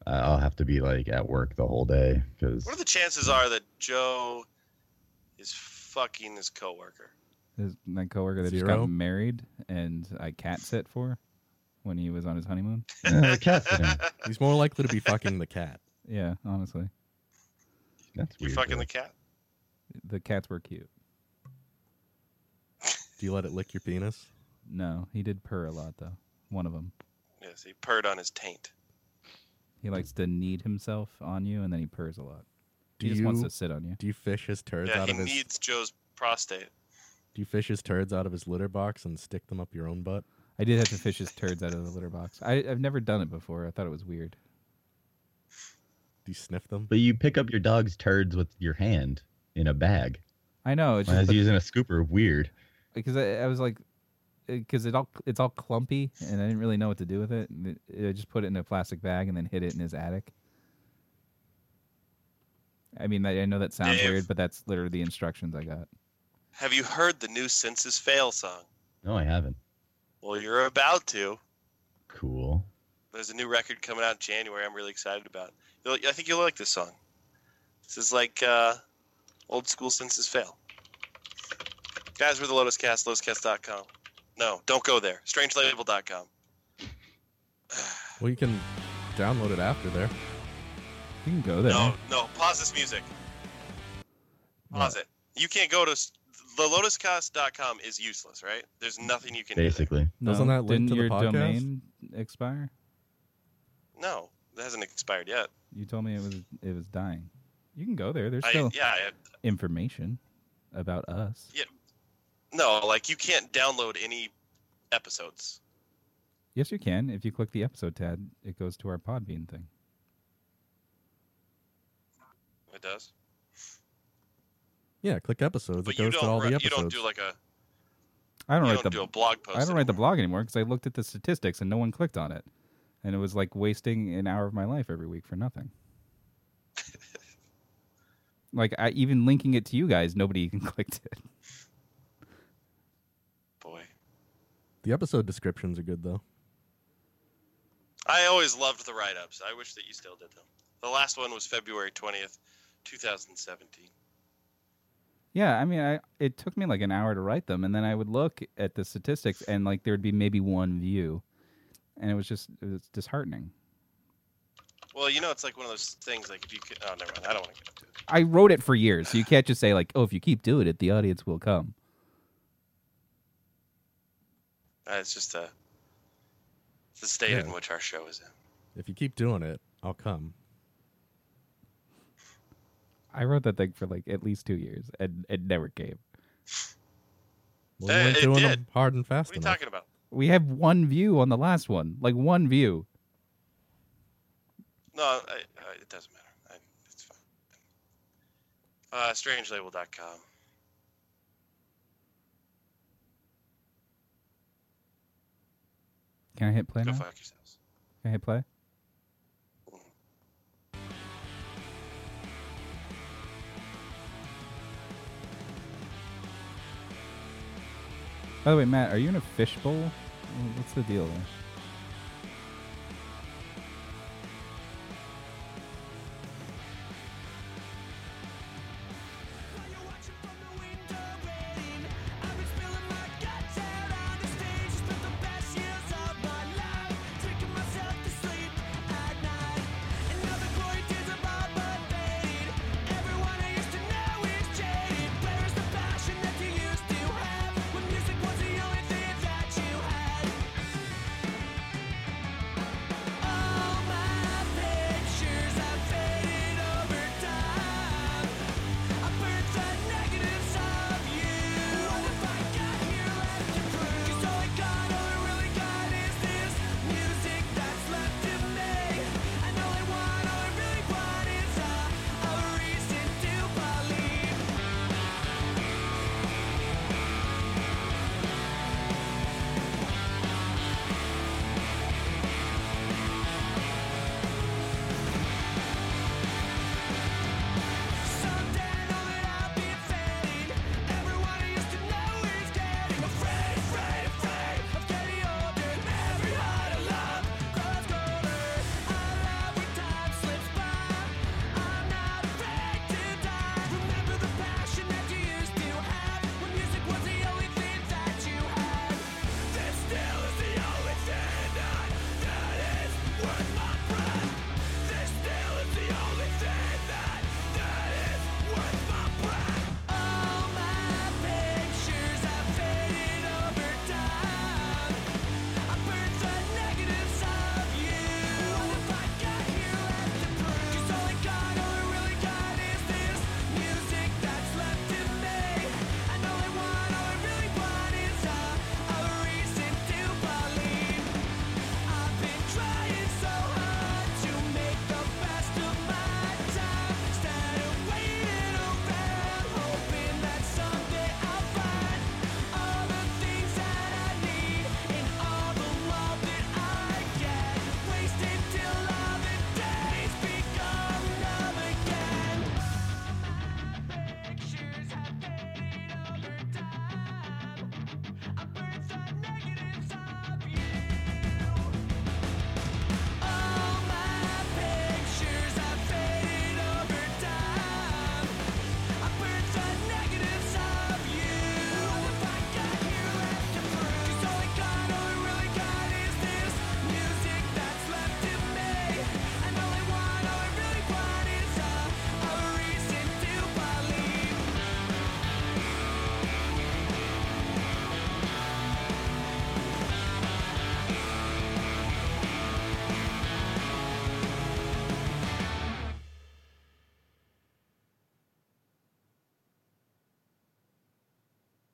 S1: I- I'll have to be like at work the whole day because
S5: What are the chances are that Joe is fucking his coworker?
S1: [laughs]
S6: His, my coworker that just
S7: Zero?
S6: got married and I cat sit for when he was on his honeymoon.
S1: eh,
S5: [laughs]
S7: He's more likely to be fucking the cat.
S6: Yeah, honestly.
S1: that's
S5: You
S1: weird.
S5: fucking
S1: though.
S5: the cat?
S6: The cats were cute.
S7: Do you let it lick your penis?
S6: No, he did purr a lot though. One of them.
S5: Yes, he purred on his taint.
S6: He likes to knead himself on you, and then he purrs a lot.
S7: Do
S6: he just wants
S7: you-
S6: to sit on you.
S7: Do you fish his turds
S5: yeah,
S7: out
S5: he
S7: of his?
S5: needs Joe's prostate.
S7: Do you fish his turds out of his litter box and stick them up your own butt?
S6: I did have to fish his turds out of the litter box. I, I've never done it before. I thought it was weird.
S7: Do you sniff them?
S1: But you pick up your dog's turds with your hand in a bag.
S6: I know it's
S1: Why is
S6: just
S1: he using a scooper? Weird.
S6: because I, I was like, because it all it's all clumpy, and I didn't really know what to do with it. And it- I just put it in a plastic bag and then hid it in his attic. I mean, I, I know that sounds
S5: Dave.
S6: weird, but that's literally the instructions I got.
S5: Have you heard the new Senses Fail song?
S1: No, I haven't.
S5: Well, you're about to.
S1: Cool.
S5: There's a new record coming out in January. I'm really excited about. You'll, I think you'll like this song. This is like uh, old school Senses Fail. Guys, we're the Lotus Cast, lotuscast.com. No, don't go there. Strangelabel.com.
S7: Well, you can download it after there.
S6: You can go there.
S5: No, no. Pause this music. Pause it. You can't go to s- the lotuscast.com is useless, right? There's nothing you can
S1: Basically,
S6: No,
S7: Doesn't that
S6: didn't
S7: link to the
S6: your
S7: podcast?
S6: domain expire?
S5: do. There. No, it hasn't expired yet.
S6: You told me it was it was dying. You can go there. There's
S5: I,
S6: still
S5: yeah, I,
S6: information about us.
S5: Yeah. No, like you can't download any episodes.
S6: Yes, you can. If you click the episode tab, it goes to our Podbean thing.
S5: It does.
S7: Yeah, click episodes.
S5: But
S7: it
S5: you
S7: goes to all
S5: don't.
S7: the
S5: Write, you
S7: episodes.
S5: don't do like a.
S6: I don't
S5: You
S6: write
S5: don't
S6: the
S5: do a blog post.
S6: I don't write the blog anymore because I looked at the statistics and no one clicked on it, and it was like wasting an hour of my life every week for
S5: [laughs]
S6: nothing. like I even linking it to you guys, nobody [laughs] even clicked it.
S5: Boy,
S7: the episode descriptions are good though.
S5: I always loved the write-ups. I wish that you still did them. The last one was February twentieth, two thousand seventeen.
S6: Yeah, I mean, I it took me like an hour to write them, and then I would look at the statistics, and like there would be maybe one view, and it was just it was disheartening.
S5: Well, you know, it's like one of those things. Like if you could, oh, never mind. I don't want to get into it.
S6: I wrote it for years, so you can't just say like, oh, if you keep doing it, the audience will come.
S5: Uh, it's just uh it's the state in which our show is in.
S7: If you keep doing it, I'll come.
S6: I wrote that thing for like at least two years, and it never came.
S7: Well, you
S5: Eh,
S7: ain't
S5: it
S7: doing
S5: did.
S7: them hard and fast
S5: What are you
S7: enough.
S5: talking about?
S6: We have one view on the last one, like one view.
S5: No, I, I, it doesn't matter. I, it's fine. Uh, strangelabel.com.
S6: Can I hit play
S5: Go
S6: now?
S5: fuck yourselves.
S6: Can I hit play? By the way, Matt, are you in a fishbowl? What's the deal there?